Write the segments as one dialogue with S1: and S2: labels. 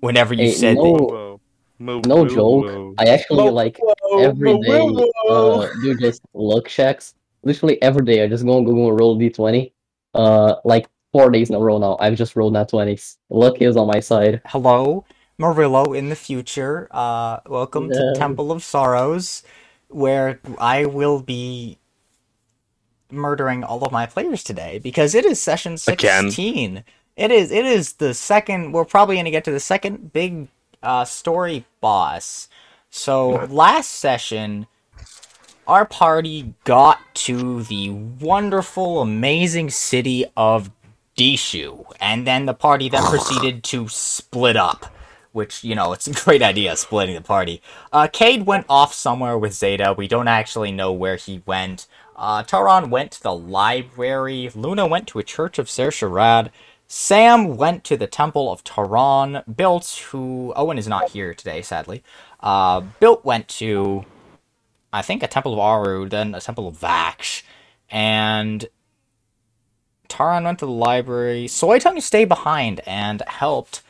S1: whenever you
S2: Hey,
S1: said
S2: no-
S1: that.
S3: Whoa. Mo-
S2: No
S3: whoa,
S2: joke.
S3: whoa.
S2: I actually like every day uh, do just luck checks. Literally every day, I just go on Google and roll d20. Uh, like four days in a row now, I've just rolled nat twenties. Luck is on my side.
S1: Hello, Marillo in the future. Uh, welcome
S2: No.
S1: to Temple of Sorrows, where I will be murdering all of my players today because it is session
S3: Again.
S1: 16. It is it is the second we're probably going to get to the second big uh story boss. So last session our party got to the wonderful amazing city of Dishu and then the party then proceeded to split up. Which, you know, it's a great idea, splitting the party. Uh, Cade went off somewhere with Zeta. We don't actually know where he went. Uh, Taran went to the library. Luna went to a church of Ser Sharad. Sam went to the temple of Taran. Built, who Owen is not here today, sadly. Uh, Built went to, I think, a temple of Aru, then a temple of Vaksh, and Taran went to the library. Soitung stayed behind and helped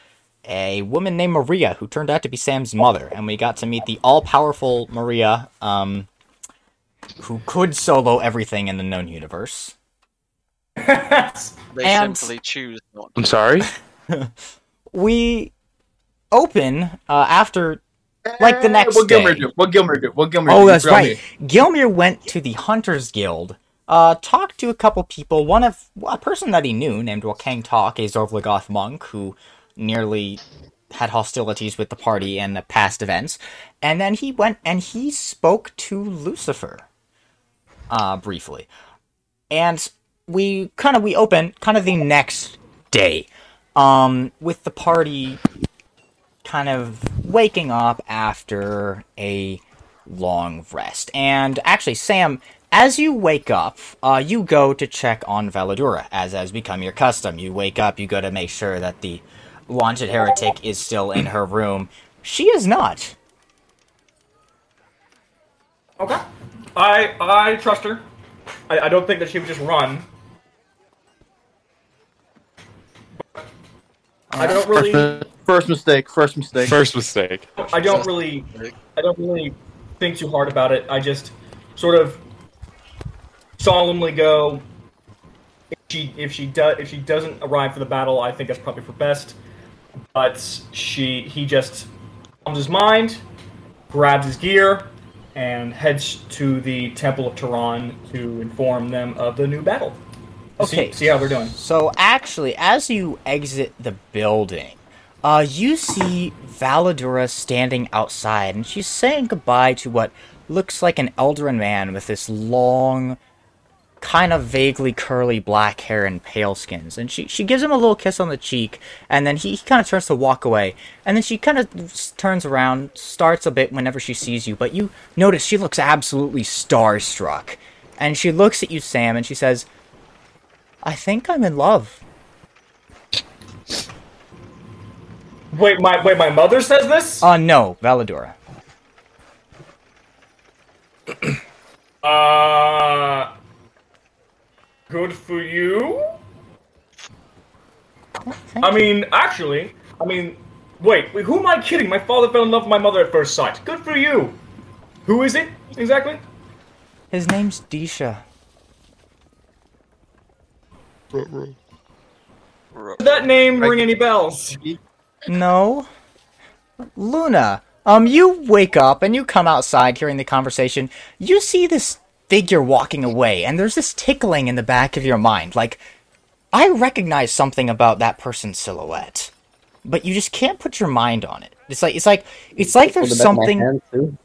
S1: a woman named Maria, who turned out to be Sam's mother, and we got to meet the all-powerful Maria, um, who could solo everything in the known universe.
S4: They
S1: And-
S4: simply choose not.
S3: I'm sorry.
S1: we open uh, after like
S3: Eh,
S1: the next
S5: what Gilmer
S1: day.
S5: do? What Gilmer do? What Gilmer do?
S1: Oh,
S5: You
S1: that's
S5: tell
S1: right.
S5: me.
S1: Gilmer went to the Hunters Guild. Uh, talked to a couple people. One of a person that he knew named Wakang Talk, a Zorvlagoth monk who nearly had hostilities with the party in the past events, and then he went and he spoke to Lucifer, uh, briefly, and we kind of we open kind of the next day, um, with the party kind of waking up after a long rest. And actually, Sam, as you wake up, uh, you go to check on Valadura, as has become your custom. You wake up, you go to make sure that the wanted heretic is still in her room. She is not.
S6: Okay. I I trust her. I, I don't think that she would just run. I don't really.
S5: First, first mistake. First mistake.
S3: First mistake.
S6: I don't really I don't really think too hard about it. I just sort of solemnly go. If she if she does if she doesn't arrive for the battle, I think that's probably for best. But she he just calms his mind, grabs his gear, and heads to the Temple of Tehran to inform them of the new battle. See-
S1: Okay.
S6: see, how they're doing.
S1: So actually, as you exit the building, uh, you see Valadura standing outside, and she's saying goodbye to what looks like an Eldarin man with this long, kind of vaguely curly black hair and pale skins. And she she gives him a little kiss on the cheek, and then he, he kind of turns to walk away, and then she kind of s- turns around, starts a bit whenever she sees you, but you notice she looks absolutely starstruck, and she looks at you, Sam, and she says. I think I'm in love.
S6: Wait, my wait, my mother says this.
S1: Uh, no, Valadora.
S6: Uh, good for you.
S1: Oh, Thank
S6: I mean, actually, I mean, wait, wait, who am I kidding? My father fell in love with my mother at first sight. Good for you. Who is it exactly?
S1: His name's Disha.
S4: Ru-
S6: Did that name ring any bells?
S1: No. Luna. Um, you wake up and you come outside hearing the conversation. You see this figure walking away, and there's this tickling in the back of your mind. Like, I recognize something about that person's silhouette. But you just can't put your mind on it. It's like it's like it's like
S2: Hold
S1: there's
S2: the back of my
S1: something
S2: hand, too.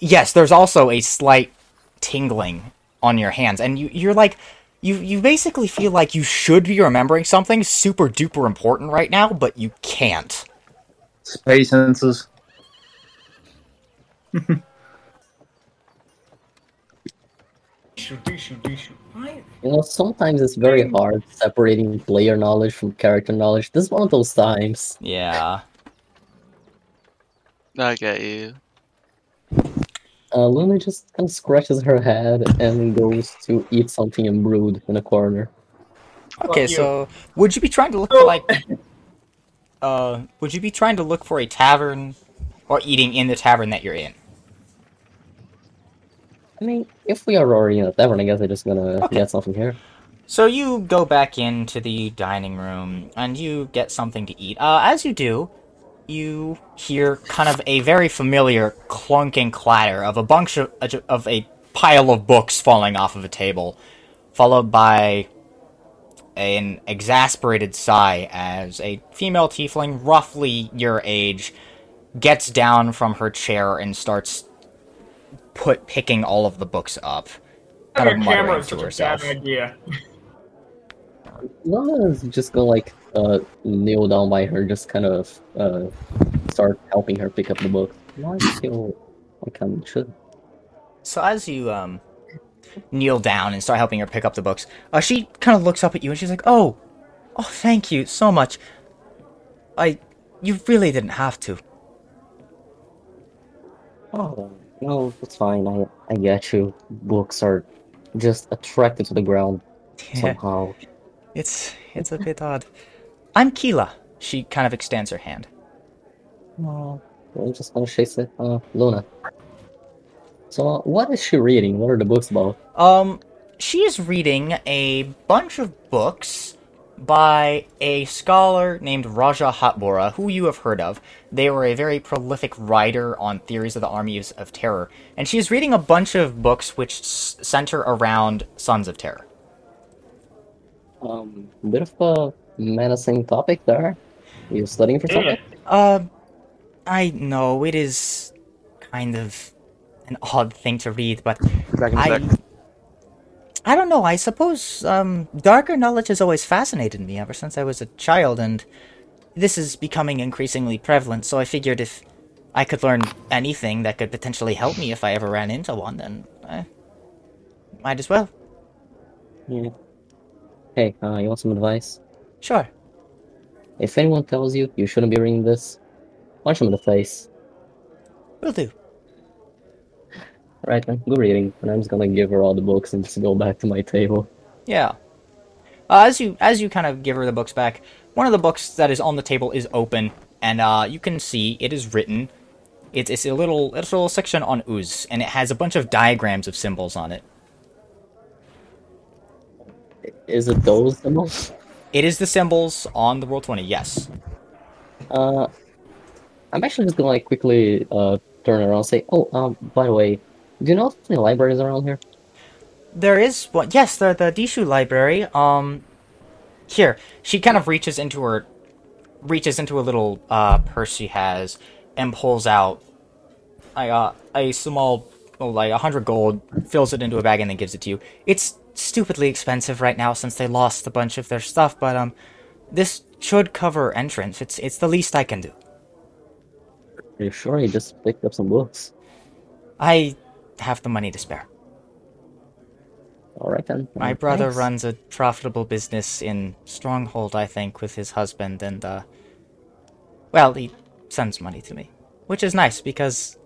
S1: yes, there's also a slight tingling on your hands, and you, you're like, you you basically feel like you should be remembering something super duper important right now, but you can't.
S5: Space senses.
S6: Shoot, shoot, shoot. I-
S2: You know, sometimes it's very hard separating player knowledge from character knowledge. This is one of those times.
S1: Yeah.
S4: I get you.
S2: Uh, Luna just kind of scratches her head and goes to eat something and brood in a corner.
S1: Okay,
S6: Fuck you.
S1: so would you be trying to look for like uh, would you be trying to look for a tavern or eating in the tavern that you're in?
S2: I mean, if we are already in a tavern, I guess I'm just gonna
S1: Okay.
S2: get something here.
S1: So you go back into the dining room and you get something to eat. Uh, as you do, you hear kind of a very familiar clunking clatter of a bunch of, of a pile of books falling off of a table, followed by an exasperated sigh as a female tiefling, roughly your age, gets down from her chair and starts put picking all of the books up. Kind of
S6: Having a camera
S1: muttering
S6: is
S1: to
S6: such a
S1: herself.
S6: bad idea.
S2: Lana's just gonna like uh kneel down by her, just kind of uh start helping her pick up the book. Why do you feel like I should?
S1: So as you um kneel down and start helping her pick up the books, uh, she kind of looks up at you and she's like, "Oh, oh, thank you so much. I, you really didn't have to.
S2: Oh no, it's fine. I I get you. Books are just attracted to the ground somehow.
S1: it's it's a bit odd. I'm Keela." She kind of extends her hand.
S2: No, I'm just gonna chase it. Uh, Luna. So, uh, what is she reading? What are the books about?
S1: Um, she is reading a bunch of books by a scholar named Raja Hatbora, who you have heard of. They were a very prolific writer on theories of the armies of terror, and she is reading a bunch of books which s- center around Sons of Terror.
S2: Um, bit of a menacing topic there. You studying for something?
S1: Uh, I know it is kind of an odd thing to read, but I, I don't know. I suppose um, darker knowledge has always fascinated me ever since I was a child, and this is becoming increasingly prevalent. So I figured if I could learn anything that could potentially help me if I ever ran into one, then I might as well.
S2: Yeah. Hey, uh, you want some advice?
S1: Sure.
S2: If anyone tells you you shouldn't be reading this, punch them in the face.
S1: Will do.
S2: Right then, go reading, and I'm just gonna give her all the books and just go back to my table.
S1: Yeah. Uh, as you as you kind of give her the books back, one of the books that is on the table is open, and uh, you can see it is written. It's it's a little it's a little section on ooze, and it has a bunch of diagrams of symbols on it.
S2: Is it those the most?
S1: It is the symbols on the roll twenty. Yes.
S2: Uh, I'm actually just gonna like quickly uh turn around and say, oh, um, by the way, do you know if any libraries around here?
S1: There is one. Yes, the the Dishu library. Um, here she kind of reaches into her, reaches into a little uh purse she has, and pulls out, I uh a small oh, like a hundred gold, fills it into a bag and then gives it to you. It's stupidly expensive right now since they lost a bunch of their stuff, but um, this should cover entrance. It's it's the least I can do.
S2: Are you sure you just picked up some books?
S1: I have the money to spare.
S2: All right then.
S1: My
S2: um,
S1: brother
S2: thanks.
S1: runs a profitable business in Stronghold, I think, with his husband, and, uh. Well, he sends money to me. Which is nice because.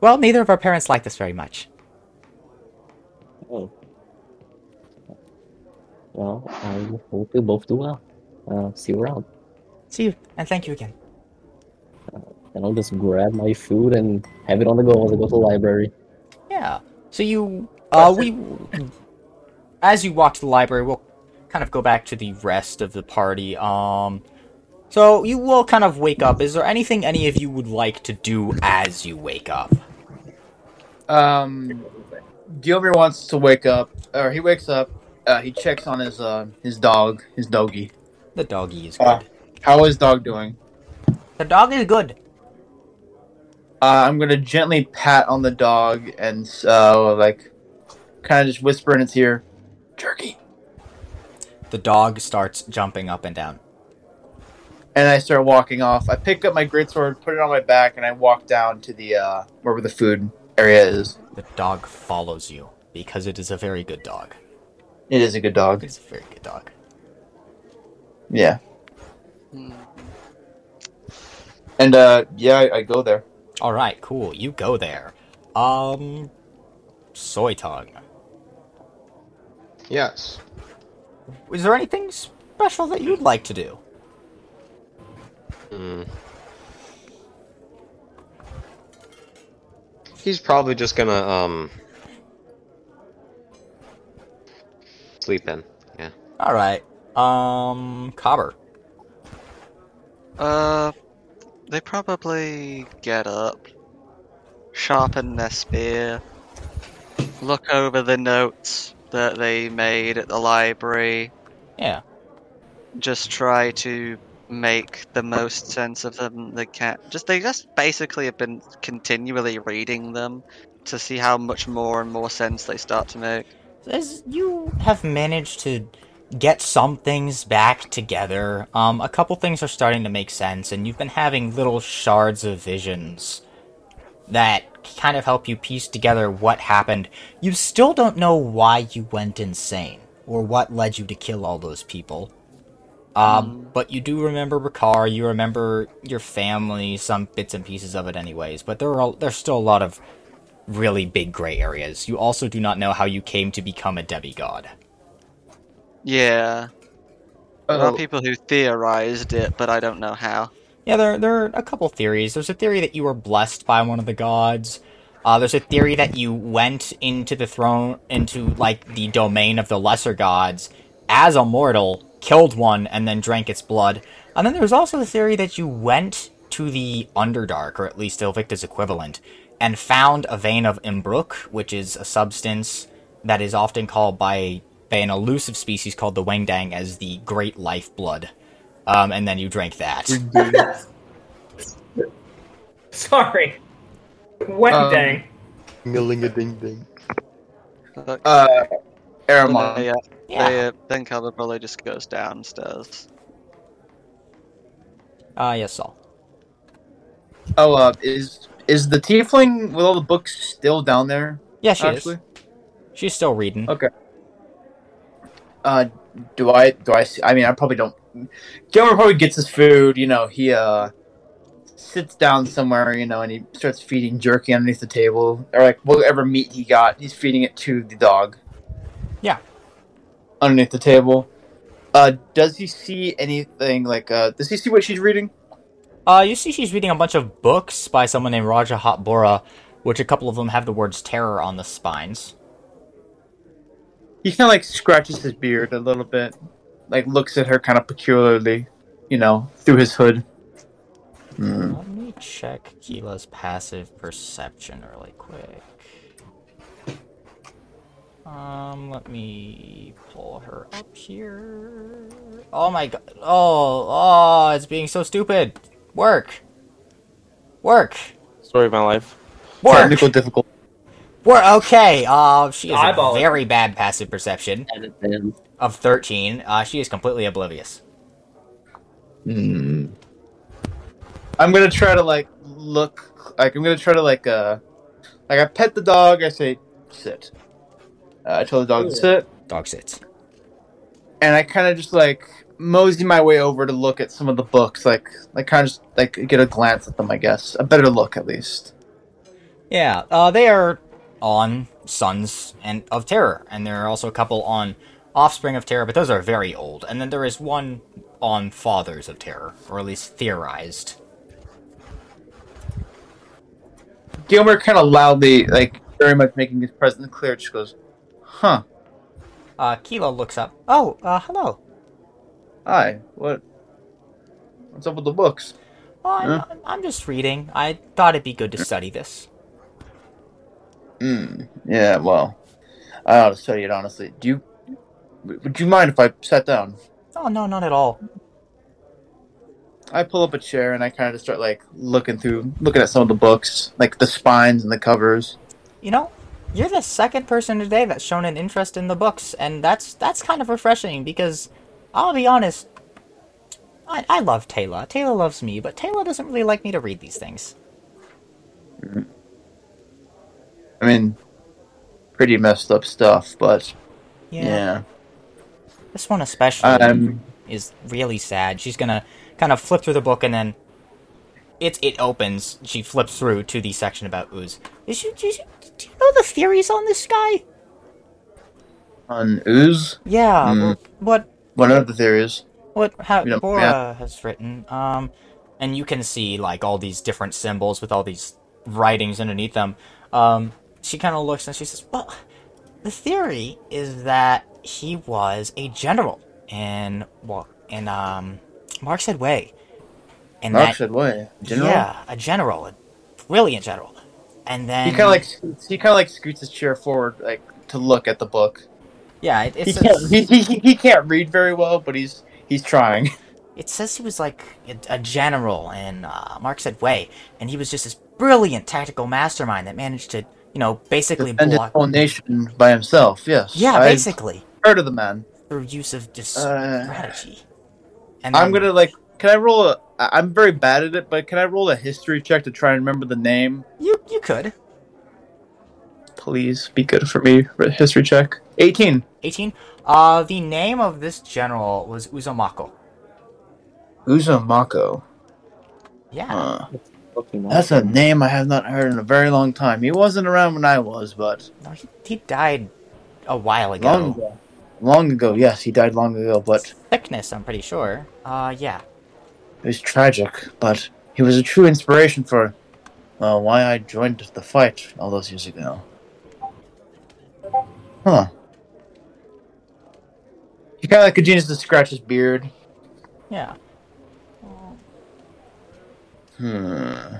S1: Well, neither of our parents like this very much.
S2: Oh. Well, I hope you both do well. Uh, see you around.
S1: See you, and thank you again.
S2: And I'll just grab my food and have it on the go as I go to the library.
S1: Yeah. So you. Uh, we. As you walk to the library, we'll kind of go back to the rest of the party. Um. So you will kind of wake up. Is there anything any of you would like to do as you wake up?
S5: Um, Gilbert wants to wake up, or he wakes up. Uh, he checks on his uh his dog, his doggy.
S1: The doggy is good.
S5: Uh, how is dog doing?
S1: the dog is good.
S5: Uh, I'm gonna gently pat on the dog and uh, like kind of just whisper in its ear, "Jerky."
S1: The dog starts jumping up and down.
S5: And I start walking off. I pick up my greatsword, put it on my back, and I walk down to the uh wherever the food area is.
S1: The dog follows you because it is a very good dog.
S5: It is a good dog.
S1: It's a very good dog.
S5: Yeah.
S4: Hmm.
S5: And uh, yeah, I, I go there.
S1: All right, cool. You go there. Um, soy tongue.
S3: Yes.
S1: Is there anything special that you'd like to do?
S3: Hmm. He's probably just gonna um sleep in.
S1: All right. Um, Cobber.
S4: Uh, they probably get up, sharpen their spear, look over the notes that they made at the library,
S1: Yeah.
S4: just try to make the most sense of them they can. Just they just basically have been continually reading them to see how much more and more sense they start to make.
S1: As you have managed to get some things back together, um, a couple things are starting to make sense, and you've been having little shards of visions that kind of help you piece together what happened. You still don't know why you went insane or what led you to kill all those people. Um, but you do remember Bakar, you remember your family, some bits and pieces of it, anyways. But there are al- there's still a lot of really big gray areas. You also do not know how you came to become a demigod.
S4: Yeah, there
S5: Oh,
S4: are people who theorized it, but I don't know how.
S1: Yeah, there, there are a couple theories. There's a theory that you were blessed by one of the gods. Uh, there's a theory that you went into the throne, into like the domain of the lesser gods as a mortal, killed one, and then drank its blood. And then there's also the theory that you went to the Underdark, or at least Ilvicta's equivalent, and found a vein of Imbruk, which is a substance that is often called by, by an elusive species called the Wangdang as the Great Life Blood. Um, and then you drank that.
S6: Sorry. Wet
S5: Um,
S6: dang.
S3: Milling a ding ding.
S4: Look,
S5: uh,
S4: so
S5: Aramon.
S4: they, uh, they, uh, then Calvin probably just goes downstairs.
S1: Uh, yes, Saul.
S5: Oh, uh, is is the tiefling with all the books still down there?
S1: Yeah, she
S5: actually,
S1: is. She's still reading.
S5: Okay. uh, do I do I? See, I mean, I probably don't. Gilmer probably gets his food. You know, he uh sits down somewhere. You know, and he starts feeding jerky underneath the table or like whatever meat he got. He's feeding it to the dog.
S1: Yeah.
S5: Underneath the table. Uh, does he see anything like uh? Does he see what she's reading?
S1: Uh, you see, she's reading a bunch of books by someone named Raja Hotbora, which a couple of them have the words terror on the spines.
S5: He kind of like scratches his beard a little bit, like looks at her kind of peculiarly, you know, through his hood. Hmm.
S1: Let me check Gila's passive perception really quick. Um, let me pull her up here. Oh my god. Oh, oh, it's being so stupid. Work. Work.
S7: Story of my life.
S1: Work.
S5: Technical difficulty.
S1: We're okay. Uh, she has a
S6: Eyeball it.
S1: very bad passive perception.
S2: Edit them.
S1: of 13, uh, she is completely oblivious.
S5: Hmm. I'm gonna try to like look like I'm gonna try to like uh like I pet the dog. I say sit. Uh, I tell the dog to
S6: Ooh.
S5: sit,
S1: Dog sits.
S5: and I kind of just like mosey my way over to look at some of the books, like like kind of just like get a glance at them. I guess a better look at least.
S1: Yeah, uh, they are on Sons and of Terror, and there are also a couple on Offspring of Terror, but those are very old. And then there is one on Fathers of Terror, or at least theorized.
S5: Gilmer kind of loudly, like very much making his presence clear, just goes, "Huh,
S1: Uh, Kilo looks up. Oh, uh, hello.
S5: hi, what? What's up with the books?"
S1: Oh, I'm, I'm just reading. I thought it'd be good to study this.
S5: Mm, yeah, well, I ought to tell you it honestly. Do you? w- Would you mind if I sat down?
S1: Oh, no, not at all.
S5: I pull up a chair and I kind of just start like looking through, looking at some of the books, like the spines and the covers.
S1: You know, you're the second person today that's shown an interest in the books, and that's that's kind of refreshing because I'll be honest, I, I love Taylor. Taylor loves me, but Taylor doesn't really like me to read these things.
S5: I mean, pretty messed up stuff, but
S1: Yeah.
S5: yeah.
S1: This one especially
S5: Um,
S1: is really sad. She's gonna kind of flip through the book and then it it opens. She flips through to the section about ooze. Is you, do you do you know the theories on this guy?
S5: on ooze,
S1: Yeah.
S5: Hmm.
S1: well, what
S5: one of the theories.
S1: what how
S5: You know,
S1: Bora
S5: yeah.
S1: has written. Um, and you can see like all these different symbols with all these writings underneath them. Um, she kind of looks and she says, "Well, the theory is that he was a general in well in um Mark's Head Way, and
S5: Mark
S1: that
S5: said way. General.
S1: yeah, a general, a brilliant general, and then
S5: He kind of like scoots- he kind of like scoots his chair forward like to look at the book.
S1: yeah, it, it
S5: He
S1: says-
S5: can't, he, he, he- he can't read very well, but he's he's trying.
S1: it says he was like a, a general in uh, Mark said way, and he was just this brilliant tactical mastermind that managed to, you know, basically
S5: Defend his
S1: block.
S5: whole nation by himself. Yes.
S1: Yeah,
S5: I've
S1: basically
S5: heard of the man.
S1: through use of just
S5: Uh,
S1: strategy. And
S5: I'm
S1: then-
S5: gonna like. Can I roll a? I- I'm very bad at it, but can I roll a history check to try and remember the name?
S1: You you could
S5: Please be good for me. for a History check. 18.
S1: eighteen. Uh, the name of this general was Uzumako.
S5: Uzumako.
S1: Yeah,
S5: Huh.
S2: Fucking
S5: That's a name I have not heard in a very long time. He wasn't around when I was, but
S1: no, he, he died a while ago.
S5: long ago. Long ago, yes, he died long ago, but
S1: Thickness, I'm pretty sure. Uh, yeah.
S5: It was tragic, but he was a true inspiration for uh, why I joined the fight all those years ago. Huh. He kind of like continues to scratch his beard.
S1: Yeah.
S5: Hmm.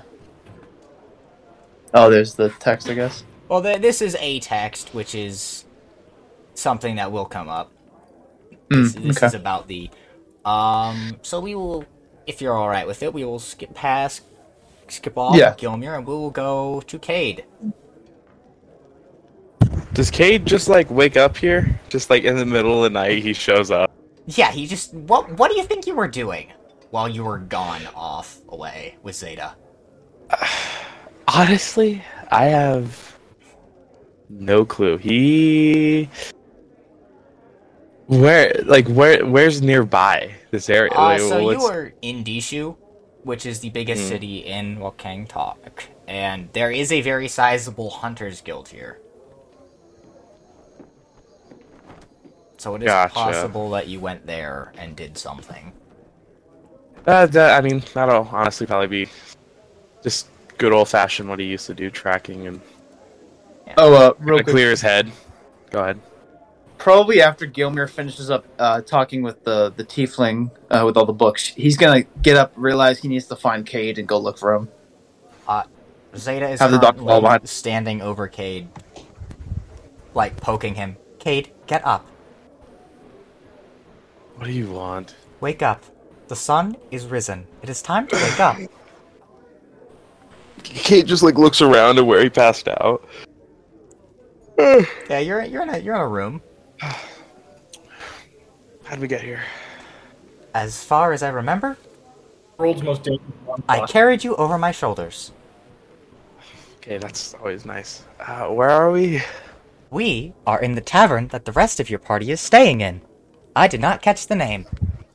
S5: Oh, there's the text, I guess.
S1: Well, th- this is a text, which is something that will come up.
S5: Hmm,
S1: This, this
S5: okay.
S1: is about the. Um. So we will, if you're all right with it, we will skip past, skip off
S5: Yeah.
S1: Gilmere, and we will go to Cade.
S7: Does Cade just like wake up here? Just like in the middle of the night, he shows up.
S1: Yeah. He just. What What do you think you were doing while you were gone off away with Zeta?
S7: Honestly, I have no clue. He where like where where's nearby this area?
S1: Uh,
S7: Like,
S1: so you
S7: what's-
S1: were in Dishu, which is the biggest
S7: Hmm.
S1: city in Wakang Talk, and there is a very sizable hunters guild here. So it is
S7: Gotcha.
S1: possible that you went there and did something.
S7: Uh, that, I mean, that'll honestly probably be just good old fashioned what he used to do, tracking and
S5: Oh, uh, real
S7: Gonna
S5: quick.
S7: clear his head. Go ahead.
S5: Probably after Gilmere finishes up uh, talking with the the tiefling uh, with all the books, he's gonna get up, realize he needs to find Cade, and go look for him.
S1: Zeta is
S5: Have the doctor
S1: currently
S5: fall behind.
S1: standing over Cade, like poking him. Cade, get up.
S7: What do you want?
S1: Wake up. The sun is risen. It is time to wake up.
S7: Kate just like looks around to where he passed out. How'd
S1: Yeah, you're you're in a you're in a room.
S7: we get here?
S1: As far as I remember,
S6: World's most dangerous. one.
S1: I carried you over my shoulders.
S7: Okay, that's always nice. Uh, where are we?
S1: We are in the tavern that the rest of your party is staying in. I did not catch the name.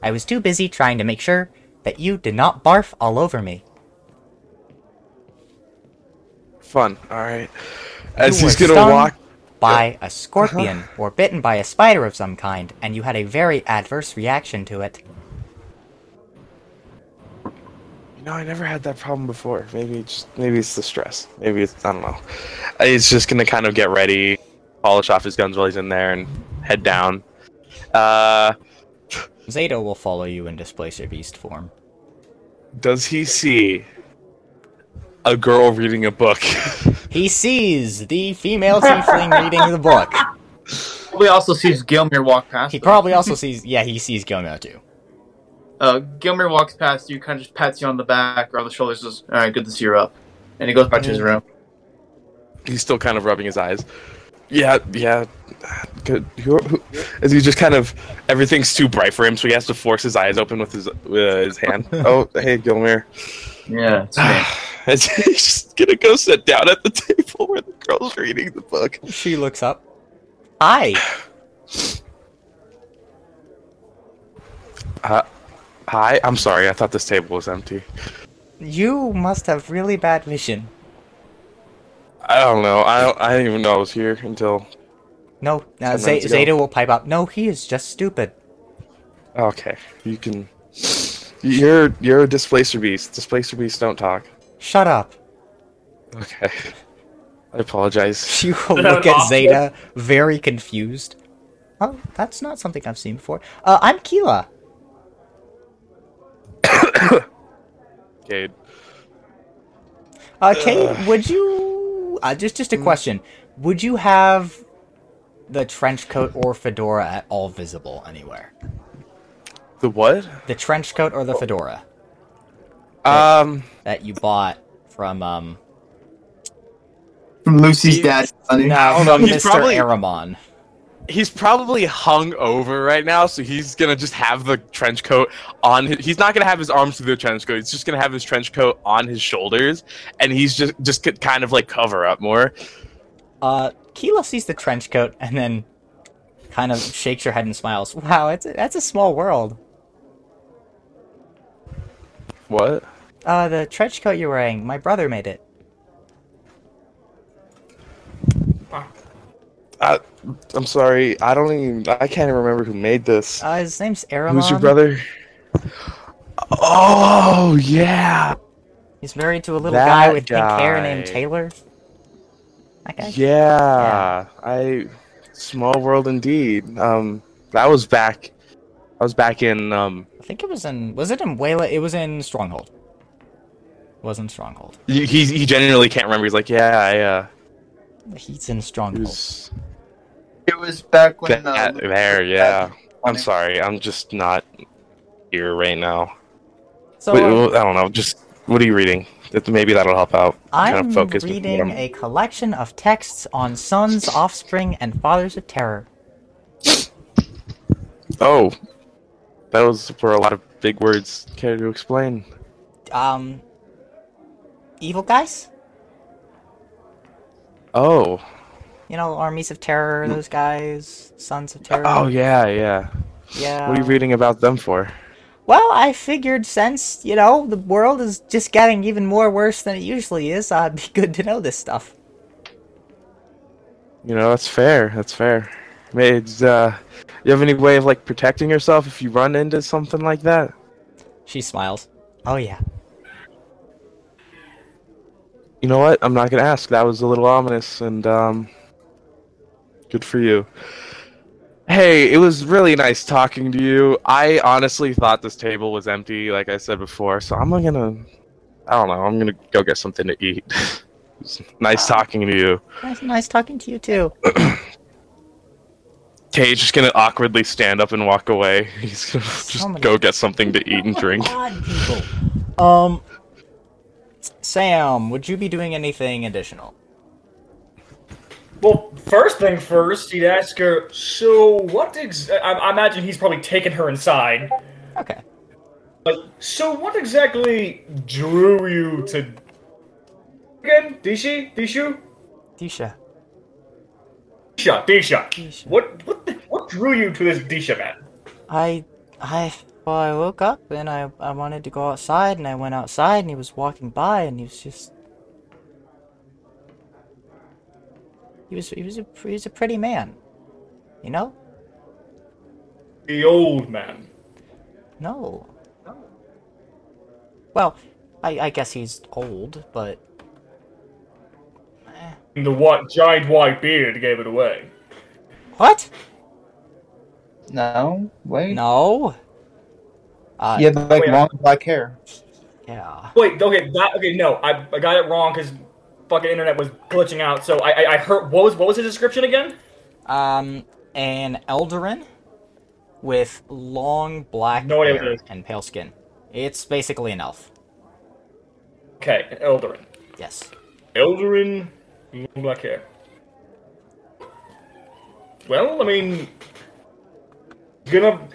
S1: I was too busy trying to make sure that you did not barf all over me.
S7: Fun. All right. As
S1: You
S7: he's
S1: were
S7: gonna
S1: stung
S7: walk. Uh-huh.
S1: by a scorpion or bitten by a spider of some kind, and you had a very adverse reaction to it.
S7: You know, I never had that problem before. Maybe it's just maybe it's the stress. Maybe it's I don't know. Uh, He's just gonna kind of get ready, polish off his guns while he's in there, and head down. Uh,
S1: Zeta will follow you and displace your beast form.
S7: does he see a girl reading a book?
S1: He sees the female tiefling reading the book.
S5: Probably also sees Gilmere walk past.
S1: He
S5: him.
S1: probably also sees, yeah, he sees Gilmore too.
S5: Uh, Gilmer walks past you, kind of just pats you on the back or on the shoulder, says, "All right, good to see you're up," and he goes back to his room.
S7: he's still kind of rubbing his eyes. Yeah, yeah. Good. Who, who, as he just kind of everything's too bright for him, so he has to force his eyes open with his uh, his hand. oh, hey, Gilmere.
S5: Yeah, it's me.
S7: As he's just gonna go sit down at the table where the girl's reading the book.
S1: She looks up. Hi!
S7: Uh, Hi, I'm sorry. I thought this table was empty.
S1: You must have really bad vision.
S7: I don't know. I don't. I didn't even know I was here until.
S1: No, uh,
S7: Ten
S1: Z-
S7: minutes ago.
S1: Zeta will pipe up. No, he is just stupid.
S7: Okay, you can. You're you're a displacer beast. Displacer beasts don't talk.
S1: Shut up.
S7: Okay. I apologize.
S1: You will
S6: Is that
S1: look
S6: an
S1: at
S6: option?
S1: Zeta, very confused. Oh, that's not something I've seen before. Uh, I'm Keela.
S7: Cade.
S1: Uh, Kate, would you uh, just
S7: hmm.
S1: just a question? Would you have the trench coat or fedora at all visible anywhere?
S7: The what? Oh.
S1: The trench coat or the fedora
S7: Um
S1: that you bought from um
S5: From Lucy's dad, honey.
S1: no,
S7: don't know,
S1: from
S7: he's
S1: Mister
S7: probably-
S1: Aramon.
S7: he's probably hung over right now, so he's gonna just have the trench coat on. His, he's not gonna have his arms through the trench coat. He's just gonna have his trench coat on his shoulders, and he's just just could kind of like cover up more.
S1: Uh, Keela sees the trench coat and then kind of shakes her head and smiles. Wow, it's a, that's a small world.
S7: What?
S1: Uh, the trench coat you're wearing, my brother made it.
S7: I, I'm sorry. I don't even. I can't even remember who made this.
S1: Uh, his name's Aramon.
S7: Who's your brother? Oh yeah,
S1: He's married to a little
S7: That
S1: guy with pink hair
S7: guy.
S1: named Taylor. That guy.
S7: yeah. I small world indeed. Um, that was back. I was back in um
S1: I think it was in. Was it in Wayla? It was in Stronghold. It was in Stronghold.
S7: He, he he genuinely can't remember. He's like, yeah, I uh,
S1: He's in
S7: it
S1: Stronghold.
S7: was
S5: It was back when.
S7: that,
S5: uh,
S7: there. Yeah, I'm
S5: funny.
S7: sorry. I'm just not here right now.
S1: so
S7: Wait,
S1: uh,
S7: well, I don't know. Just what are you reading? That- Maybe that'll help out.
S1: I'm
S7: with what
S1: reading
S7: I'm-
S1: a collection of texts on sons, offspring, and fathers of terror.
S7: Oh, that was for a lot of big words. Care to explain?
S1: Um, evil guys.
S7: Oh,
S1: You know, armies of terror. Those guys, sons of terror.
S7: Mm. oh yeah, yeah.
S1: yeah.
S7: What are you reading about them for?
S1: Well, I figured since, you know, the world is just getting even more worse than it usually is, uh, it'd be good to know this stuff.
S7: You know, that's fair. That's fair. May- It's, uh, you have any way of like protecting yourself if you run into something like that?
S1: She smiles. Oh, yeah.
S7: You know what? I'm not gonna ask. That was a little ominous, and um, good for you. Hey, it was really nice talking to you. I honestly thought this table was empty, like I said before. So I'm gonna, I don't know. I'm gonna go get something to eat. It's nice
S6: Ah.
S7: talking to you.
S1: Nice, nice talking to you, too.
S7: Cage's just gonna awkwardly stand up and walk away. He's gonna just
S1: many-
S7: go get something to eat and drink.
S1: Odd people. Um, Sam, would you be doing anything additional?
S6: Well, first thing first, he'd ask her. So, what? Ex- I, I imagine he's probably taken her inside.
S1: Okay.
S6: Like, so what exactly drew you to? Again, Dishi, Dishu,
S1: Disha.
S6: Disha,
S1: Disha.
S6: Disha. What? What? The, what drew you to this Disha man?
S1: I, I, well, I woke up and I, I wanted to go outside and I went outside and he was walking by and he was just, he was, he was a, he was a pretty man, you know?
S6: The old man.
S1: No. Well, I, I guess he's old, but
S6: The what giant white beard gave it away.
S1: what?
S5: No, wait.
S1: No. Uh,
S5: Yeah, but like
S6: Wait, I-
S5: long black hair.
S1: yeah.
S6: Wait, okay, that okay. No, I, I got it wrong because fucking internet was glitching out. So I, I I heard what was what was his description again?
S1: Um, an Eldarin with long black
S6: No idea what
S1: hair
S6: it is.
S1: and pale skin. It's basically an elf.
S6: Okay, an Eldarin.
S1: Yes.
S6: Eldarin, long black hair. Well, I mean, gonna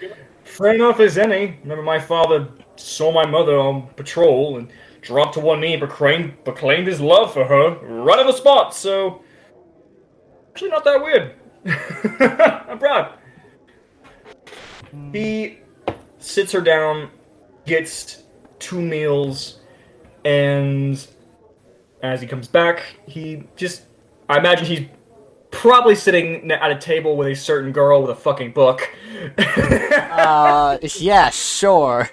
S6: fair enough as any. Remember, my father saw my mother on patrol and dropped to one knee and proclaimed, proclaimed his love for her right on the spot. So, actually, not that weird. I'm proud. He sits her down, gets two meals, and as he comes back, he just. I imagine he's probably sitting n- at a table with a certain girl with a fucking book.
S1: Uh, yeah, sure.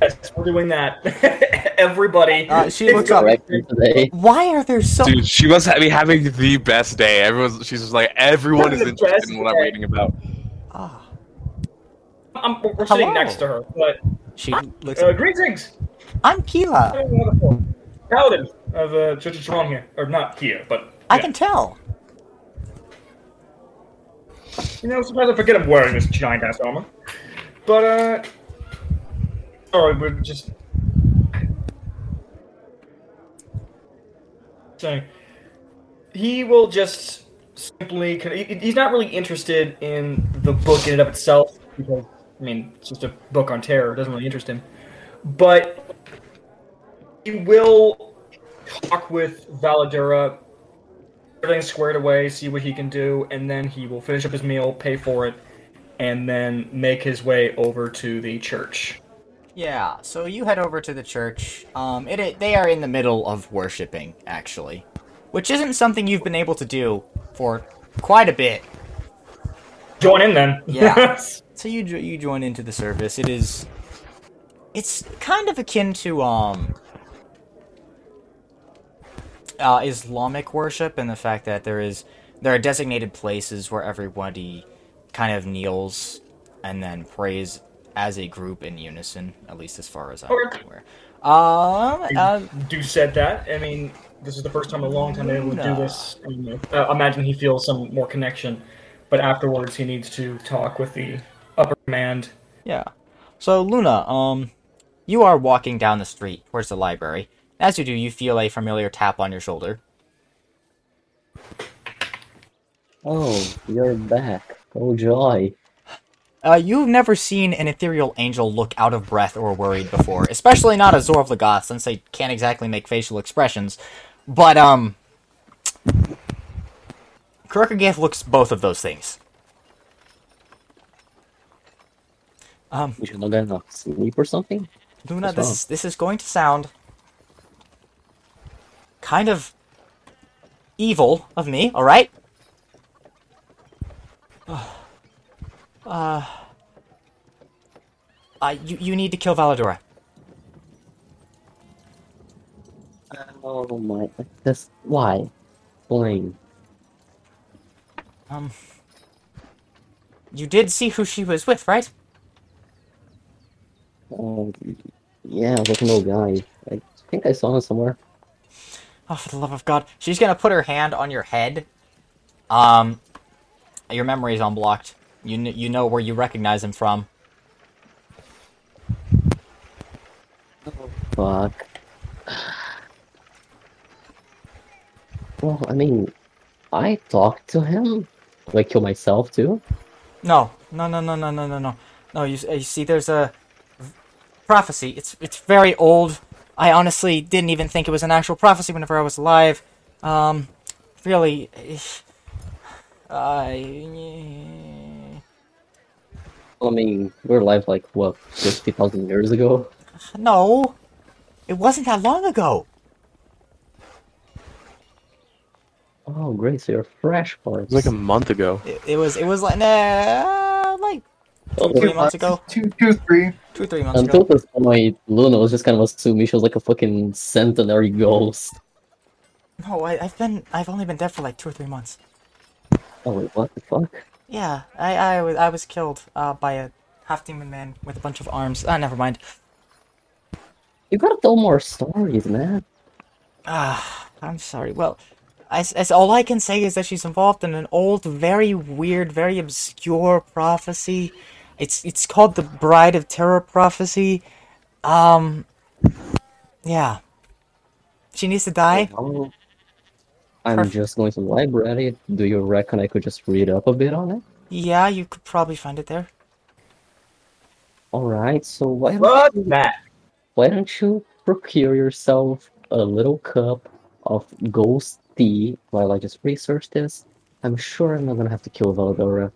S6: Yes, we're doing that. Everybody.
S1: Uh, she looks up.
S2: Correct me today.
S1: Why are there so?
S7: Dude, she must ha- be having the best day. Everyone's, she's just like, everyone is
S6: The
S7: interested
S6: best
S7: in what I'm
S6: day.
S7: reading about.
S1: Ah,
S6: I'm, we're sitting
S1: Hello.
S6: next to her, but
S1: she looks.
S6: uh,
S1: Up.
S6: greetings.
S1: I'm Keela.
S6: Hello, wonderful. Paladin of uh, Church of Sharon here, or not here, but
S1: I
S6: yeah.
S1: can tell.
S6: You know, sometimes I forget I'm wearing this giant ass armor. But uh, sorry, we're just saying he will just simply. he- He's not really interested in the book in and of itself because I mean, it's just a book on terror. It doesn't really interest him. But he will talk with Valadura everything squared away, see what he can do, and then he will finish up his meal, pay for it, and then make his way over to the church.
S1: Yeah. So you head over to the church. Um, it, it they are in the middle of worshiping actually, which isn't something you've been able to do for quite a bit.
S6: Join in then.
S1: Yeah. So you jo- you join into the service. It is, it's kind of akin to um, uh, Islamic worship and the fact that there is there are designated places where everybody kind of kneels and then prays as a group in unison. At least as far as I'm
S6: Okay.
S1: aware. Um, uh,
S6: Do said that. I mean, this is the first time in a long time they're able to do
S1: Luna.
S6: this. and, uh, imagine he feels some more connection, but afterwards he needs to talk with the upper command.
S1: Yeah. So Luna, um, you are walking down the street towards the library. As you do, you feel a familiar tap on your shoulder.
S2: Oh, you're back. Oh joy.
S1: Uh, you've never seen an ethereal angel look out of breath or worried before, especially not a Zorv Lagoth, since they can't exactly make facial expressions. But um, Kurokagith looks both of those things. Um,
S2: You're not gonna sleep or something?
S1: Luna,
S2: What's
S1: this
S2: wrong?
S1: is, this is going to sound kind of evil of me, all right? Uh, uh you, you need to kill Valadora.
S2: Oh my. This why? Explain.
S1: Um, you did see who she was with, right?
S2: Um, yeah, with no guy. I think I saw him somewhere.
S1: Oh, for the love of God. She's gonna put her hand on your head. Um, your memory is unblocked. You, kn- you know where you recognize him from.
S2: Fuck. Well, I mean, I talked to him. Do I kill myself too?
S1: No, no, no, no, no, no, no, no. No, you, s- you see, there's a v- prophecy. It's it's very old. I honestly didn't even think it was an actual prophecy whenever I was alive. Um, really, I
S2: I mean, we were live like what, fifty thousand years ago?
S1: no, it wasn't that long ago.
S2: Oh, great! So you're fresh for
S7: It was like a month ago.
S1: It, it was it was like nah, like
S2: Oh,
S1: three months ago,
S5: Two, two, three.
S1: two three months
S2: Until
S1: ago.
S2: this point, Luna was just kind of assuming she was like a fucking centenary ghost.
S1: No, I, I've been I've only been dead for like two or three months.
S2: Oh wait, what the fuck?
S1: Yeah, I, I, was- I was killed uh, by a half demon man with a bunch of arms. Ah, never mind.
S2: You gotta tell more stories, man.
S1: Ah, I'm sorry. Well, as, as all I can say is that she's involved in an old, very weird, very obscure prophecy. It's it's called the Bride of Terror prophecy. Um, yeah. She needs to die.
S2: Oh, I'm just going to the library. Do you reckon I could just read up a bit on it?
S1: Yeah, you could probably find it there.
S2: All right. So why don't
S6: Fuck that.
S2: why don't you procure yourself a little cup of ghost tea while I just research this? I'm sure I'm not gonna have to kill Valdora.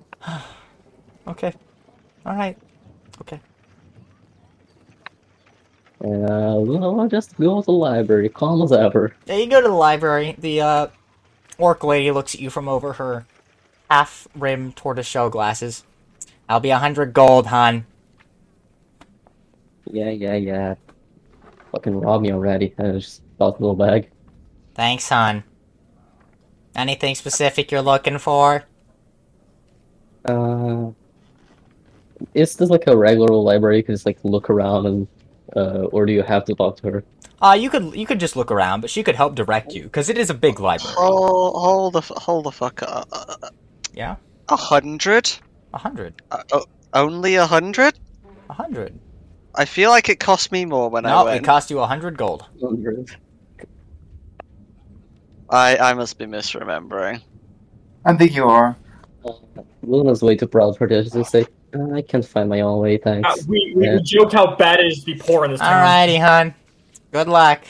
S1: Okay. All right. Okay.
S2: Uh, well, I'll just go to the library, calm as ever.
S1: Yeah, you go to the library. The uh, orc lady looks at you from over her half rim tortoiseshell glasses. I'll be a hundred gold, hon.
S2: Yeah, yeah, yeah. Fucking rob me already. I just lost a little bag.
S1: Thanks, hon. Anything specific you're looking for?
S2: Uh, is this like a regular library? You can just like look around and, uh, or do you have to talk to her?
S1: Uh, you could you could just look around, but she could help direct you because it is a big library.
S4: Hold, hold the, f- hold the fuck up.
S1: Yeah,
S4: A hundred?
S1: a hundred,
S4: Uh, o- only a hundred?
S1: a hundred.
S4: I feel like it cost me more when I
S1: No,
S4: went.
S1: it cost you a hundred gold.
S4: I, I must be misremembering.
S5: I think you are.
S2: Uh, Luna's way too proud for this. Just say, "Uh, I can't find my own way.
S6: Uh,
S2: Thanks.
S6: we, we,
S2: Yeah.
S6: we joked how bad it is to be poor in this town.
S1: Alrighty, hon. Good luck.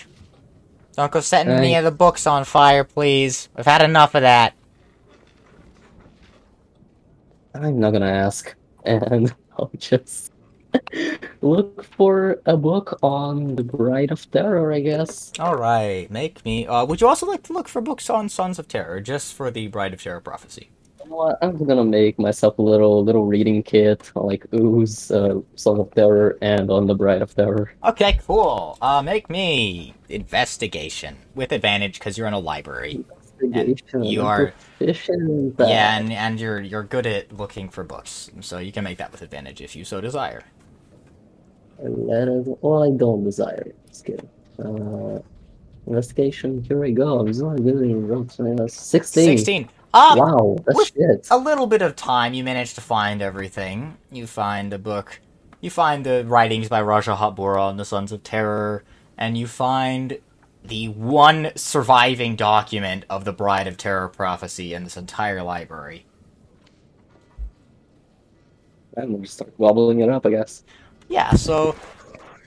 S1: Don't go setting any
S2: Thanks.
S1: of the books on fire, please. We've had enough of that.
S2: I'm not gonna ask. And I'll just look for a book on the Bride of Terror, I guess.
S1: All right, make me. Uh, would you also like to look for books on Sons of Terror, just for the Bride of Terror prophecy?
S2: You know what? I'm gonna make myself a little little reading kit, like ooze, uh, Song of Terror, and on the Bride of Terror.
S1: Okay, cool. Uh, make me investigation with advantage because you're in a library.
S2: Investigation,
S1: you
S2: I'm
S1: are-
S2: proficient at-
S1: Yeah, and, and you're you're good at looking for books, so you can make that with advantage if you so desire.
S2: And that is all I don't desire. Just kidding. Uh, investigation. Here we go. I'm just not doing rough. uh, Sixteen.
S1: Sixteen. Um,
S2: Wow, that's
S1: With-
S2: shit.
S1: a little bit of time, you manage to find everything. You find a book. You find the writings by Raja Hatbora on the Sons of Terror, and you find the one surviving document of the Bride of Terror prophecy in this entire library.
S2: I'm gonna just start wobbling it up, I guess.
S1: Yeah, so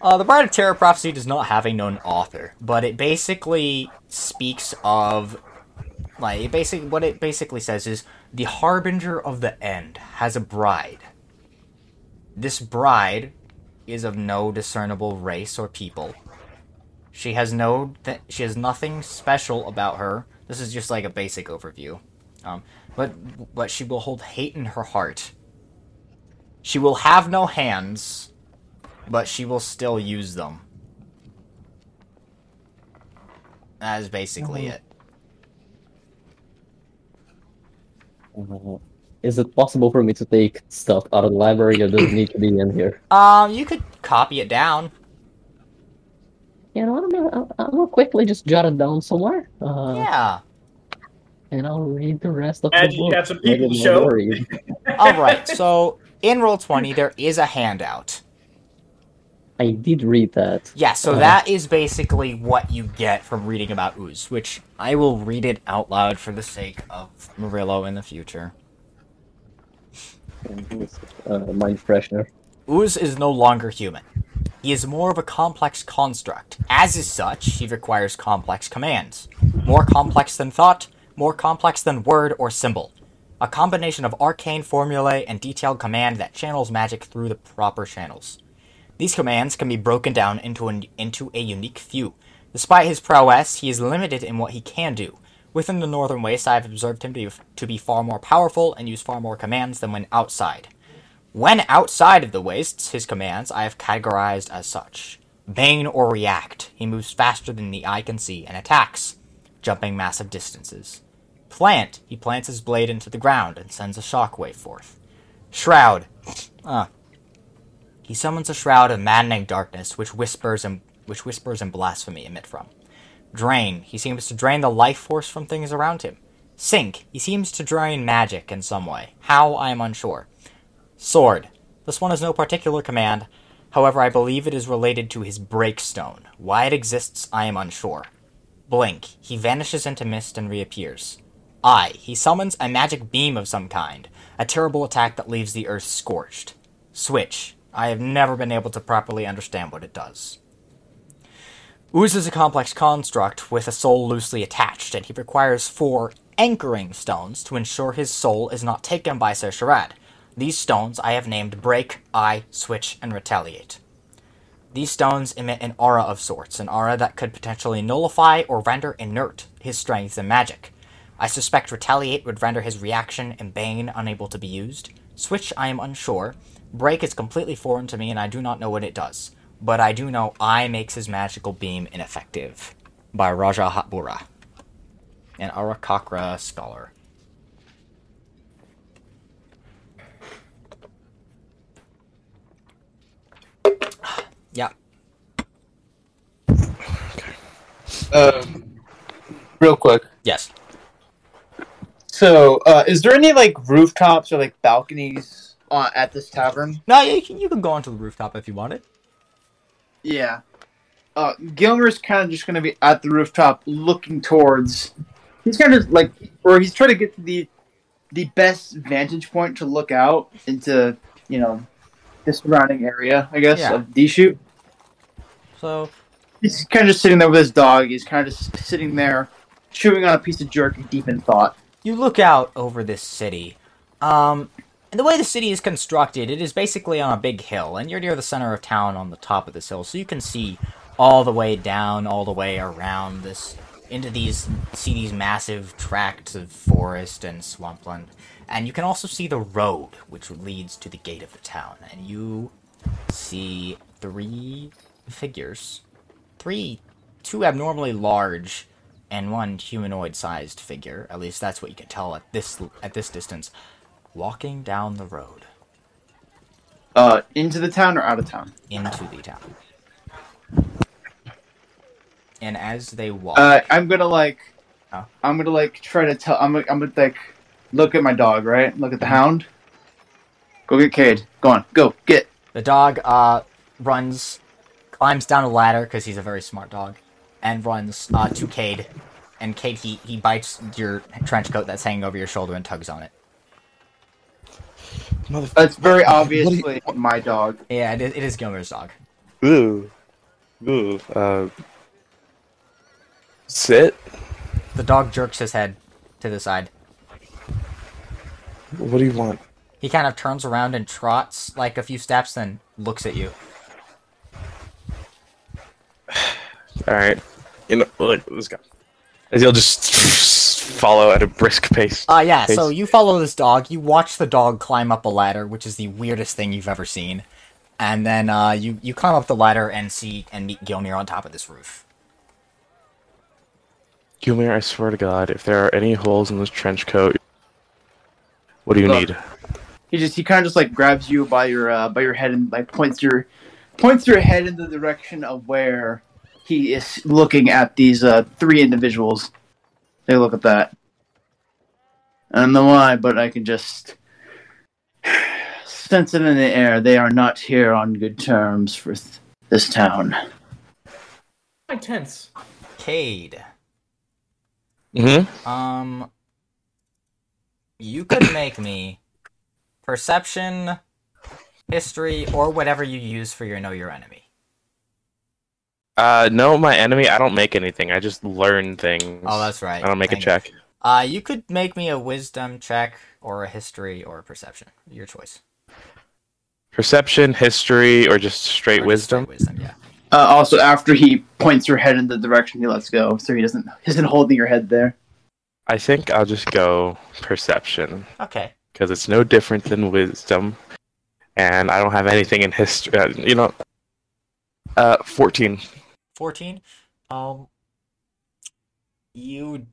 S1: uh, the Bride of Terror prophecy does not have a known author, but it basically speaks of like it basic what it basically says is the harbinger of the end has a bride. This bride is of no discernible race or people. She has no th- she has nothing special about her. This is just like a basic overview. Um, but but she will hold hate in her heart. She will have no hands, but she will still use them. That is basically
S2: Mm-hmm.
S1: it.
S2: Uh, is it possible for me to take stuff out of the library that doesn't need to be in here?
S1: Um, you could copy it down.
S2: You know, I don't know. I- I'm gonna quickly just jot it down somewhere. Uh,
S1: Yeah.
S2: And I'll read the rest of
S6: And
S2: the
S6: you
S2: book.
S6: have some
S2: Like
S6: people
S2: in
S6: to show.
S2: Missouri.
S1: All right. So in roll twenty, there is a handout.
S2: I did read that.
S1: Yeah. So
S2: Uh-huh.
S1: that is basically what you get from reading about ooze, which I will read it out loud for the sake of Murillo in the future.
S2: Uh, mind freshener.
S1: Ooze is no longer human. He is more of a complex construct. As is such, he requires complex commands. More complex than thought, more complex than word or symbol. A combination of arcane formulae and detailed command that channels magic through the proper channels. These commands can be broken down into, an, into a unique few. Despite his prowess, he is limited in what he can do. Within the northern waste, I have observed him to, to be far more powerful and use far more commands than when outside. When outside of the wastes, his commands I have categorized as such. Bane or react, he moves faster than the eye can see and attacks, jumping massive distances. Plant, he plants his blade into the ground and sends a shockwave forth. Shroud, ah, he summons a shroud of maddening darkness, which whispers and which whispers and blasphemy emit from. Drain, he seems to drain the life force from things around him. Sink, he seems to drain magic in some way. How I am unsure. Sword. This one has no particular command. However, I believe it is related to his breakstone. Why it exists, I am unsure. Blink. He vanishes into mist and reappears. I. He summons a magic beam of some kind, a terrible attack that leaves the earth scorched. Switch. I have never been able to properly understand what it does. Ooze is a complex construct with a soul loosely attached, and he requires four anchoring stones to ensure his soul is not taken by Sir Sharad. These stones I have named Break, Eye, Switch, and Retaliate. These stones emit an aura of sorts, an aura that could potentially nullify or render inert his strength and magic. I suspect Retaliate would render his reaction and Bane unable to be used. Switch, I am unsure. Break is completely foreign to me and I do not know what it does. but I do know I makes his magical beam ineffective by Raja Hatbura, an Arakakra scholar. yeah.
S5: Um, real quick.
S1: Yes.
S5: So, uh, is there any like rooftops or like balconies uh, at this tavern?
S1: No, you can, you can go onto the rooftop if you want it.
S5: Yeah. Uh, Gilmer's kind of just going to be at the rooftop, looking towards. He's kind of like, or he's trying to get to the the best vantage point to look out into, you know, the surrounding area. I guess
S1: Yeah.
S5: of D shoot.
S1: So
S5: He's kind of just sitting there with his dog. He's kind of just sitting there, chewing on a piece of jerky, deep in thought.
S1: you look out over this city. Um, and the way the city is constructed, it is basically on a big hill, and you're near the center of town on the top of this hill, so you can see all the way down, all the way around this, into these, see these massive tracts of forest and swampland. And you can also see the road, which leads to the gate of the town, and you see three figures. Three, two abnormally large and one humanoid-sized figure. At least that's what you can tell at this at this distance. Walking down the road
S5: Uh, into the town or out of town?
S1: into the town, and as they walk,
S5: Uh, I'm gonna like,
S1: Oh.
S5: I'm gonna like try to tell. I'm, I'm gonna like look at my dog, right? Look
S7: Mm-hmm.
S5: at the hound. Go get Cade. Go on. Go get.
S1: the dog uh, runs, climbs down a ladder because he's a very smart dog, and runs uh, to Cade. And Cade, he, he bites your trench coat that's hanging over your shoulder and tugs on it.
S7: Motherfucker.
S5: That's very
S7: What do you-
S5: obviously my dog.
S1: Yeah, it is, it is Gilmer's dog.
S7: Ooh. Ooh. Uh, sit?
S1: The dog jerks his head to the side.
S7: What do you want?
S1: He kind of turns around and trots like a few steps, then looks at you.
S7: All right. You know, look, let's go. As he'll just follow at a brisk pace.
S1: Uh, yeah, so
S7: Face.
S1: you follow this dog, you watch the dog climb up a ladder, which is the weirdest thing you've ever seen. And then uh, you, you climb up the ladder and see and meet Gilnir on top of this roof.
S7: Gilmere, I swear to God, if there are any holes in this trench coat, what do you
S5: Look.
S7: need?
S5: He just he kind of just like grabs you by your uh, by your head and like points your points your head in the direction of where he is looking at these uh, three individuals. Take a look at that. I don't know why, but I can just sense it in the air. They are not here on good terms for th- this town.
S6: My tense.
S1: Cade,
S7: Mm-hmm.
S1: um, you could make me perception, history, or whatever you use for your know your enemy.
S7: Uh, no, my enemy, I don't make anything. I just learn things.
S1: Oh, that's right.
S7: I don't make a
S1: Thank you.
S7: check.
S1: Uh, you could make me a wisdom check, or a history, or a perception. Your choice.
S7: Perception, history, or just straight
S1: Or just
S7: wisdom?
S1: straight wisdom, yeah.
S5: Uh, also, after he points your head in the direction he lets go, so he doesn't isn't holding your head there.
S7: I think I'll just go perception
S1: Okay.
S7: because it's no different than wisdom, and I don't have anything in history. Uh, you know, uh, fourteen.
S1: 14 um you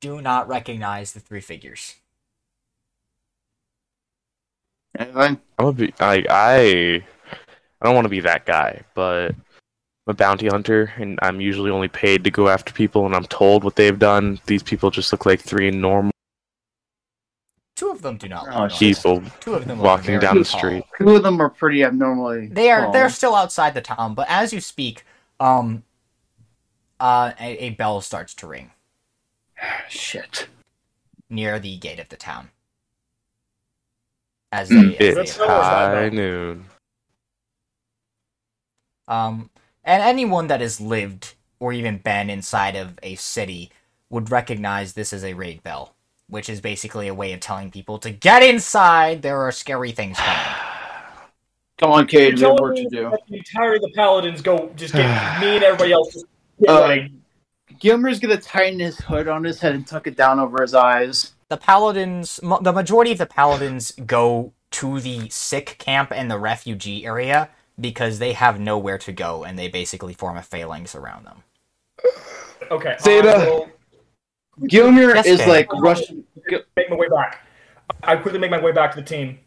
S1: do not recognize the three figures
S5: Anything?
S7: I'm gonna be like I. I don't want to be that guy, but I'm a bounty hunter, and I'm usually only paid to go after people, and I'm told what they've done. These people just look like three normal
S1: two of them do not look
S5: Oh,
S1: normal.
S5: she's-
S7: people.
S1: two of them look
S7: walking
S1: very
S7: down the
S1: tall.
S7: street.
S5: Two of them are pretty abnormally.
S1: they are
S5: tall.
S1: they're still outside the town but as you speak um uh a, a bell starts to ring
S5: Shit.
S1: near the gate of the town as
S5: Mm,
S1: they, as
S7: It's
S1: they approach.
S7: high noon.
S1: Um, and anyone that has lived or even been inside of a city would recognize this as a raid bell, which is basically a way of telling people to get inside. There are scary things coming.
S5: Come on, Cade. We
S6: You're
S5: have
S6: telling
S5: work
S6: me
S5: to do.
S6: that The entirety of the paladins go just get me and everybody else. Just get,
S5: Uh,
S6: like,
S5: Gilmer's gonna tighten his hood on his head and tuck it down over his eyes.
S1: The paladins, mo- the majority of the paladins go to the sick camp and the refugee area because they have nowhere to go and they basically form a phalanx around them.
S6: Okay.
S7: Zeta.
S6: I will
S5: Gilmer
S1: Yes,
S5: is
S1: Dan.
S5: like Russian. Gil-
S6: make my way back. I quickly make my way back to the team.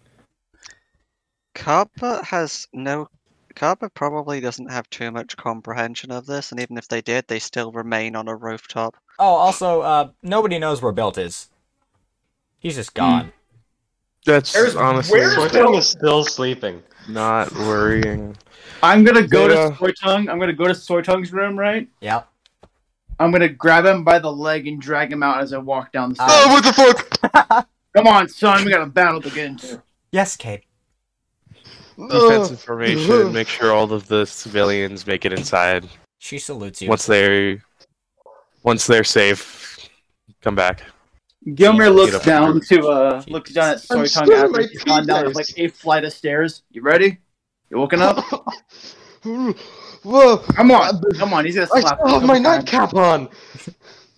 S4: Carper has no. Carper probably doesn't have too much comprehension of this, and even if they did, they still remain on a rooftop.
S1: Oh, also, uh, nobody knows where Belt is. He's just
S5: Hmm.
S1: gone.
S7: That's
S6: There's-
S7: honestly
S6: where's-
S3: Soytang is still sleeping.
S7: not worrying.
S5: I'm gonna go
S7: Zeta.
S5: to Soy Tongue. I'm gonna go to Soy Tongue's room, right?
S1: Yep.
S5: I'm gonna grab him by the leg and drag him out as I walk down the stairs.
S1: Oh,
S7: what the fuck?
S5: Come on, son, we got a battle to get into.
S1: Yes, Kate.
S7: Defensive formation. Make sure all of the civilians make it inside.
S1: She salutes you.
S7: Once they, once they're safe, come back.
S5: Gilmer
S7: Get
S5: looks
S7: up.
S5: down to uh looks down at Soy
S3: I'm
S5: Tongue
S3: still in
S5: after
S3: my
S5: he's gone down
S3: PJs.
S5: like a flight of stairs. You ready? You woken up?
S3: Um, Whoa!
S5: Come on, come on, he's gonna
S3: I
S5: slap.
S3: still
S5: you.
S3: have
S5: Come
S3: my
S5: on.
S3: nightcap on.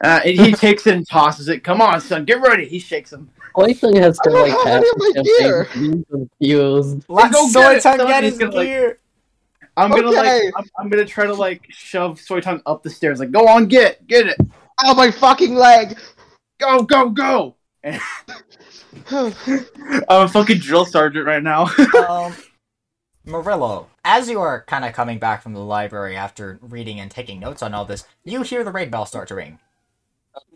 S5: Uh, and he takes it and tosses it. Come on, son, get ready. He shakes him.
S2: Clayton has
S3: I
S2: to
S3: don't
S2: like
S3: have
S2: half
S3: any of my
S2: the
S3: gear.
S2: champagne confused.
S1: Let
S5: Go get it,
S1: Soytang
S5: son.
S1: get
S5: He's
S1: his
S5: gonna, like-
S1: gear.
S5: I'm gonna
S3: Okay.
S5: like I'm, I'm gonna try to like shove Soy Tongue up the stairs. Like, go on, get, get it,
S3: Ow, my fucking leg!
S5: go, go, go.
S3: Wait,
S5: I'm a fucking drill sergeant right now.
S1: um, Murillo, as you are kind of coming back from the library after reading and taking notes on all this, you hear the raid bell start to ring.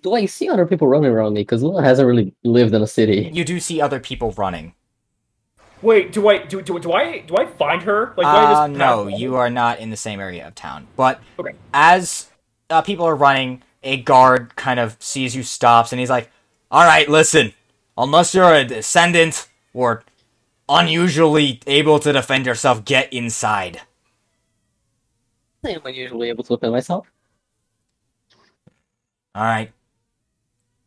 S2: Do I see other people running around me? Because Luna hasn't really lived in a city.
S1: You do see other people running.
S6: Wait, do I do, do, do I do I find her? Like, do
S1: Uh,
S6: I just
S1: no, you are not in the same area of town. But
S6: Okay.
S1: as uh, people are running, a guard kind of sees you, stops, and he's like, "All right, listen. Unless you're a descendant or unusually able to defend yourself, get inside."
S2: I am unusually able to defend myself.
S1: All right.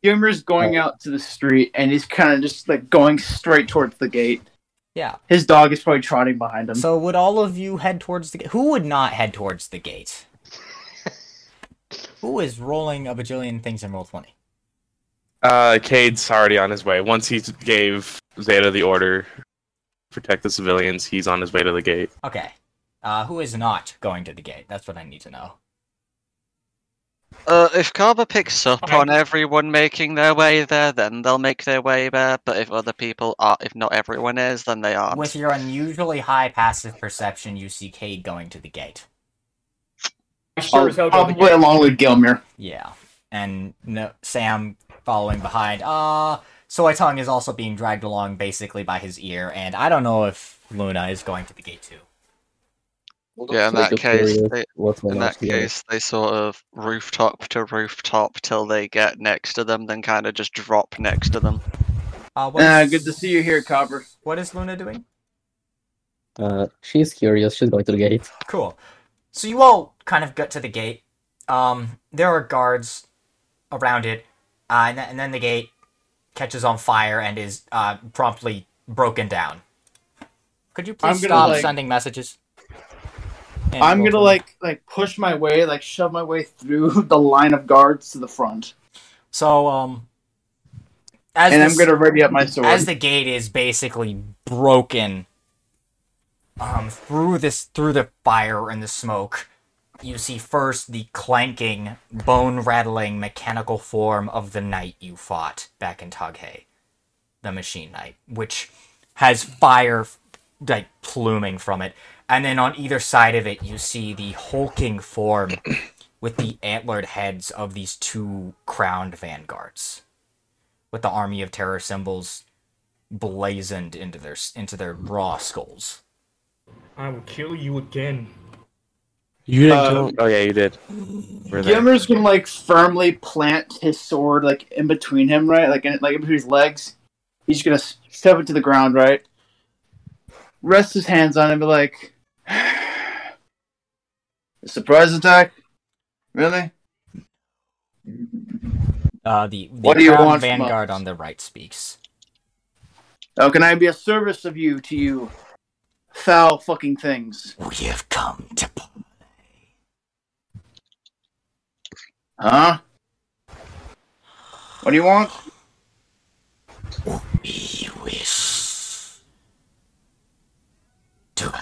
S5: Gilmer's going out to the street and he's kind of just like going straight towards the gate.
S1: Yeah.
S5: His dog is probably trotting behind him.
S1: So would all of you head towards the gate? Who would not head towards the gate? Who is rolling a bajillion things in roll twenty?
S7: Uh, Cade's already on his way. Once he gave Zeta the order, protect the civilians. He's on his way to the gate.
S1: Okay. Uh, who is not going to the gate? That's what I need to know.
S4: Uh, if Carver picks up
S6: Okay.
S4: on everyone making their way there, then they'll make their way there. But if other people are, if not everyone is, then they aren't.
S1: With your unusually high passive perception, you see Cade going to the gate.
S6: I sure as hell go to the
S5: Probably along with Gilmer.
S1: Yeah. And no, Sam following behind. Uh, Soy Tongue is also being dragged along basically by his ear, and I don't know if Luna is going to the gate too.
S4: Yeah, in that case, they-
S2: what's going
S4: In
S2: on
S4: that
S2: together.
S4: case, they sort of rooftop to rooftop till they get next to them, then kind of just drop next to them.
S1: Uh, what
S5: Ah,
S1: is,
S5: good to see you here, Copper.
S1: what is Luna doing?
S2: Uh, she's curious. She's going to the gate.
S1: Cool. So you all kind of get to the gate. Um, there are guards around it, uh, and, th- and then the gate catches on fire and is uh, promptly broken down. Could you
S5: I'm
S1: please
S5: gonna,
S1: stop
S5: like-
S1: sending messages? And
S5: I'm
S1: we'll-
S5: gonna like like push my way, like shove my way through the line of guards to the front,
S1: So um, as
S5: and I'm
S1: this-
S5: gonna ready up my sword.
S1: as the gate is basically broken um, through this through the fire and the smoke you see first the clanking bone rattling mechanical form of the knight you fought back in Taghe the machine knight which has fire like pluming from it and then on either side of it you see the hulking form with the antlered heads of these two crowned vanguards with the army of terror symbols blazoned into their into their raw skulls.
S6: I will kill you again.
S7: You didn't
S5: Uh,
S7: kill. Oh yeah, you did. We're there.
S5: Gilmer's gonna like firmly plant his sword like in between him, right? Like in like in between his legs. He's just gonna s- step it to the ground, right? Rest his hands on it and be like "A surprise attack? Really?
S1: Uh, the, the
S5: What do you
S1: crowned
S5: want from
S1: vanguard
S5: us?
S1: on the right speaks.
S5: How Oh, can I be a service of you to you foul fucking things?
S1: We have come to.
S5: Huh? What do you want?
S1: We wish to.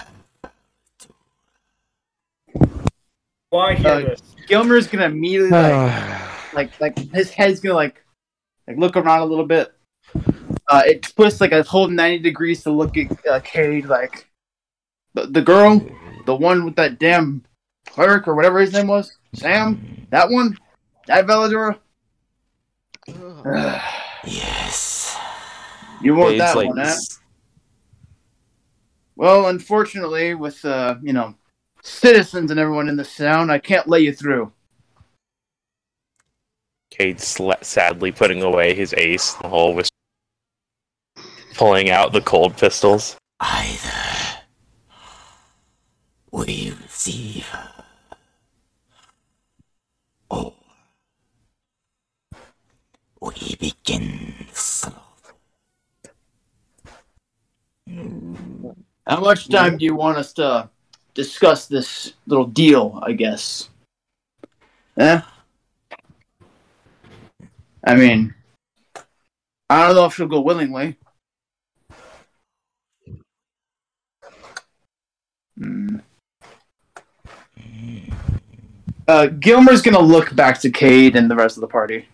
S6: Why hear
S5: Uh,
S6: this?
S5: Gilmer's gonna immediately like, like, like his head's gonna like, like look around a little bit. Uh, it twists like a whole ninety degrees to look at uh, Cade. Like the, the girl, the one with that damn cleric or whatever his name was, Sam. That one, that Veladora.
S1: Yes.
S5: you want
S7: It's
S5: that
S7: like-
S5: one? Eh? Well, unfortunately, with uh, you know, citizens and everyone in the town, I can't let you through.
S7: Cade sl- sadly putting away his ace in the hole, which pulling out the cold pistols.
S1: Either we receive her, or we begin the slaughter.
S5: How much time do you want us to discuss this little deal? I guess. Eh? I mean, I don't know if she'll go willingly. Hmm. Uh, Gilmer's gonna look back to Cade and the rest of the party.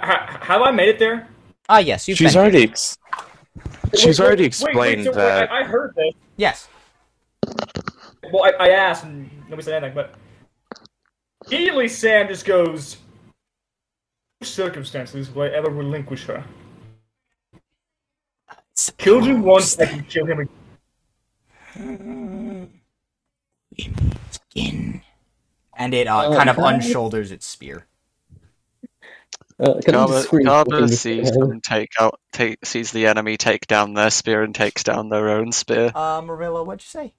S6: Ha- have I made it there?
S1: Ah, yes, you've
S7: She's
S1: been.
S7: already ex- she's
S6: Wait, wait,
S7: already
S6: wait, wait,
S7: explained
S6: so wait,
S7: that.
S6: I, I heard this.
S1: Yes.
S6: Well, I, I asked and nobody said anything, but immediately Sam just goes, circumstances will I ever relinquish her? Killed you once, I can kill him again.
S1: Skin. And it uh,
S2: Oh,
S1: kind of
S2: God.
S1: unshoulders its spear.
S2: Uh, can I
S4: Garber,
S2: just scream?
S4: Garber
S2: fucking-
S4: sees them take out, take, sees the enemy take down their spear and takes down their own spear.
S1: Uh, Marilla, what'd you say?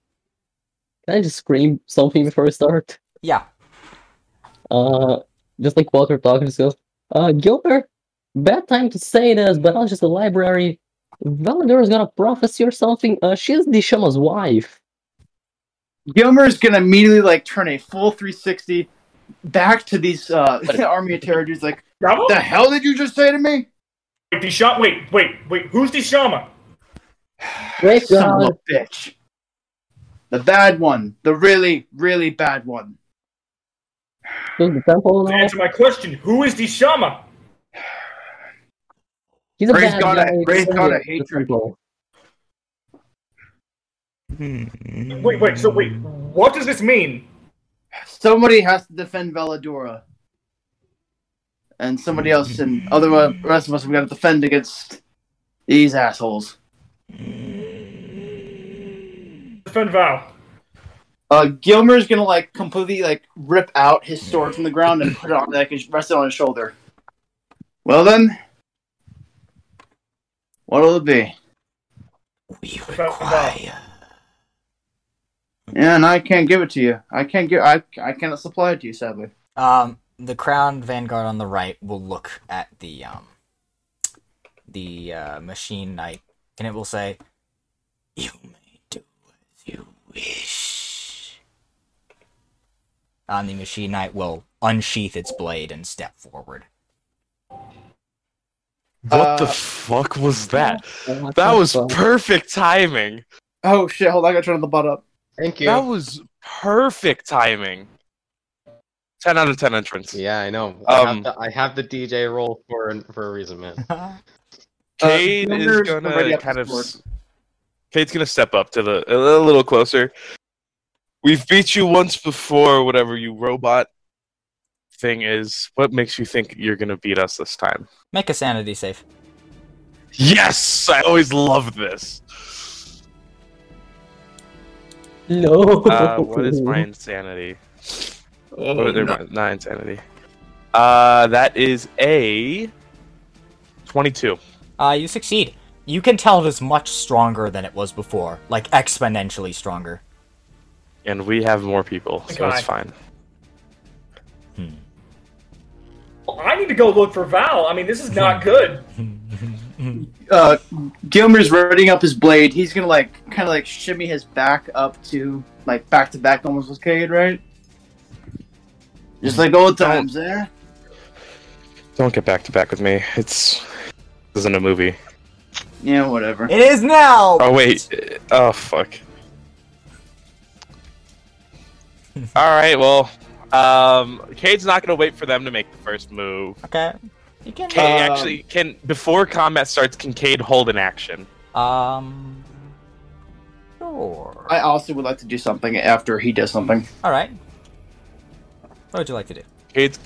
S2: Can I just scream something before we start?
S1: Yeah.
S2: Uh, just like Walter talking to us. Uh, Gilbert, bad time to say this, but I was just a library. Valador is gonna prophecy or something. Uh, she's the Shama's wife.
S5: Gilmer's gonna immediately like turn a full 360 back to these uh, army of terror dudes. Like,
S6: Bravo?
S5: the hell did you just say to me?
S6: Wait, Disha- wait, wait, wait, who's Dishama?
S2: Great
S5: Son of
S2: God.
S5: a bitch. The bad one, the really, really bad one.
S2: Goes to the temple
S6: To
S2: now.
S6: answer my question, who is Dishama?
S2: He's a
S5: Praise
S2: bad
S5: God, I-
S2: guy.
S5: praise God, I
S2: Goes to
S5: hate
S2: the
S5: you.
S2: temple. Hmm.
S6: Wait, wait, so wait, what does this mean?
S5: Somebody has to defend Veladora, and somebody else, and other the rest of us, we got to defend against these assholes.
S6: Defend Val.
S5: Uh, Gilmer's gonna like completely like rip out his sword from the ground and put it on like his- rest it on his shoulder. Well then, what'll it be?
S1: We
S6: Val.
S1: require.
S5: Yeah, and I can't give it to you. I can't give. I I cannot supply it to you, sadly.
S1: Um, the crowned vanguard on the right will look at the um, the uh, machine knight, and it will say, "You may do as you wish." And the machine knight will unsheath its blade and step forward.
S7: What the
S5: Uh,
S7: fuck was that?
S2: What
S7: That
S2: the
S7: was
S2: fuck?
S7: perfect timing.
S5: Oh shit! Hold on, I gotta turn the butt up.
S3: Thank
S7: That
S3: you.
S7: was perfect timing. Ten out of ten entrance.
S3: Yeah, I know. I,
S7: Um,
S3: have the, I have the DJ role for an- for a reason, man.
S5: Uh,
S7: Cade is
S5: Gilmer's already
S7: gonna
S5: up
S7: kind
S5: to
S7: of.
S5: sword.
S7: s- Cade's gonna step up to the a little, little closer. We've beat you once before. Whatever you robot thing is, what makes you think you're gonna beat us this time?
S1: Make a sanity save.
S7: Yes, I always love this.
S2: No.
S7: Uh, what is my insanity? Oh, never mind, not insanity. Uh, that is a twenty-two.
S1: Uh, you succeed. You can tell it is much stronger than it was before, like exponentially stronger.
S7: And we have more people, so
S6: Okay.
S7: it's fine.
S6: I need to go look for Val. I mean, this is not good.
S5: uh, Gilmer's readying up his blade. He's gonna like kind of like shimmy his back up to like back to back almost with Cade, right? Just like old times, eh?
S7: Don't get back to back with me. It's this isn't a movie.
S5: Yeah, whatever.
S1: It is now.
S7: Oh wait. Oh fuck. All right. Well, um, Cade's not gonna wait for them to make the first move.
S1: Okay. You can.
S7: Cade
S6: Um,
S2: Um,
S7: actually can before combat starts. Can Cade hold an action?
S1: Um. Sure.
S5: I also would like to do something after he does something.
S1: All right. What would you like to do?
S7: Cade's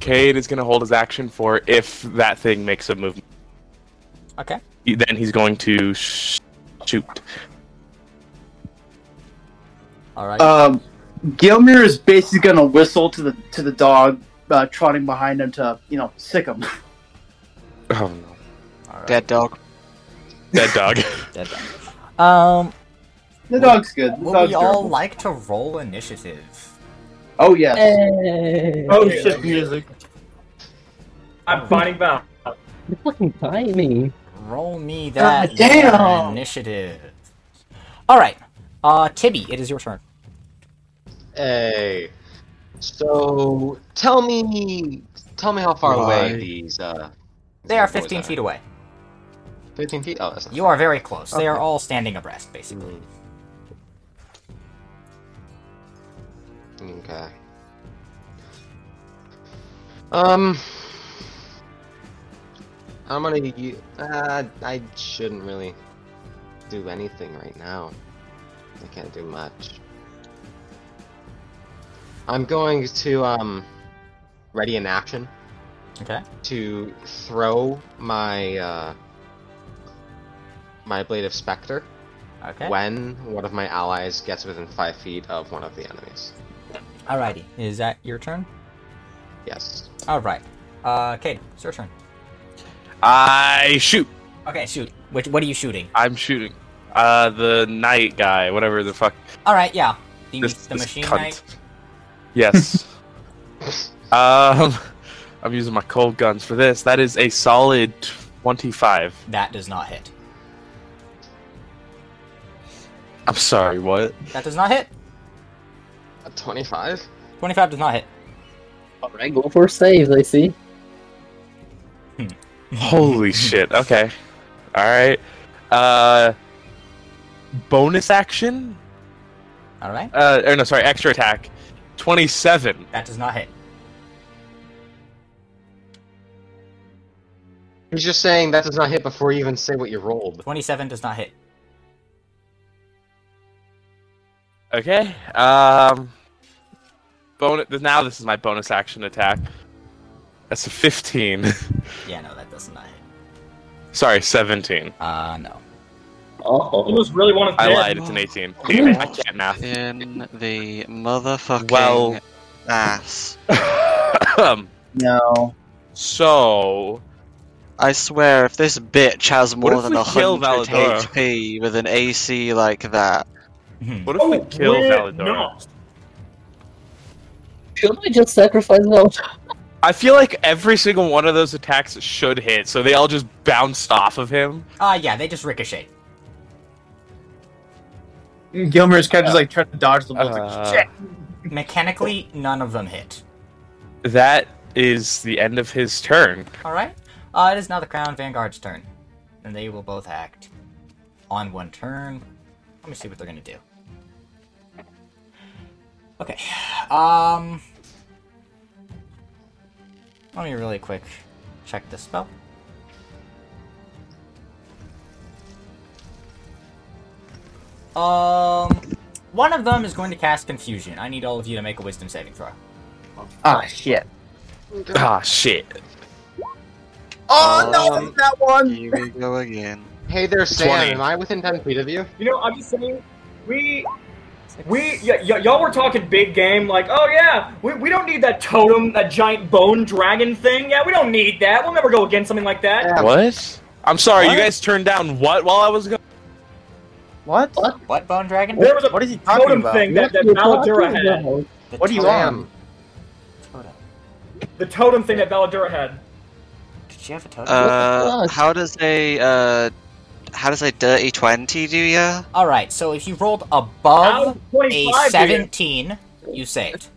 S7: Cade is gonna hold his action for if that thing makes a move.
S1: Okay.
S7: Then he's going to sh- shoot.
S1: All right.
S5: Um, Gilmere is basically gonna whistle to the to the dog uh, trotting behind him to you know sick him.
S7: Oh no,
S1: all right.
S4: Dead dog.
S7: that dog.
S1: Dead dog. Um.
S5: The dog's good. The
S1: Would
S5: dog's
S1: we all
S5: all
S1: like to roll initiative?
S5: Oh yes.
S2: Hey.
S6: Oh,
S5: Oh
S6: Okay.
S5: shit, music.
S6: I'm finding Val.
S2: The fucking timing.
S1: Roll me that
S5: God damn!
S1: initiative. All right. Uh, Tibby, it is your turn.
S3: Hey. So tell me, tell me how far
S2: Why?
S3: away these. Uh,
S1: They are
S3: boys
S1: 15 feet away.
S3: Fifteen feet. Oh, that's not.
S1: You are very close. They are
S3: Okay.
S1: all standing abreast, basically.
S3: Okay. Um. I'm gonna. u- Uh, I shouldn't really do anything right now. I can't do much. I'm going to um, ready an action
S1: Okay.
S3: to throw my uh, my blade of specter
S1: Okay.
S3: when one of my allies gets within five feet of one of the enemies.
S1: Alrighty. Is that your turn?
S3: Yes.
S1: All right. Uh, Cade, it's your turn.
S7: I shoot.
S1: Okay, shoot. Which? What are you shooting?
S7: I'm shooting. Uh, the knight guy, whatever the fuck.
S1: All right. Yeah. The,
S7: This,
S1: the
S7: this
S1: machine
S7: cunt.
S1: knife.
S7: Yes. um, I'm using my cold guns for this. That is a solid twenty-five.
S1: That does not hit.
S7: I'm sorry. What?
S1: That does not hit.
S3: A 25?
S1: Twenty-five does not hit.
S2: Alright, go for saves, I see.
S7: Holy shit. Okay. All right. Uh, bonus action.
S1: All right.
S7: Uh, or no, sorry, extra attack. Twenty-seven.
S1: That does not hit.
S3: He's just saying that does not hit before you even say what you rolled.
S1: Twenty-seven does not hit.
S7: Okay. Um. Bonus. Now this is my bonus action attack. That's a fifteen.
S1: Yeah. No, that does not hit.
S7: sorry, seventeen.
S1: Uh, no.
S6: You
S2: Oh,
S6: just really want to.
S7: I lied. It's an eighteen. Damn it! I can't math.
S4: In the motherfucking
S7: Well-
S4: ass.
S7: um,
S5: No.
S7: so
S4: I swear, if this bitch has more
S7: if
S4: than
S7: we kill
S4: 100
S7: Valadora?
S4: HP with an AC like that,
S1: Hmm.
S7: what if
S6: Oh,
S7: we kill
S6: we're
S7: Valadora?
S6: not.
S2: should I just sacrifice now?
S7: I feel like every single one of those attacks should hit, so they all just bounced off of him.
S1: Uh, yeah. They just ricochet.
S5: Gilmer's kind of just like trying to dodge the bullets.
S7: Uh,
S5: like, shit.
S1: Mechanically, none of them hit.
S7: That is the end of his turn.
S1: All right. Uh, it is now the Crown Vanguard's turn, and they will both act on one turn. Let me see what they're gonna do. Okay. Um. Let me really quick check the spell. Um. One of them is going to cast Confusion. I need all of you to make a Wisdom saving throw.
S5: Ah shit.
S7: Ah, shit.
S5: Oh no,
S4: Um,
S5: it's that one.
S4: here we go again.
S3: Hey there, Sam.
S7: 20.
S3: Am I within 10 feet of you?
S6: You know, I'm just saying, we. We y- y- y'all were talking big game, like, oh yeah, we, we don't need that totem, that giant bone dragon thing. Yeah, we don't need that. We'll never go against something like that.
S3: Yeah.
S7: What? I'm sorry,
S6: What?
S7: you guys turned down what while I was going?
S5: What?
S1: What bone dragon?
S6: There was a
S5: What is he talking
S6: totem
S5: about?
S6: thing that, that
S2: What are you
S6: Valadura
S2: talking
S6: had.
S2: about?
S1: The
S5: What do you
S1: totem-
S5: want?
S3: Sam.
S1: totem.
S6: The totem thing that Valadura had.
S1: Did you have a totem?
S4: Uh,
S2: fuck?
S4: how does a uh, how does a dirty twenty do ya?
S1: All right, so if you rolled
S6: Out
S1: above
S6: of
S1: a
S6: 25, dude.
S1: 17, you saved.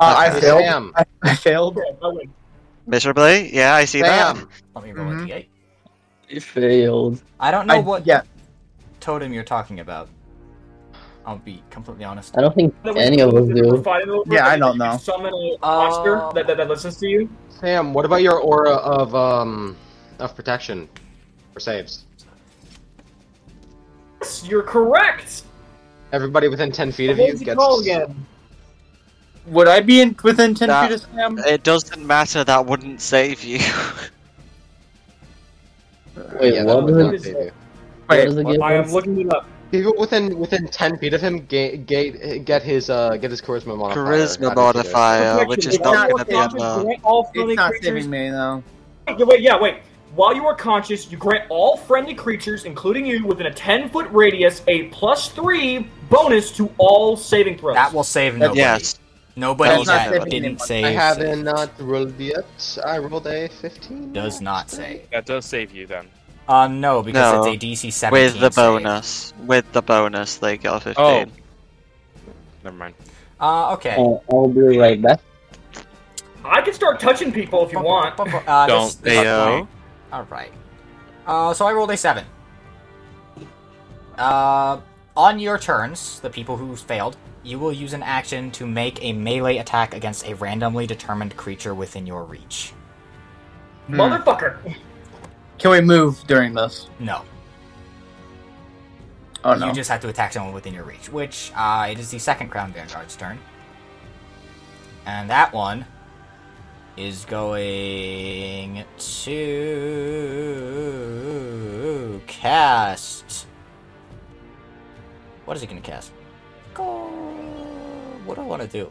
S5: Uh, I
S3: Hey,
S5: failed.
S3: Sam.
S5: I, I failed.
S6: Okay, I win.
S4: Miserably? Yeah, I see that.
S3: Sam.
S1: Let me roll
S5: Mhm.
S1: a d8.
S2: He failed.
S1: I don't know
S5: I-
S1: what
S5: Yeah.
S1: totem you're talking about. I'll be completely honest.
S2: I don't think
S6: That we-
S2: any of us
S6: that we're
S2: do.
S6: fighting over,
S5: Yeah, I
S6: and
S5: don't
S6: you
S5: know.
S6: Summon a
S1: Uh,
S6: monster that, that, that listens to you.
S3: Sam, what about your aura of um of protection for saves?
S6: Yes, you're correct.
S3: Everybody within ten feet of
S6: What
S3: you
S6: does he
S3: gets.
S6: call again?
S5: Would I be in within ten
S4: That-
S5: feet of Sam?
S4: It doesn't matter. That wouldn't save you.
S2: Wait,
S3: yeah, that
S2: what,
S3: would
S2: does it,
S3: not save you.
S2: what
S5: Wait,
S2: does it
S5: what-
S2: give
S6: I am
S2: us?
S6: looking it up.
S3: People within within ten feet of him ga- ga- get his uh get his charisma modifier.
S4: Charisma
S3: added to their-
S4: modifier,
S6: Protection,
S4: which is
S6: if
S4: not
S6: you
S4: going
S6: are
S4: to be
S6: conscious,
S4: enough.
S6: grant all friendly
S5: Uh, It's not
S6: creatures
S5: saving me though.
S6: Yeah, wait, yeah, wait. While you are conscious, you grant all friendly creatures, including you, within a 10 foot radius, a plus 3 bonus to all saving throws.
S1: That will save nobody.
S4: Yes.
S1: Nobody
S4: That's not
S1: that
S5: saving
S1: didn't
S5: anyone.
S1: save
S3: I haven't not rolled yet. I rolled a fifteen.
S1: does not save.
S7: That does save you then.
S1: Uh, no, because
S4: No.
S1: it's a DC 17.
S4: With the
S1: save.
S4: bonus. With the bonus, they got 15.
S7: Oh. Never mind.
S1: Uh, okay.
S2: Uh, I'll be right back.
S6: I can start touching people if you want.
S1: Uh,
S7: Don't
S1: this-
S7: they,
S1: this-
S7: uh,
S1: All right. Uh, so I rolled a seven. Uh, on your turns, the people who failed, you will use an action to make a melee attack against a randomly determined creature within your reach.
S5: Hmm.
S6: Motherfucker!
S5: Can we move during this?
S1: No,
S5: Oh no.
S1: you just have to attack someone within your reach. Which uh, it is the second Crown Vanguard's turn, and that one is going to cast. What is it going to cast? Go- What do I want to do?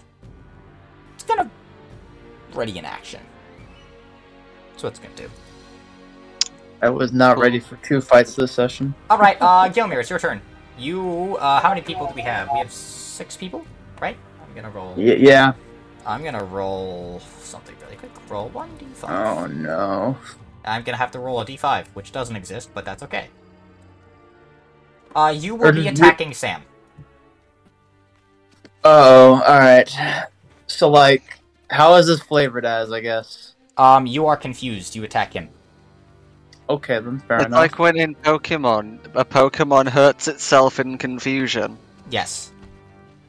S1: It's gonna ready in action. That's what it's gonna do.
S5: I was not ready for two fights this session.
S1: All right, uh, Gilmere, it's your turn. You, uh, how many people do we have? We have six people, right? I'm gonna roll.
S5: Y- yeah.
S1: I'm gonna roll something really quick. Roll one d5.
S5: Oh no.
S1: I'm gonna have to roll a d5, which doesn't exist, but that's okay. Uh, you will
S5: Or
S1: be
S5: just-
S1: attacking Sam.
S5: Oh, all right. So like, how is this flavored as? I guess.
S1: Um, you are confused. You attack him.
S5: Okay, then fair
S4: It's
S5: enough.
S4: like when in Pokemon, a Pokemon hurts itself in confusion.
S1: Yes.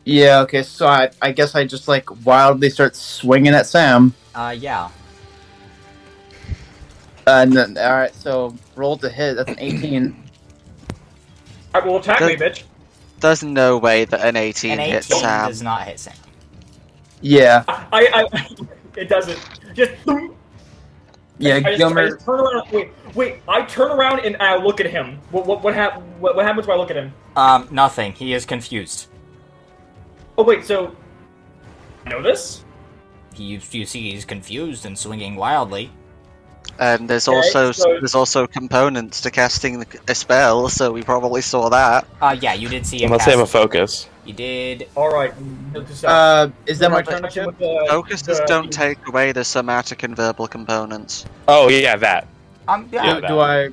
S5: yeah. Okay. So I, I guess I just like wildly start swinging at Sam,
S1: Uh, yeah.
S5: and then all right. So roll to hit. That's an eighteen.
S6: I will attack me, bitch.
S4: There's no way that an 18,
S1: An 18
S4: hits Sam.
S1: does not hit Sam.
S5: Yeah.
S6: I, I, it doesn't. Just,
S5: Yeah.
S6: I just, I
S5: Gilmer.
S6: just turn around. Wait, wait. I turn around and I look at him. What, what, what, hap- what, what happens when I look at him?
S1: Um, nothing. He is confused.
S6: Oh wait, so I know this.
S1: He, you see, he's confused and swinging wildly.
S4: And there's
S6: Okay,
S4: also
S6: so-
S4: there's also components to casting the- a spell, so we probably saw that.
S1: Uh, yeah, you did see him.
S7: Unless
S1: Cast.
S7: they have a focus.
S1: you did.
S6: All right. Is
S5: Uh, is that my turn to chip?
S3: Uh,
S4: Focuses don't take away the somatic and verbal components.
S7: Oh yeah, that.
S1: Um, yeah,
S5: Do,
S1: yeah,
S7: Yeah.
S5: do I?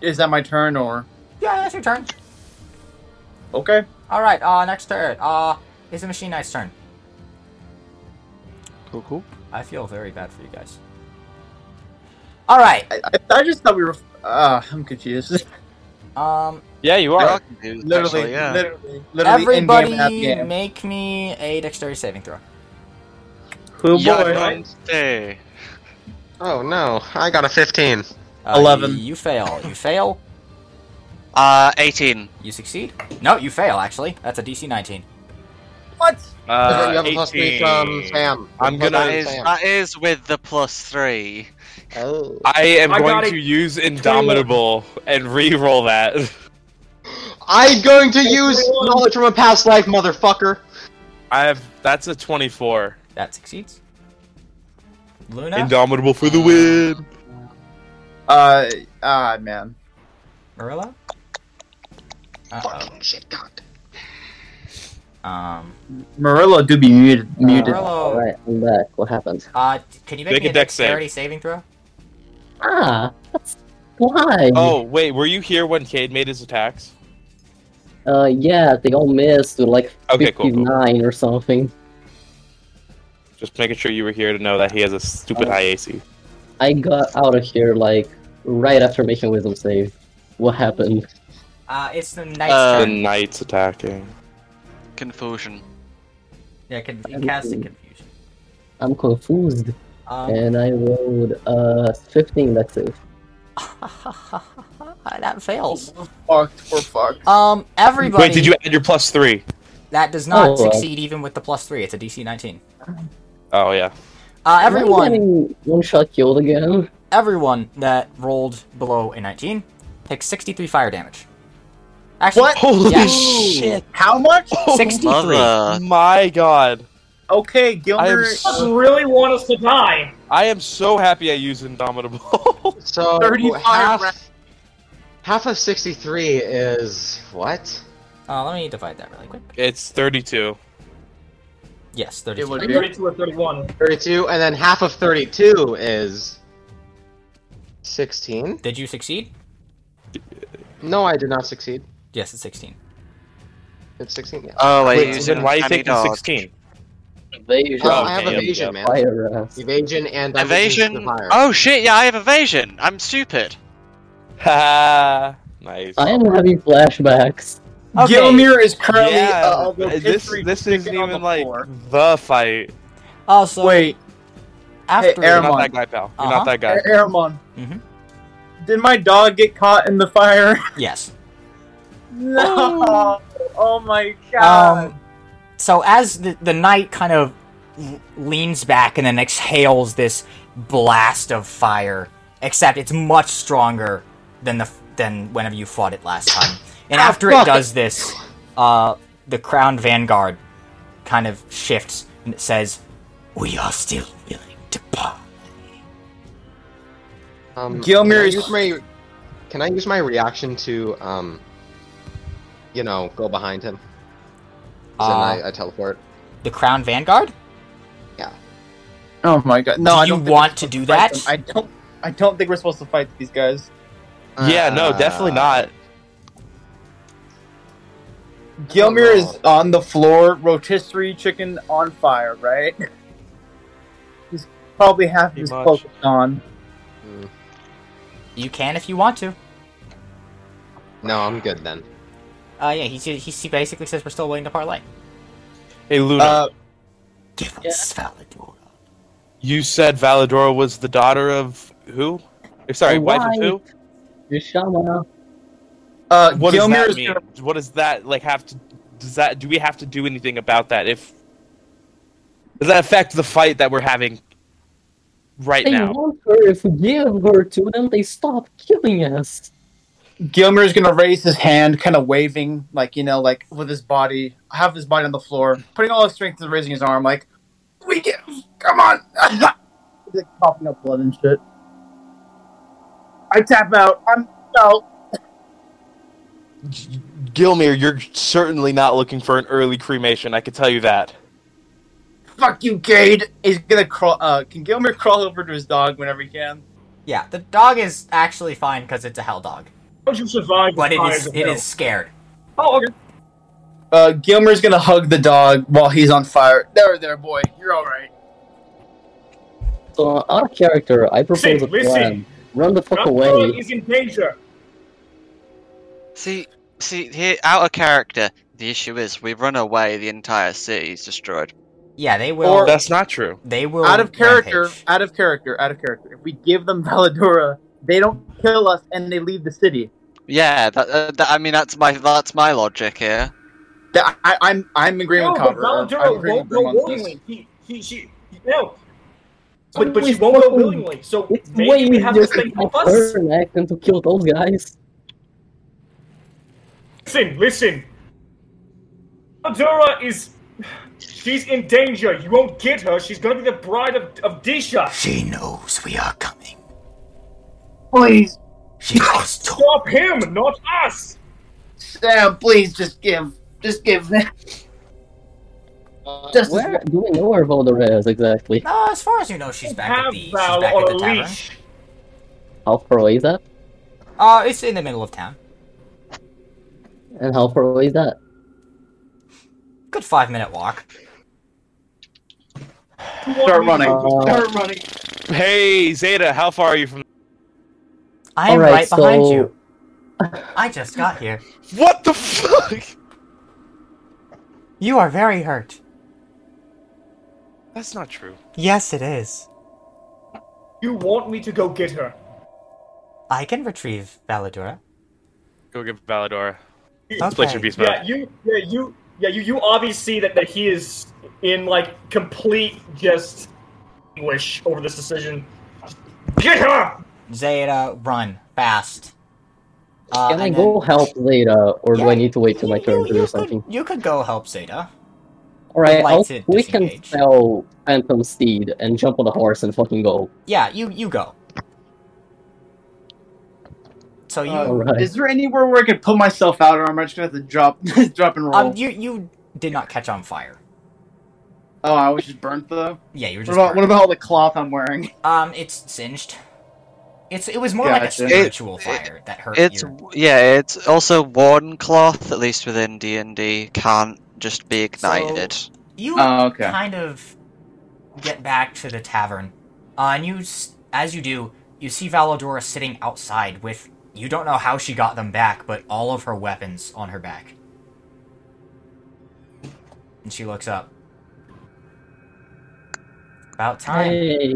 S5: Is that my turn or?
S1: that's your turn.
S5: Okay.
S1: All right. Uh, next turn. Uh, is the machine knight's turn.
S4: Cool, cool.
S1: I feel very bad for you guys. All right.
S5: I, I, I just thought we were. Uh, I'm confused.
S1: Um,
S7: Yeah, you
S4: We
S7: are.
S4: are confused,
S5: literally,
S4: actually, yeah.
S5: literally, literally. in game, out
S1: everybody,
S5: game.
S1: make me a dexterity saving throw.
S5: Who
S4: Yeah,
S5: boy?
S4: don't stay.
S3: Oh no, I got a fifteen.
S1: Uh,
S5: Eleven.
S1: You fail. You fail.
S4: Uh, 18.
S1: You succeed. No, you fail. Actually, that's a DC 19.
S5: What?
S7: Uh,
S3: you have a plus three from
S7: 18.
S3: Sam.
S7: I'm
S3: Plus
S7: gonna-
S4: That
S3: three
S4: is,
S3: from Sam.
S4: that is with the plus three.
S3: Oh.
S7: I am
S6: I got
S7: going
S6: a
S7: to use Indomitable and re-roll that.
S3: I'm going to use knowledge from a past life, motherfucker.
S7: I have. That's a 24.
S1: That succeeds. Luna.
S7: Indomitable for the win.
S5: Uh, ah, man.
S1: Marilla. Uh
S3: Fucking shit, God.
S1: oh. Um.
S5: Marilla do be muted. muted.
S1: Marilla.
S2: Alright, I'm back. What happened?
S1: Uh, can you make,
S7: Make
S1: me
S7: a
S1: a
S7: dex save.
S1: dexterity saving throw?
S2: Ah, that's why.
S7: Oh wait, were you here when Cade made his attacks?
S2: Uh, yeah, they all missed to like
S7: Okay, cool, cool.
S2: 59 or something.
S7: Just making sure you were here to know that he has a stupid high AC.
S2: I got out of here like right after making wisdom save. What happened?
S1: Uh, it's the knight's
S4: Uh,
S7: The
S1: turn.
S7: knight's attacking.
S4: confusion.
S1: Yeah, can you cast in confusion?
S2: I'm confused,
S1: Um,
S2: and I rolled uh 15. That's it.
S4: Um,
S1: that fails.
S5: Fucked. We're fucked.
S1: Um, everybody.
S7: Wait, did you add your plus three?
S1: That does not
S2: Oh, uh,
S1: succeed even with the plus three. It's a DC 19.
S7: Oh yeah.
S1: Uh, everyone,
S2: One shot killed again.
S1: everyone that rolled below a 19 takes 63 fire damage. Actually,
S5: What?
S7: Holy
S1: Yeah.
S7: shit! Oh
S5: How much?
S2: Oh
S1: 63.
S4: Mother.
S7: My God,
S5: Okay, Gilmer.
S7: I
S6: You really want us to die.
S7: I am so happy I used Indomitable.
S3: So
S5: 35
S3: half, half of 63 is what?
S1: Uh, let me divide that really quick.
S7: it's thirty-two.
S1: Yes,
S5: It
S1: 32.
S5: would be.
S6: 32 or 31.
S3: 32, and then half of 32 is 16.
S1: Did you succeed?
S3: No, I did not succeed.
S1: Yes, it's 16.
S3: It's 16. Yeah.
S4: Oh, I
S7: Wait,
S4: use
S7: then why are you
S4: uncanny
S7: taking
S4: dodge.
S7: sixteen?
S2: Evasion.
S3: Well, Oh, I have
S7: Okay,
S3: evasion, man.
S2: Fire ass.
S3: Evasion and I'm using
S4: Evasion.
S3: Survivor.
S4: Oh shit! Yeah, I have evasion. I'm stupid.
S7: Ha! Nice.
S2: I am having flashbacks.
S1: Okay.
S5: Gilmer is currently.
S7: yeah,
S5: uh, although
S7: this
S5: history
S7: this
S5: chicken
S7: isn't
S5: on
S7: even
S5: the
S7: like
S5: floor.
S7: the fight.
S1: Also,
S5: Wait,
S1: after
S5: hey,
S7: You're
S5: Aram-
S7: not
S5: Come
S7: that
S5: on.
S7: guy, pal. You're
S1: Uh-huh.
S7: not that guy.
S5: A- Aramon.
S1: Mhm.
S5: Did my dog get caught in the fire?
S1: yes.
S5: no. Oh my god.
S1: Um, so as the, the knight kind of l- leans back and then exhales this blast of fire, except it's much stronger than the than whenever you fought it last time. And
S2: Ah,
S1: after it does this, uh, the crowned vanguard kind of shifts and it says, "We are still willing to part."
S3: Um,
S5: Gilmer
S3: can I
S5: is-
S3: use my. Can I use my reaction to um, you know, go behind him? So
S1: Uh,
S3: then I, I teleport.
S1: The crowned vanguard.
S5: oh my god. No,
S1: Do
S5: I
S1: you
S5: don't think
S1: want
S5: we're
S1: to
S5: supposed
S1: do
S5: fight
S1: that?
S5: them. I don't. I don't think we're supposed to fight these guys.
S7: Yeah, no,
S3: Uh,
S7: definitely not.
S5: Gilmer
S3: Oh, no.
S5: is on the floor, rotisserie chicken on fire, right? He's probably half
S7: Pretty
S5: his
S7: much.
S5: focus on.
S3: Mm.
S1: You can if you want to.
S3: No, I'm good then.
S1: Uh, yeah, he, he he basically says we're still willing to parlay.
S7: Hey, Luna,
S5: Uh,
S1: Give
S2: Yeah.
S1: us Valadora.
S7: you said Valadora was the daughter of who? Eh, Sorry,
S2: A
S7: wife of who?
S2: The shaman.
S5: uh,
S7: What does
S5: Gilmer
S7: that
S5: is
S7: mean?
S5: gonna-
S7: What does that like have to? Does that do we have to do anything about that? If does that affect the fight that we're having right
S2: They
S7: now?
S2: want her. If we give her to them, they stop killing us.
S5: Gilmer is gonna raise his hand, kind of waving, like you know, like with his body, half his body on the floor, putting all his strength into raising his arm, like we give, come on, Like, coughing up blood and shit. I tap out. I'm out.
S7: G- Gilmere, you're certainly not looking for an early cremation. I can tell you that.
S5: Fuck you, Cade. He's gonna crawl. Uh, can Gilmer crawl over to his dog whenever he can?
S1: Yeah, the dog is actually fine because it's a hell dog,
S6: How'd you survive?
S1: but it
S6: the
S1: is
S6: fires of
S1: it
S6: hell?
S1: is scared.
S6: Oh, okay.
S5: Uh, Gilmer's gonna hug the dog while he's on fire. There, there, boy. You're all right.
S2: So out of character, I propose a
S6: Listen, listen.
S2: plan. Run the fuck
S6: Rapunzel
S2: away.
S6: is in danger.
S4: See, see, here out of character. The issue is, we run away, the entire city is destroyed.
S1: Yeah, they will.
S5: Or-
S7: That's not true.
S1: they will.
S5: out of character,
S1: rampage.
S5: out of character, out of character. If we give them Valadora, they don't kill us and they leave the city.
S4: Yeah, that, uh, that I mean, that's my that's my logic here.
S5: That, I, I'm I'm agreeing
S6: No,
S5: with
S6: but
S5: Cover. I'm- I'm
S6: Valadura
S5: agreeing
S6: won't
S5: with
S6: go
S5: Grim on this.
S6: willingly. He, he, she, no. But, but she won't go willingly. So
S2: It's way
S6: maybe we have to
S2: easier
S6: stay
S2: to
S6: with
S2: have
S6: us.
S2: her and act than to kill those guys.
S6: Listen, listen. Adora is. She's in danger. You won't get her. She's gonna be the bride of, of Disha.
S1: she knows we are coming.
S5: Please,
S1: She was told.
S6: Stop him, not us.
S5: Sam, please just give, just give. Just-
S2: Uh, Where do we know where Voldora is exactly?
S1: No, as far as you know, she's back at
S6: Have
S1: the she's
S6: Val
S1: back
S6: on
S1: at
S6: a
S1: the tavern.
S6: leash.
S2: How far away is that?
S1: Uh, it's in the middle of town.
S2: And how far away is that?
S1: Good five minute walk.
S5: Start running.
S2: Uh,
S5: Start running.
S7: Hey Zeta, how far are you from?
S1: I am
S2: All right,
S1: right, behind
S2: so-
S1: you. I just got here.
S7: What the fuck?
S1: You are very hurt.
S7: That's not true.
S1: Yes, it is.
S6: You want me to go get her?
S1: I can retrieve Valadora.
S7: Go get Valadora.
S1: Okay.
S7: Let's play your beast mode.
S6: Yeah, you, yeah, you, yeah, you, you obviously see that, that he is in like complete just anguish over this decision. Get her!
S1: Zeta, run fast. Uh,
S2: Can I
S1: and
S2: go
S1: then-
S2: help Zeta, or do
S1: Yeah,
S2: I need to wait till my
S1: you-
S2: turn
S1: you-
S2: to do
S1: you
S2: something?
S1: Could, you could go help Zeta.
S2: Alright,
S1: like
S2: I'll
S1: to
S2: we can
S1: disengage.
S2: sell Phantom Steed and jump on the horse and fucking go.
S1: Yeah, you you go. So you
S5: Uh,
S2: Alright.
S5: Is there anywhere where I could put myself out, or am I just gonna have to drop, drop and roll?
S1: um you you did not catch on fire.
S5: oh, I was just burnt though.
S1: Yeah, you were
S5: What
S1: just
S5: about what
S1: burned.
S5: about all the cloth I'm wearing?
S1: um it's singed. It's it was more like a
S5: Gotcha.
S1: spiritual
S4: It-
S1: fire that hurt
S4: It's
S1: your-
S4: yeah, it's also worn cloth. At least within D and D, can't just be ignited.
S1: you
S5: Oh, okay.
S1: kind of get back to the tavern. Uh, and you, s- as you do, you see Valadora sitting outside with you don't know how she got them back, but all of her weapons on her back. And she looks up. About time.
S2: Hey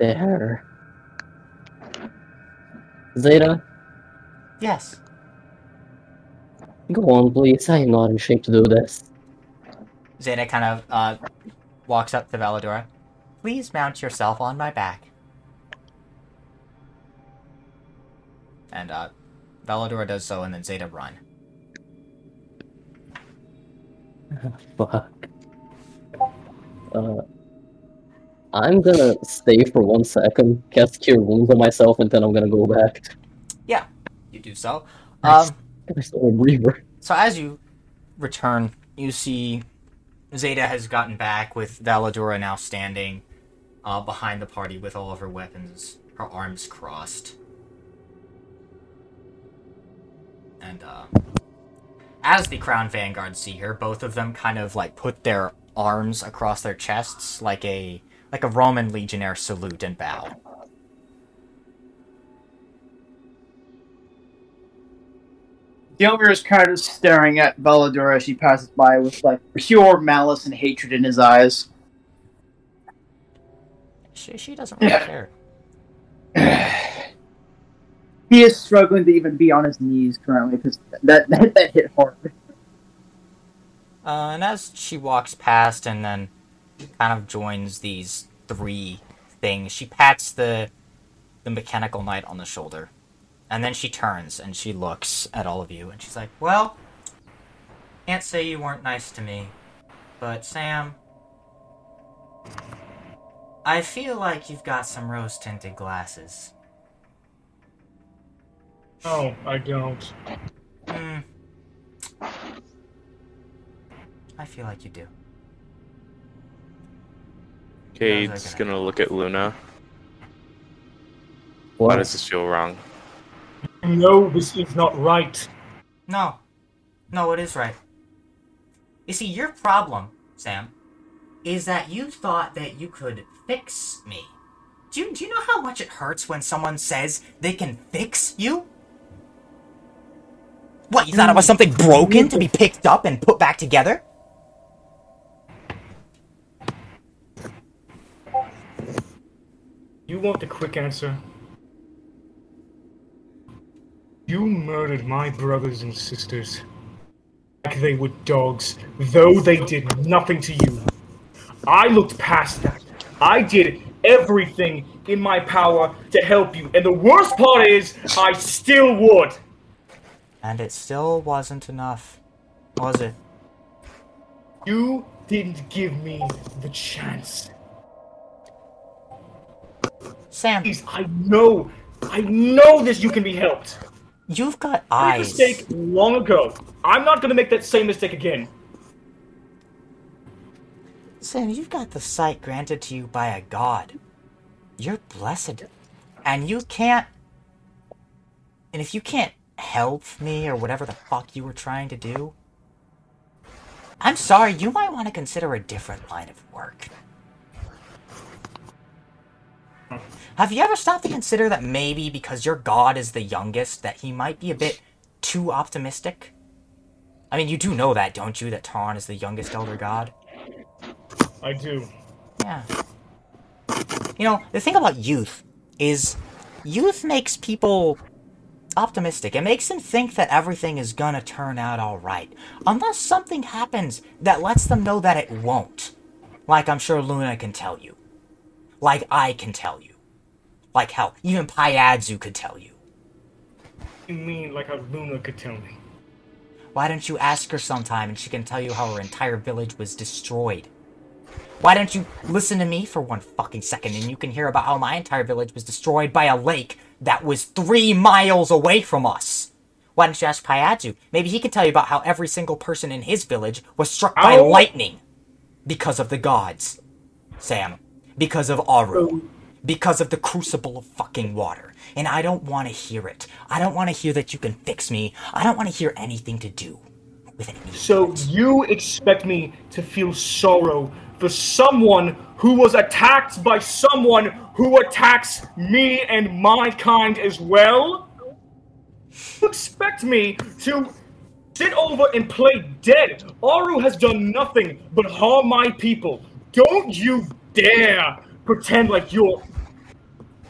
S2: there. Zeta,
S1: Yes.
S2: go on, please. I am not in shape to do this.
S1: Zeta kind of uh, walks up to Valadora. Please mount yourself on my back. And uh, Valadora does so, and then Zeta run.
S2: Fuck. Uh, I'm gonna stay for one second, cast Cure Wounds on myself, and then I'm gonna go back.
S1: You do so. Um,
S2: Nice. I still a breather.
S1: so as you return, you see Zeta has gotten back with Valadora now standing uh, behind the party with all of her weapons, her arms crossed. And uh, as the Crown Vanguard see her, both of them kind of like put their arms across their chests like a like a Roman legionnaire salute and bow.
S5: Gilmer is kind of staring at Belladura as she passes by with like pure malice and hatred in his eyes.
S1: She, she doesn't really care.
S5: He is struggling to even be on his knees currently because that, that that hit hard.
S1: Uh, and as she walks past and then kind of joins these three things, she pats the the mechanical knight on the shoulder. And then she turns and she looks at all of you and she's like, Well, can't say you weren't nice to me, but Sam, I feel like you've got some rose tinted glasses.
S6: No, I don't.
S1: Hmm. I feel like you do.
S7: Cade's gonna look at Luna. Why
S2: What?
S7: does this feel wrong?
S6: No, this is not right.
S1: No. No, it is right. You see, your problem, Sam, is that you thought that you could fix me. Do you, do you know how much it hurts when someone says they can fix you? What, you thought
S6: Mm.
S1: it was something broken to be picked up and put back together?
S6: You want the quick answer? You murdered my brothers and sisters. Like they were dogs, though they did nothing to you. I looked past that. I did everything in my power to help you, and the worst part is, I still would.
S1: And it still wasn't enough, was it?
S6: You didn't give me the chance.
S1: Sam,
S6: Please, I know, I know this. You can be helped.
S1: you've got
S6: I made a
S1: eyes.
S6: mistake long ago. I'm not gonna make that same mistake again.
S1: Sam, you've got the sight granted to you by a god. You're blessed. And you can't. And if you can't help me or whatever the fuck you were trying to do, I'm sorry, you might want to consider a different line of work. Have you ever stopped to consider that maybe because your god is the youngest, that he might be a bit too optimistic? I mean, you do know that, don't you? That Tarn is the youngest elder god.
S6: I do.
S1: Yeah. You know, the thing about youth is youth makes people optimistic. It makes them think that everything is gonna turn out alright. Unless something happens that lets them know that it won't. Like I'm sure Luna can tell you. Like I can tell you. Like hell, even Pyadzu could tell you.
S6: You mean like how Luna could tell me?
S1: Why don't you ask her sometime and she can tell you how her entire village was destroyed? Why don't you listen to me for one fucking second and you can hear about how my entire village was destroyed by a lake that was three miles away from us? Why don't you ask Payadzu? Maybe he can tell you about how every single person in his village was struck by
S6: Ow.
S1: lightning because of the gods, Sam, because of
S6: Oh.
S1: Aru, because of the crucible of fucking water. And I don't want to hear it. I don't want to hear that you can fix me. I don't want to hear anything to do with anything.
S6: So you expect me to feel sorrow for someone who was attacked by someone who attacks me and my kind as well? You expect me to sit over and play dead? Aru has done nothing but harm my people. Don't you dare pretend like you're